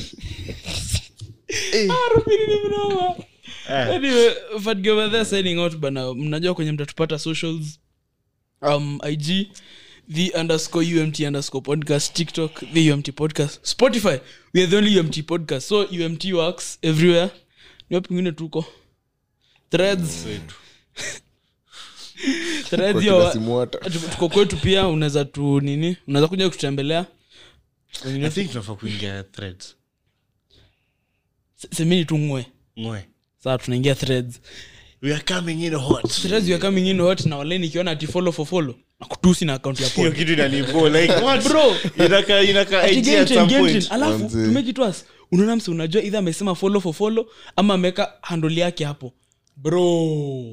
[SPEAKER 2] Ah, robini ni mnoma
[SPEAKER 3] Eh.
[SPEAKER 2] anyway Fat Girl over there signing out bana mnajua kwenye mtatupata socials um, ig the underscore umt underscore podcast tiktok the umt podcast spotify we are the only umt podcast so umt works everywhere ni wapi kwingine tuko threads threads
[SPEAKER 1] Kwa kila
[SPEAKER 2] yo
[SPEAKER 1] simu hata.
[SPEAKER 2] tuko kwetu pia unaweza tu nini unaweza kuja kututembelea
[SPEAKER 3] I think tunafaa kuingia threads
[SPEAKER 2] Se- semini tungwe
[SPEAKER 3] Ngoe.
[SPEAKER 2] saa tunaingia threads
[SPEAKER 3] we are coming in hot
[SPEAKER 2] threads you are coming in hot na waleni ikiona ati follow for follow na kutusi na akaunti ya
[SPEAKER 3] hiyo
[SPEAKER 2] pod
[SPEAKER 3] kitu inanibo like what
[SPEAKER 2] Bro.
[SPEAKER 3] inaka inaka
[SPEAKER 2] Ati
[SPEAKER 3] IG
[SPEAKER 2] game
[SPEAKER 3] at
[SPEAKER 2] train,
[SPEAKER 3] some
[SPEAKER 2] game
[SPEAKER 3] point
[SPEAKER 2] train. alafu
[SPEAKER 1] Manze.
[SPEAKER 2] to make it worse, unaona mse unajua idha amesema follow for follow ama ameweka handle yake hapo bro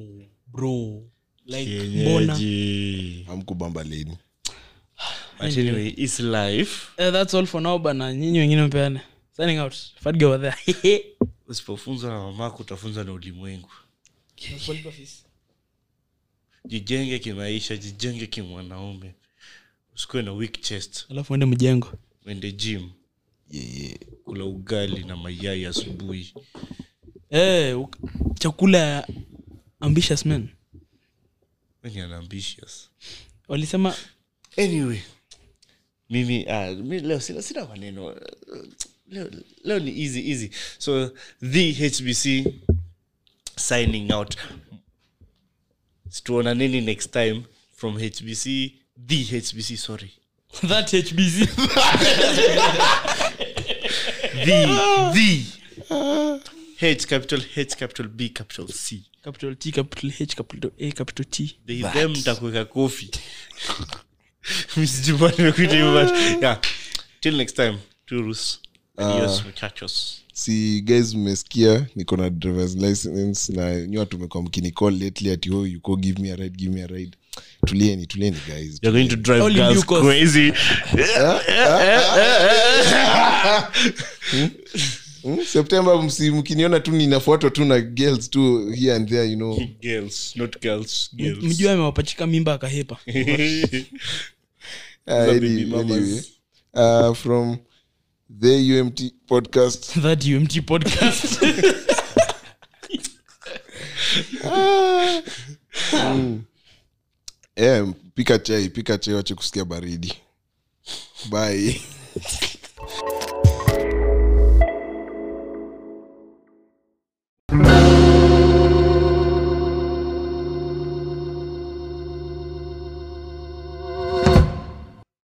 [SPEAKER 2] bro like mbona
[SPEAKER 3] Kienyeji.
[SPEAKER 1] hamkubamba leni
[SPEAKER 3] but anyway it's life
[SPEAKER 2] Eh, that's all for now bana nyinyi wengine mpeane signing out fat girl over there
[SPEAKER 3] usipofunzwa na mamako utafunzwa na ulimwengu jijenge kimaisha jijenge kimwanaume usikuwe na weak chest
[SPEAKER 2] alafu ende mjengo
[SPEAKER 3] wende gym kula ugali na mayai asubuhi
[SPEAKER 2] eh uk- chakula ya ambitious men
[SPEAKER 3] weni an ambitious
[SPEAKER 2] walisema
[SPEAKER 3] anyway mimi ah, mi leo sina, sina maneno leo, leo ni easy easy so the hbc signing out situona nini next time from hbc the hbc sorry
[SPEAKER 2] that hbc
[SPEAKER 3] the the h capital h capital b capital c
[SPEAKER 2] capital t capital h capital a capital t
[SPEAKER 3] they them takuweka kofi msijumba nimekuita hivyo but yeah till next time turus adios muchachos
[SPEAKER 1] si guys mmesikia niko na drivers license na nyua tumekuwa mkinicall lately ati oh, you go give me a ride give me a ride tulieni tulieni guys
[SPEAKER 3] You're going to drive
[SPEAKER 2] Only
[SPEAKER 3] girls
[SPEAKER 2] you cause-
[SPEAKER 3] crazy.
[SPEAKER 1] hmm? september msi- mkiniona tu ninafuatwa tu na girls tu here and there you know
[SPEAKER 3] girls, not girls. Girls.
[SPEAKER 2] mjua amewapachika mimba akahepa
[SPEAKER 1] Ah, any- anyway. Ah, from the umt podcast
[SPEAKER 2] that umt podcast
[SPEAKER 1] Eh, pika chai pika chai wache kusikia baridi bye